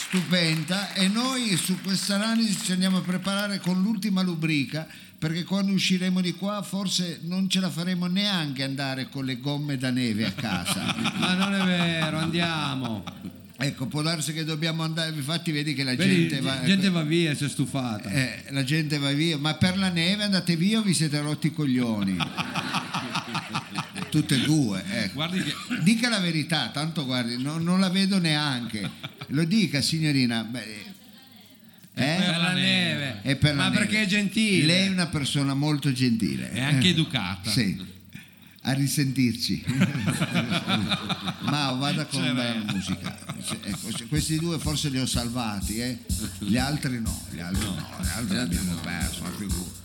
S2: stupenda e noi su questa analisi ci andiamo a preparare con l'ultima rubrica perché quando usciremo di qua forse non ce la faremo neanche andare con le gomme da neve a casa.
S4: Ma non è vero, andiamo.
S2: ecco, può darsi che dobbiamo andare, infatti vedi che la
S4: Vedi,
S2: gente va...
S4: gente va via, si è stufata.
S2: eh, la gente va via, ma per la neve andate via o vi siete rotti i coglioni? Tutte e due, ecco.
S3: Guardi che...
S4: Eh,
S2: Dica la verità, tanto guardi, no- non la vedo neanche. Lo dica signorina. beh, eh?
S4: Per la neve.
S2: È per la
S4: Ma
S2: neve.
S4: perché è gentile?
S2: Lei è una persona molto gentile. eh?
S3: È anche educata.
S2: Sì. A risentirci. Ma vada con la musica. Cioè, ecco, se- questi due forse li ho salvati, eh. Gli altri no, gli altri no, gli altri li abbiamo perso, ma figurati.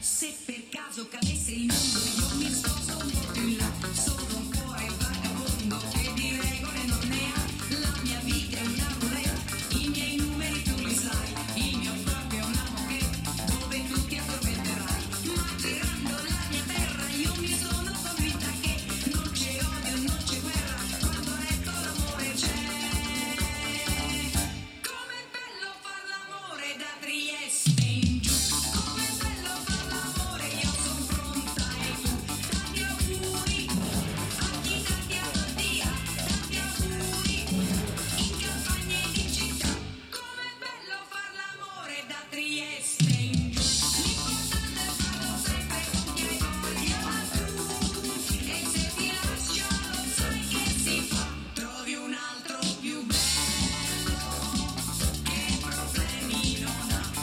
S7: Se per caso cadesse il mondo io mi sposo molto in là Sono un cuore vagabondo che di regole non ne ha La mia vita è una roulette, i miei numeri tu li sai Il mio proprio è una moquette dove tu ti addormenterai Ma girando la mia terra io mi sono convinta che Non c'è odio, non c'è guerra, quando ecco l'amore c'è Com'è bello far l'amore da Trieste in giù Com'è bello far l'amore, io son pronta e tu Tanti auguri, anche tanti addio Tanti auguri, in campagna e in città Com'è bello far l'amore da Trieste in giù L'importante è farlo sempre con chi hai voglia tu E se ti lascio lo sai che si fa Trovi un altro più bello che problemi non ha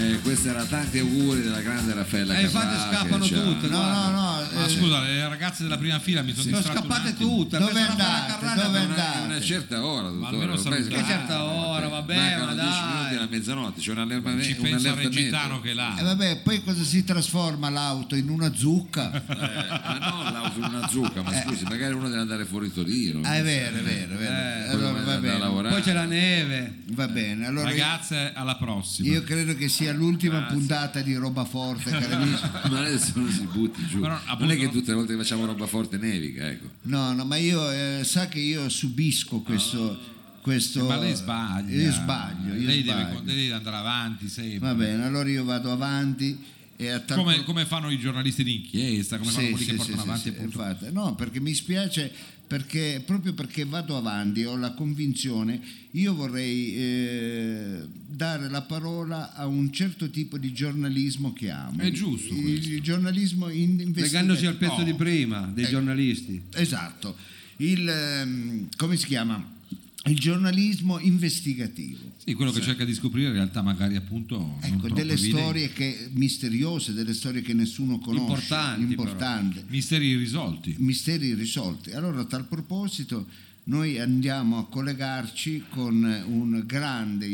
S11: Eh, questo era tanti auguri della grande Raffaella
S4: Eh, infatti
S11: Caprà, che
S4: scappano
S11: ci ha-
S4: tutte,
S3: Eh,
S1: cioè.
S4: Eh,
S2: No, no, no, eh,
S3: Ma scusa, le ragazze della prima fila mi sono
S4: sono
S3: distratto un
S4: scappate
S3: attimo.
S4: tutte.
S2: Dove
S4: pensavo alla
S2: andate?
S4: Carrara
S2: Dove
S4: da una-
S2: andate?
S1: È Eh, una certa ora, dottore.
S3: almeno
S1: ormai
S3: salutate.
S1: si- Eh,
S4: Che certa ora, vabbè,
S1: Mancano
S4: ma
S1: 10
S4: dai.
S1: minuti alla mezzanotte, c'è un allargamento.
S3: Ci
S1: un
S3: pensa
S1: allertamento.
S3: Regitano che è
S2: E
S4: Eh,
S3: là.
S2: eh, vabbè, poi cosa si trasforma l'auto? In una zucca?
S1: Eh, ma no, la uso una zucca, ma scusi, magari uno deve andare fuori Torino.
S2: Ah, è vero, è vero, Eh, è vero.
S1: Quello
S2: allora,
S1: deve
S2: va
S1: andare a
S2: bene.
S1: lavorare.
S4: Poi c'è la neve.
S2: Va bene, allora io,
S3: Ragazze, alla prossima.
S2: io credo che sia l'ultima puntata di roba forte, cari amici.
S1: Ma adesso non si butti giù.
S3: Però,
S1: non
S3: appunto,
S1: è che
S3: no.
S1: tutte le volte che facciamo roba forte nevica, ecco.
S2: No, no, ma io eh, sa che io subisco questo. questo
S3: Ah. Ma lei sbaglia.
S2: Mm. Io sbaglio, io
S3: lei, deve,
S2: sbaglio.
S3: lei deve andare avanti sempre.
S2: Va bene, allora io vado avanti e a tal
S3: Come, come fanno i giornalisti d'inchiesta, come
S2: Sì,
S3: fanno quelli
S2: sì, sì,
S3: che portano
S2: sì,
S3: avanti
S2: sì,
S3: appunto.
S2: infatti. no perché mi spiace perché proprio perché vado avanti ho la convinzione io vorrei eh, dare la parola a un certo tipo di giornalismo che amo
S3: È giusto
S2: il,
S3: questo.
S2: il giornalismo in-
S4: Legandosi al
S2: investigativo
S4: pezzo di prima dei
S2: Eh.
S4: giornalisti.
S2: esatto il ehm, come si chiama il giornalismo investigativo
S3: Sì, quello che cerca di scoprire in realtà magari appunto... non
S2: Ecco,
S3: troppo
S2: delle
S3: evidenti.
S2: storie che, misteriose, delle storie che nessuno conosce, Mm.
S4: Importanti, però.
S2: importanti.
S3: Misteri irrisolti.
S2: misteri irrisolti. Allora, a tal proposito, noi andiamo a collegarci con un grande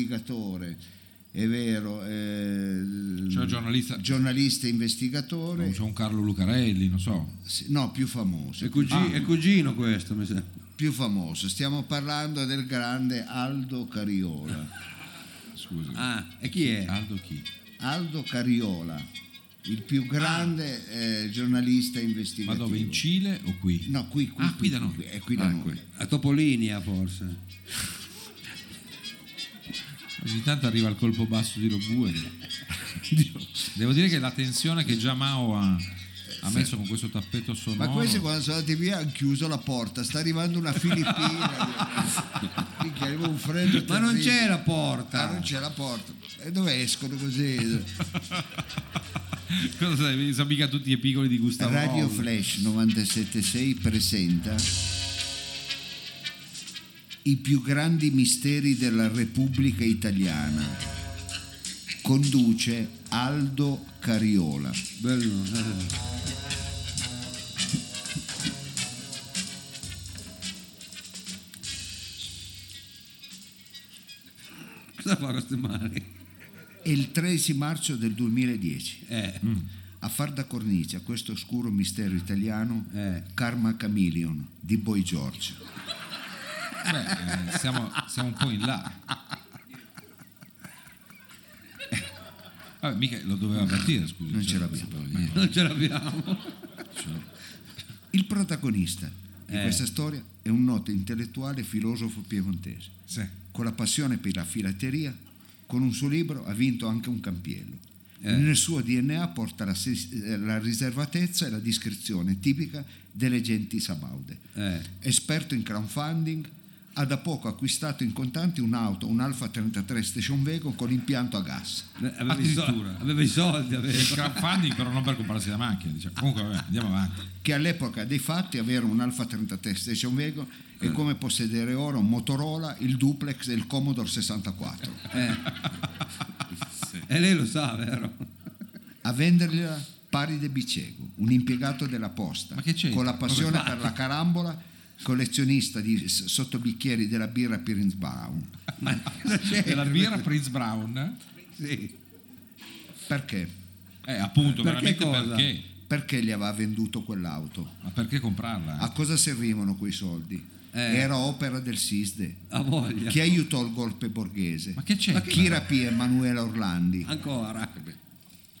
S2: investigatore, è vero, eh,
S3: Cioè, giornalista-
S2: giornalista investigatore,
S3: C'è un Carlo Lucarelli, non so.
S2: sì, no, più famoso,
S4: È, cugi-
S2: Ah.
S4: è cugino questo, mi sa.
S2: più famoso. Stiamo parlando del grande Aldo Cariola.
S3: Scusi.
S4: Ah, e chi è?
S3: Aldo chi?
S2: Aldo Cariola, il più grande eh, giornalista
S3: Ah. Ma
S2: investigativo.
S3: dove? In Cile o qui?
S2: No, qui, qui,
S3: Ah, qui da noi.
S2: è qui da noi.
S4: A Topolinia forse.
S3: Ogni tanto arriva il colpo basso di Lobue. Devo dire che la tensione che già Mao ha, ha messo con questo tappeto
S2: Ma
S3: sonoro.
S2: questi quando sono andati via hanno chiuso la porta, sta arrivando una Filippina. Minchia, avevo un freddo.
S4: Ma non
S2: terribile.
S4: c'è la
S2: Ah, non
S4: porta.
S2: c'è la porta. E dove escono così?
S3: Cosa sai, sono mica tutti i piccoli di Gustavo
S2: Radio
S3: Rolli.
S2: Flash 976 presenta I più grandi misteri della Repubblica Italiana. Conduce Aldo Cariola.
S4: Bello. eh. Cosa fa queste mani?
S2: È il 13 marzo del 2010.
S4: Eh,
S2: A far da cornice a questo oscuro mistero italiano
S4: Eh.
S2: Karma Chameleon di Boy George.
S3: Beh, eh, siamo, siamo un po' in là. Vabbè, mica lo doveva partire, scusi.
S2: Non
S3: cioè,
S2: ce l'abbiamo.
S4: non ce l'abbiamo.
S2: Il protagonista di
S4: Eh.
S2: questa storia è un noto intellettuale e filosofo piemontese.
S3: Sì.
S2: Con la passione per la filateria, con un suo libro ha vinto anche un campiello. Nel suo DNA porta la, sis- eh, la riservatezza e la discrezione tipica delle genti sabaude.
S4: Eh.
S2: Esperto in crowdfunding, ha da poco acquistato in contanti un'auto, un Alfa 33 Station Wagon con impianto a gas.
S4: Aveva i, soldi,
S3: Addirittura.
S4: aveva i soldi,
S3: Il
S4: aveva.
S3: crowdfunding Eh, però non per comprarsi la macchina. diciamo. Comunque vabbè, andiamo avanti.
S2: che all'epoca dei fatti avere un Alfa 33 Station Wagon è come possedere ora un Motorola, il Duplex e il Commodore 64.
S4: E Eh, lei lo sa, vero?
S2: A vendergliela pari de Bicego, un impiegato della posta,
S3: Ma che c'entra?
S2: con la passione
S3: Come fa?
S2: per la carambola, collezionista di s- sottobicchieri della birra Pirinsbaum.
S4: Ma cosa
S3: E
S4: c'è?
S3: la birra Prince Brown?
S4: Sì.
S2: Perché?
S3: Eh, appunto,
S4: Perché
S3: veramente
S4: cosa?
S3: perché?
S2: Perché gli aveva venduto quell'auto?
S3: Ma perché comprarla?
S2: A cosa servivano quei soldi?
S4: Eh.
S2: Era opera del SISDE.
S4: Ha voglia.
S2: Chi aiutò il golpe borghese?
S3: Eh. Ma che c'è?
S2: Chi rapì Emanuela Orlandi?
S4: Ancora.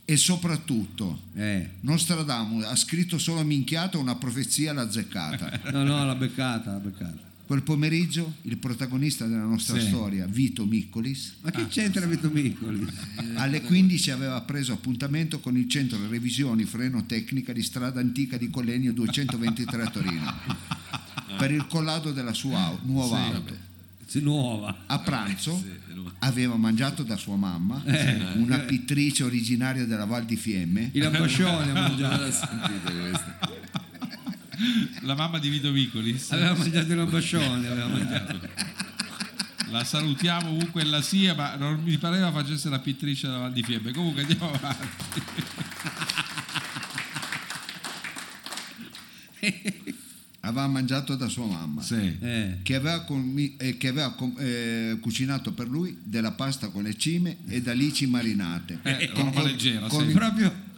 S2: E soprattutto,
S4: Eh.
S2: Nostradamus ha scritto solo minchiato una profezia l'ha azzeccata.
S4: No, no, l'ha beccata, l'ha beccata.
S2: Quel pomeriggio il protagonista della nostra
S3: Sì.
S2: storia, Vito Miccolis,
S4: Ma che c'entra Vito Miccoli?
S3: Eh,
S2: alle 15 aveva preso appuntamento con il centro revisioni freno tecnica di strada antica di Collegno 223 a Torino per il collado della sua au- nuova auto.
S4: Si nuova.
S2: A pranzo aveva mangiato da sua mamma,
S3: Eh.
S2: una pittrice originaria della Val di Fiemme,
S4: Il ambascione ha
S1: Non
S4: mangiato.
S1: la sentite questa?
S3: La mamma di Vito Vicolis. eh,
S4: Aveva mangiato il ambascione, aveva mangiato.
S3: La salutiamo ovunque la sia, ma non mi pareva facesse la pittrice della Val di Fiemme. Comunque andiamo avanti.
S2: aveva mangiato da sua mamma
S3: Sì.
S4: Eh.
S2: che aveva, comi- eh, che aveva com- eh, cucinato per lui della pasta con le cime e d'alici marinate
S3: Eh, roba leggera,
S2: con,
S3: sì.
S4: Proprio,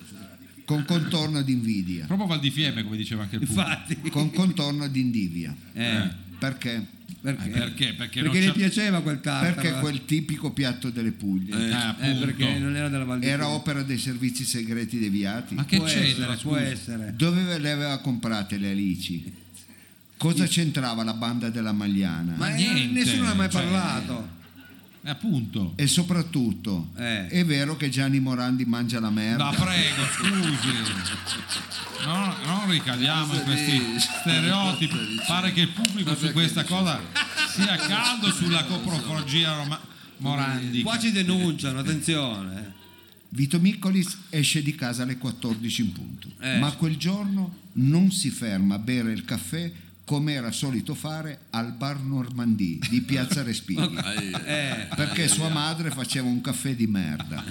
S2: con contorno di invidia
S3: Proprio Val di Fiemme, come diceva anche il pubblico.
S4: infatti.
S2: con contorno di indivia
S4: Eh,
S2: perché?
S4: perché?
S3: Eh, perché? Perché non
S4: gli
S3: c'è-
S4: piaceva quel
S3: Ah,
S4: tartaro.
S2: perché quel tipico piatto delle Puglie
S3: Eh,
S4: Eh,
S3: appunto.
S4: perché non era della Val di
S2: era
S4: Fiemme.
S2: opera dei servizi segreti deviati
S3: Eh, Ma che
S4: Può
S3: c'entra?
S4: essere, può
S3: scusa?
S4: essere.
S2: dove le aveva comprate le alici? cosa c'entrava la banda della Magliana?
S4: Ma eh,
S3: niente,
S4: nessuno ne ha mai
S3: cioè-
S4: parlato.
S3: Eh, appunto.
S2: e soprattutto
S4: Eh.
S2: è vero che Gianni Morandi mangia la merda
S3: La prego, scusi. No, non ricadiamo in questi stereotipi. Pare che il pubblico su questa cosa sia caldo sulla coprofagia roma- morandica.
S4: Qua ci denunciano, attenzione.
S2: Vito Miccolis esce di casa alle 14 in punto,
S4: Eh.
S2: ma quel giorno non si ferma a bere il caffè come era solito fare al bar Normandì di Piazza Respighi,
S4: Eh,
S2: perché sua madre faceva un caffè di merda.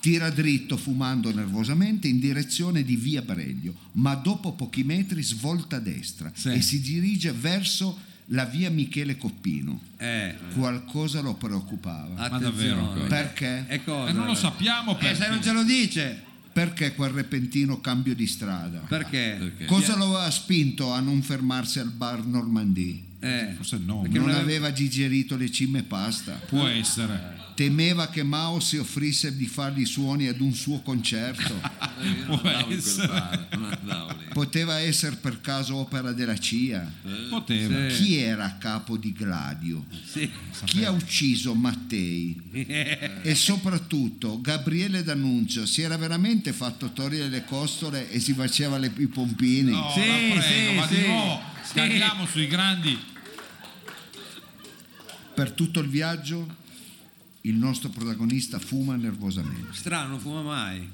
S2: Tira dritto fumando nervosamente in direzione di via Breglio, ma dopo pochi metri svolta a destra e si dirige verso la via Michele Coppino.
S4: eh,
S2: Qualcosa lo preoccupava.
S4: attenzione.
S2: Perché?
S4: E cosa?
S3: Eh, non lo sappiamo
S4: Eh, se
S3: perché.
S4: non ce lo dice,
S2: Perché quel repentino cambio di strada?
S4: perché?
S2: Cosa lo ha spinto a non fermarsi al bar Normandì?
S4: Eh,
S3: Forse no,
S4: Perché-
S2: Non
S4: non ave-
S2: aveva digerito le cime e pasta.
S3: può essere.
S2: Temeva che Mao si offrisse di fargli i suoni ad un suo concerto.
S4: Eh,
S3: Può essere.
S1: non andavo lì.
S2: Poteva essere per caso opera della CIA.
S3: Poteva.
S4: Sì.
S2: Chi era a capo di Gladio?
S4: sì. Eh,
S2: Chi ha ucciso Mattei? E soprattutto Gabriele D'Annunzio si era veramente fatto togliere le costole e si faceva le- i pompini?
S3: No,
S4: Sì,
S3: la prego,
S4: sì,
S3: ma di
S4: sì.
S3: nuovo scarichiamo sui grandi.
S2: Per tutto il viaggio il nostro protagonista fuma nervosamente.
S4: Strano, non fuma mai.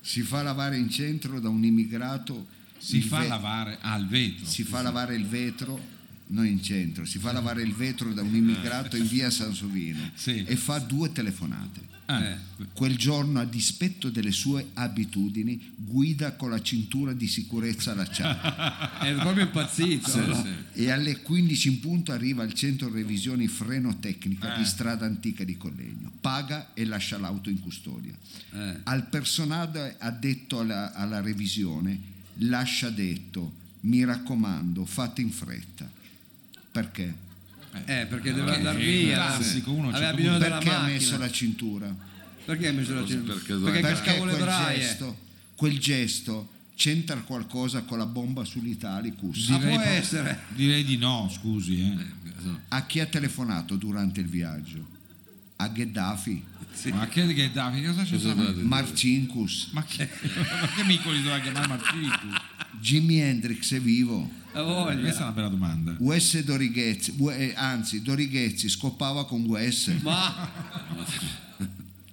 S2: Si fa lavare in centro da un immigrato.
S3: Si
S2: il
S3: fa
S2: ve-
S3: lavare al vetro.
S2: Si fa lavare il vetro, non in centro, si fa lavare il vetro da un immigrato in via Sansovino
S3: Sì.
S2: e fa due telefonate.
S3: Eh,
S2: Quel giorno, a dispetto delle sue abitudini, guida con la cintura di sicurezza allacciata
S4: È proprio impazzito.
S2: e alle 15 in punto arriva al centro revisioni frenotecnica
S4: Eh.
S2: di strada antica di Collegno. Paga e lascia l'auto in custodia.
S4: Eh.
S2: Al personale addetto alla, alla revisione lascia detto, mi raccomando, fate in fretta. Perché?
S4: Eh, perché doveva
S3: Perché
S4: andare
S3: è
S4: via.
S3: classico, uno a un
S4: aveva
S3: certo
S4: bisogno della
S2: Perché ha
S4: macchina.
S2: messo la cintura?
S4: Perché ha messo la cintura?
S1: Perché
S4: Perché,
S1: doveva-
S2: Perché
S4: cascavo le
S2: quel
S4: braie.
S2: gesto, quel gesto c'entra qualcosa con la bomba sull'Italicus?
S4: Ah,
S2: A,
S3: Direi
S4: può
S3: proprio-
S4: essere.
S3: Direi di no, scusi. eh.
S2: a chi ha telefonato durante il viaggio? A Gheddafi,
S3: Ma che Gheddafi, cosa c'è stato?
S2: Marcinkus,
S3: Ma che, ma che Miccoli doveva chiamare Marcicus?
S2: Jimi Hendrix è vivo.
S4: Ha voglia.
S3: Questa è una bella domanda.
S2: Wes Dorighezzi, Ue- eh, anzi Dorighezzi scopava con Wes
S4: Ma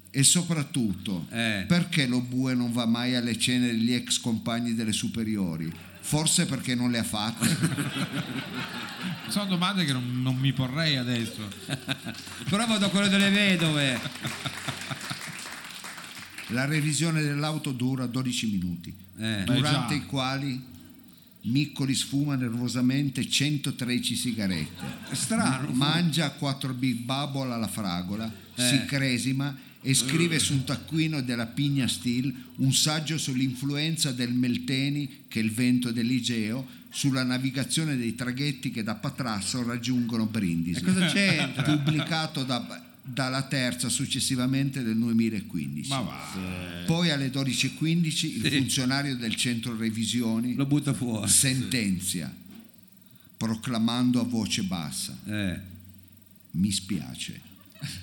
S2: e soprattutto
S4: Eh.
S2: perché lo bue non va mai alle cene degli ex compagni delle superiori? Forse perché non le ha fatte.
S3: Sono domande che non, non mi porrei adesso.
S4: però vado a quello delle vedove.
S2: La revisione dell'auto dura 12 minuti,
S4: Eh.
S2: durante
S3: Eh già.
S2: i quali Miccoli sfuma nervosamente 113 sigarette,
S4: Strano.
S2: mangia 4 Big Bubble alla fragola,
S4: Eh.
S2: si cresima e scrive su un taccuino della Pigna Steel un saggio sull'influenza del Melteni, che è il vento dell'Igeo, sulla navigazione dei traghetti che da Patrasso raggiungono Brindisi.
S4: E cosa c'entra?
S2: Pubblicato da- dalla terza successivamente del 2015.
S3: Ma va.
S2: Poi alle 12.15 il funzionario del centro revisioni
S4: Lo butta fuori.
S2: sentenzia, proclamando a voce bassa,
S4: Eh.
S2: mi spiace,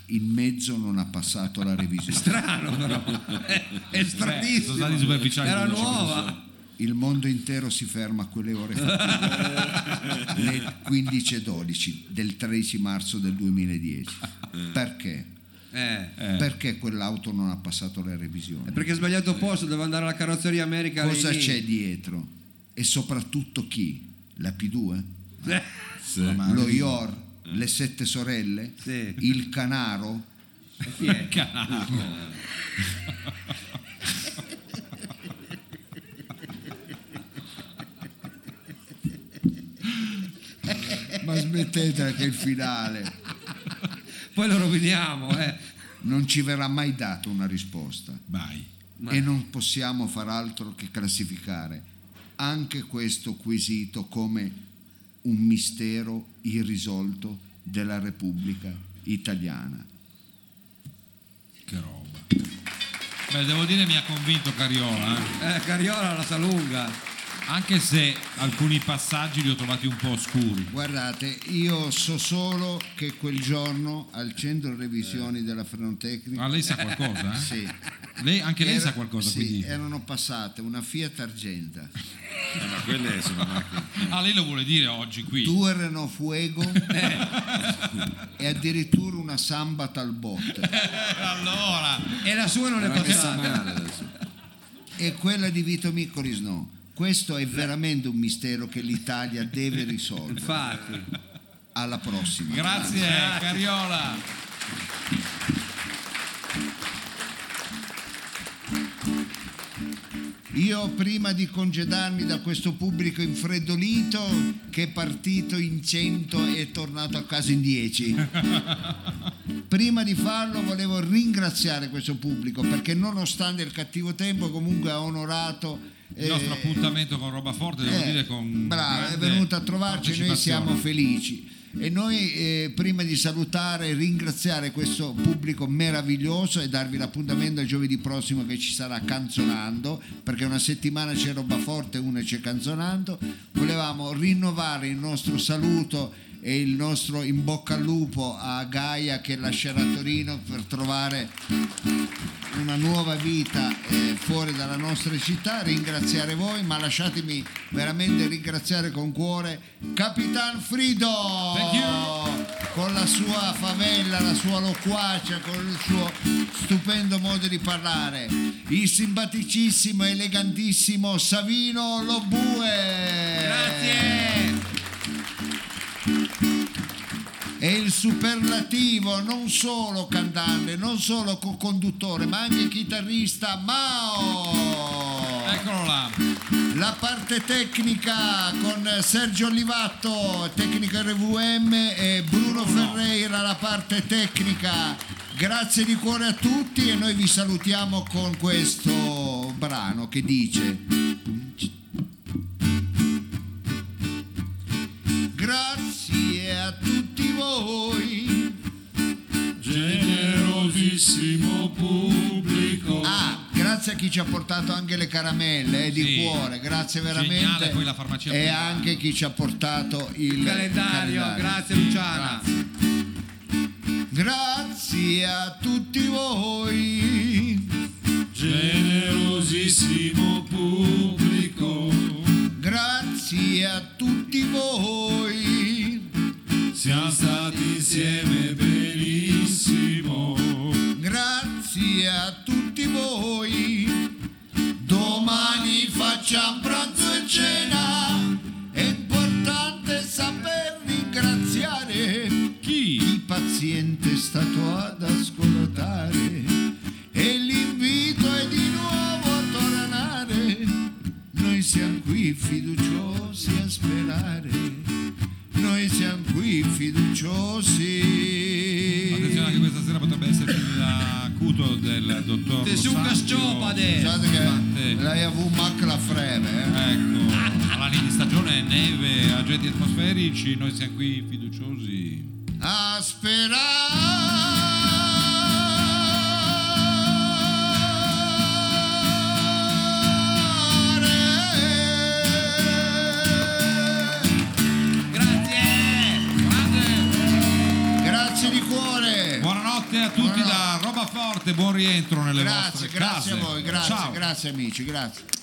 S2: in mezzo non ha passato la revisione.
S4: Strano però. È,
S3: Beh,
S4: è
S3: sono Eh, stati
S4: stranissimo.
S3: superficiali.
S4: Era
S3: quello che ci
S4: nuova.
S2: Il mondo intero si ferma a quelle ore, fatidiche, le 15.12 del 13 marzo del 2010. Perché?
S4: Eh.
S2: Perché quell'auto non ha passato la revisione?
S4: È perché ho sbagliato posto, devo andare alla carrozzeria America.
S2: Cosa
S4: lì.
S2: c'è dietro? E soprattutto chi? La P2?
S4: Eh,
S2: Lo Ior? Le sette sorelle?
S4: Sì.
S2: Il Canaro?
S4: chi è?
S3: Cavolo.
S2: Mettetela che è il finale.
S4: Poi lo roviniamo, eh.
S2: Non ci verrà mai data una risposta.
S3: Vai.
S2: E non possiamo far altro che classificare anche questo quesito come un mistero irrisolto della Repubblica Italiana.
S3: Che roba. Beh, devo dire mi ha convinto Cariola, eh.
S4: Eh, Cariola la sa lunga.
S3: anche se alcuni passaggi li ho trovati un po' oscuri.
S2: Guardate, io so solo che quel giorno al centro revisioni della Frenotecnica
S3: Ma lei sa qualcosa? eh?
S2: sì,
S3: Lei- anche lei
S2: era-
S3: sa qualcosa,
S2: sì,
S3: quindi.
S2: erano passate una Fiat Argenta,
S12: ma quelle sono macchine.
S3: Ah, lei lo vuole dire oggi qui.
S2: due Renault Fuego e addirittura una Samba Talbot
S3: Allora,
S4: E la sua non è
S1: messa
S4: passata.
S1: male adesso.
S2: e quella di Vito Miccolis no. Questo è veramente un mistero che l'Italia deve risolvere.
S4: Infatti.
S2: Alla prossima.
S3: grazie Cariola.
S2: Io prima di congedarmi da questo pubblico infreddolito che è partito in 100 e è tornato a casa in 10. Prima di farlo volevo ringraziare questo pubblico perché nonostante il cattivo tempo comunque ha onorato
S3: Il nostro
S2: eh,
S3: appuntamento con roba forte, devo
S2: eh,
S3: dire con
S2: brava, è
S3: grande
S2: venuta a trovarci e noi siamo
S3: partecipazione.
S2: felici. E noi eh, prima di salutare e ringraziare questo pubblico meraviglioso e darvi l'appuntamento a giovedì prossimo che ci sarà canzonando, perché una settimana c'è roba forte e una c'è canzonando, volevamo rinnovare il nostro saluto e il nostro in bocca al lupo a Gaia che lascerà Torino per trovare una nuova vita eh, fuori dalla nostra città, ringraziare voi, ma lasciatemi veramente ringraziare con cuore Capitan Frido
S3: Thank you.
S2: con la sua favela, la sua loquacia, con il suo stupendo modo di parlare, il simpaticissimo, elegantissimo Savino Lobue. Grazie. E il superlativo non solo cantante, non solo co- conduttore, ma anche chitarrista Mao.
S3: Eccolo là.
S2: La parte tecnica con Sergio Olivatto, tecnico RVM e Bruno Ferreira la parte tecnica. Grazie di cuore a tutti e noi vi salutiamo con questo brano che dice Grazie a tutti voi.
S12: Generosissimo pubblico.
S2: Ah, grazie a chi ci ha portato anche le caramelle eh, di
S3: Sì.
S2: cuore, grazie veramente.
S3: Geniale, poi la farmacia
S2: e
S3: privata.
S2: anche chi ci ha portato il,
S4: Il calendario,
S2: calendario.
S4: grazie Luciana.
S2: Grazie a tutti voi,
S12: Generosissimo pubblico.
S2: grazie a tutti voi,
S12: Siamo stati insieme benissimo.
S2: grazie a tutti voi. Domani facciamo pranzo e cena, è importante saper ringraziare.
S3: Chi?
S2: Il paziente è stato ad ascoltare e l'invito è di nuovo a tornare. Noi siamo qui fiduciosi a sperare. Noi siamo qui
S3: Attenzione
S2: fiduciosi.
S3: che questa sera potrebbe esserci l'acuto del dottor
S4: Te su
S3: Rosario. Eh,
S4: casciopade.
S2: Pensate che lei ha avuto manca la freve, eh?
S3: Ecco, alla linea di stagione, neve, agenti atmosferici, noi siamo qui fiduciosi.
S2: A sperare.
S3: Grazie! Grande!
S2: Grazie di cuore.
S3: Buonanotte a tutti
S2: Buonanotte.
S3: da Roba Forte, buon rientro nelle
S2: grazie,
S3: vostre
S2: grazie
S3: case.
S2: a voi, grazie,
S3: Ciao.
S2: grazie amici, grazie.